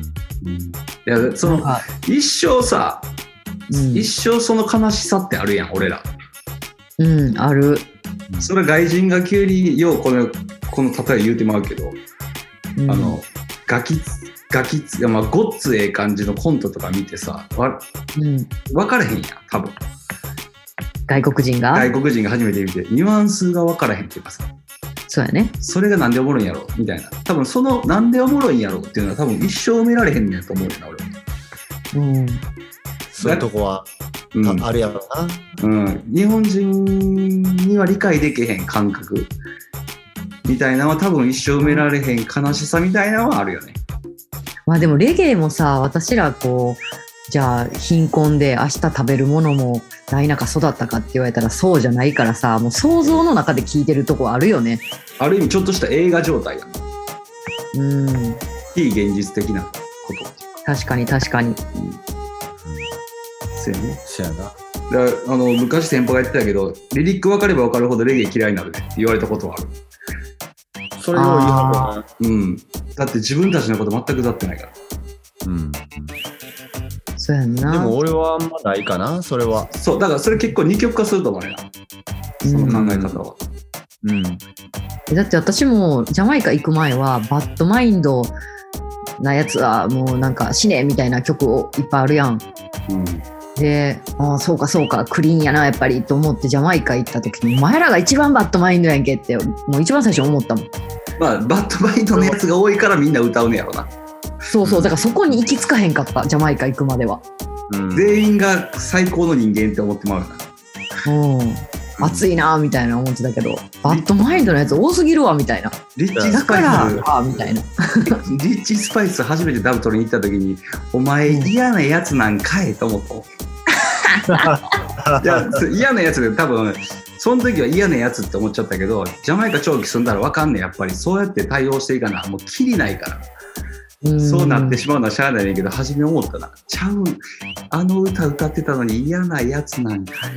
Speaker 4: やそ
Speaker 3: なん
Speaker 4: の
Speaker 3: か
Speaker 4: 一生さ、
Speaker 3: うん
Speaker 4: 一生その悲しさってあるやん俺ら
Speaker 3: うん、ある。
Speaker 4: それは外人が急にようこのこの例え言うてまうけど、
Speaker 3: うん
Speaker 4: あのガキツガキツまあごっつええ感じのコントとか見てさわ
Speaker 3: うん、
Speaker 4: 分からへんやん多分
Speaker 3: 外国人が、
Speaker 4: 外国人が初めて見てニュアンスが分からへんっていうかさ
Speaker 3: そうやね。
Speaker 4: それがなんでおもろいんやろみたいな多分そのなんでおもろいんやろっていうのは多分一生埋められへんねんと思うよな俺は
Speaker 3: うん、
Speaker 5: そういうとこは
Speaker 4: うん
Speaker 5: ああるやろな
Speaker 4: うん、日本人には理解できへん感覚みたいなのは多分一生埋められへん悲しさみたいなのはあるよね
Speaker 3: まあでもレゲエもさ私らこうじゃあ貧困で明日食べるものもない中育ったかって言われたらそうじゃないからさもう想像の中で聞いてるとこあるよね。
Speaker 4: ある意味ちょっとした映画状態や
Speaker 3: うん
Speaker 4: 非現実的なことっていう
Speaker 3: 確かに確かに。
Speaker 4: かそうやね
Speaker 5: せやな。
Speaker 4: だからあの昔先輩が言ってたけどリリック分かれば分かるほどレゲエ嫌いになるねって言われたことはある
Speaker 5: それを言いは
Speaker 4: うんだって自分たちのこと全く歌ってないから
Speaker 5: るうん。で
Speaker 3: そうやんな。
Speaker 5: も俺はあんまないかな、それは。
Speaker 4: そうだからそれ結構二極化すると思うねんなその考え方は、
Speaker 5: うん。
Speaker 3: だって私もジャマイカ行く前はバッドマインドなやつはもうなんか死ねみたいな曲をいっぱいあるやん。
Speaker 4: うん
Speaker 3: で、ああ、そうかそうか、クリーンやな、やっぱりと思ってジャマイカ行った時に、お前らが一番バッドマインドやんけって、もう一番最初思ったもん。
Speaker 4: まあバッドバイトのやつが多いからみんな歌うねやろな
Speaker 3: そうそう、だからそこに行き着かへんかった、ジャマイカ行くまでは。
Speaker 5: うん
Speaker 4: 全員が最高の人間って思ってまうよな
Speaker 3: うん。熱いな、みたいな思ってたけど、バッドマインドのやつ多すぎるわ、みたいな。
Speaker 4: リッチ
Speaker 3: だ
Speaker 4: ス
Speaker 3: から、
Speaker 4: パイス
Speaker 3: ああ、みたいな。
Speaker 4: リッチスパイス初めてダブ取りに行った時に「お前嫌なやつなんかい」と思 ったもんいやそう嫌なやつで多分その時は嫌なやつって思っちゃったけどジャマイカ長期住んだら分かんねえやっぱりそうやって対応していかなもうキリないから、
Speaker 3: ん
Speaker 4: そうなってしまうのはしゃあないねんけど初め思ったな「ちゃうあの歌歌ってたのに嫌なやつなんかい」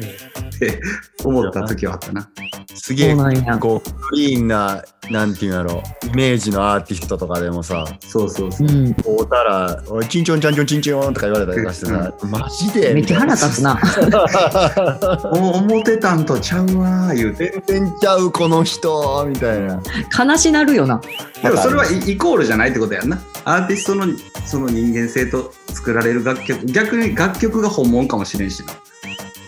Speaker 4: って思った時はあったな
Speaker 5: すげ
Speaker 3: そう
Speaker 5: え
Speaker 3: なんや。
Speaker 5: こうクリーンななんていうんやろイメージのアーティストとかでもさ
Speaker 4: そうそう
Speaker 3: う。
Speaker 4: そうん
Speaker 5: 会うたら「おいチンチョンチャンチョンチンチョン」とか言われたりとかしてさ「マジで?」
Speaker 3: めっちゃ腹立つな。
Speaker 4: お思ってたんとちゃうわー言うて
Speaker 5: 全然ちゃうこの人みたいな
Speaker 3: 悲しなるよな。
Speaker 4: でもそれはイイコールじゃないってことやんな。アーティストのその人間性と作られる楽曲、逆に楽曲が本物かもしれんしな。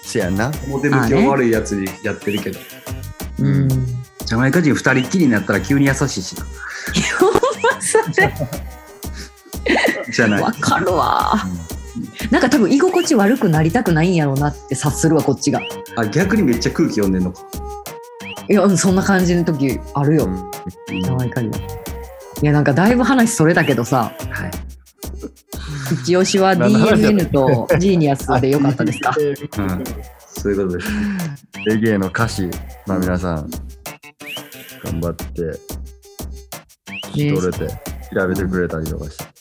Speaker 5: せやんな
Speaker 4: 表向き
Speaker 3: あーね
Speaker 4: は悪いやつにやってるけど。
Speaker 3: うん。
Speaker 4: ジャマイカ人二人っきりになったら急に優しいしな。
Speaker 3: それ
Speaker 4: じゃない。
Speaker 3: わかるわ。なんか多分居心地悪くなりたくないんやろうなって察するわこっちが
Speaker 4: あ、逆にめっちゃ空気読んでんのか。
Speaker 3: いやうんそんな感じの時あるよ、名前かにいやなんかだいぶ話それだけどさ
Speaker 4: はい。
Speaker 3: 一押しは
Speaker 5: 何の話だ
Speaker 3: DMN とジーニアスでよかったですか
Speaker 4: うん。そういうことです。
Speaker 5: レゲエの歌詞まあ皆さん頑張って聞き取れて調べてくれたりとかして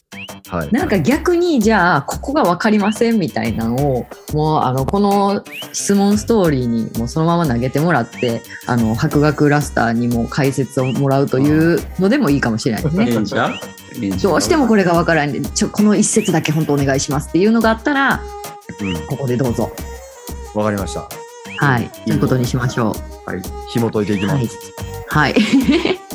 Speaker 5: はい
Speaker 3: なんか逆にじゃあここが分かりませんみたいなのをもうあのこの質問ストーリーにもうそのまま投げてもらってあの博学ラスターにも解説をもらうというのでもいいかもしれないですね。
Speaker 4: 演者演者
Speaker 3: どうしてもこれがわからないんでちょこの一節だけ本当お願いしますっていうのがあったら
Speaker 5: うん
Speaker 3: ここでどうぞ
Speaker 5: わかりました
Speaker 3: はいということにしましょ
Speaker 5: 紐解いていき
Speaker 3: う
Speaker 5: ます
Speaker 3: はい、はい、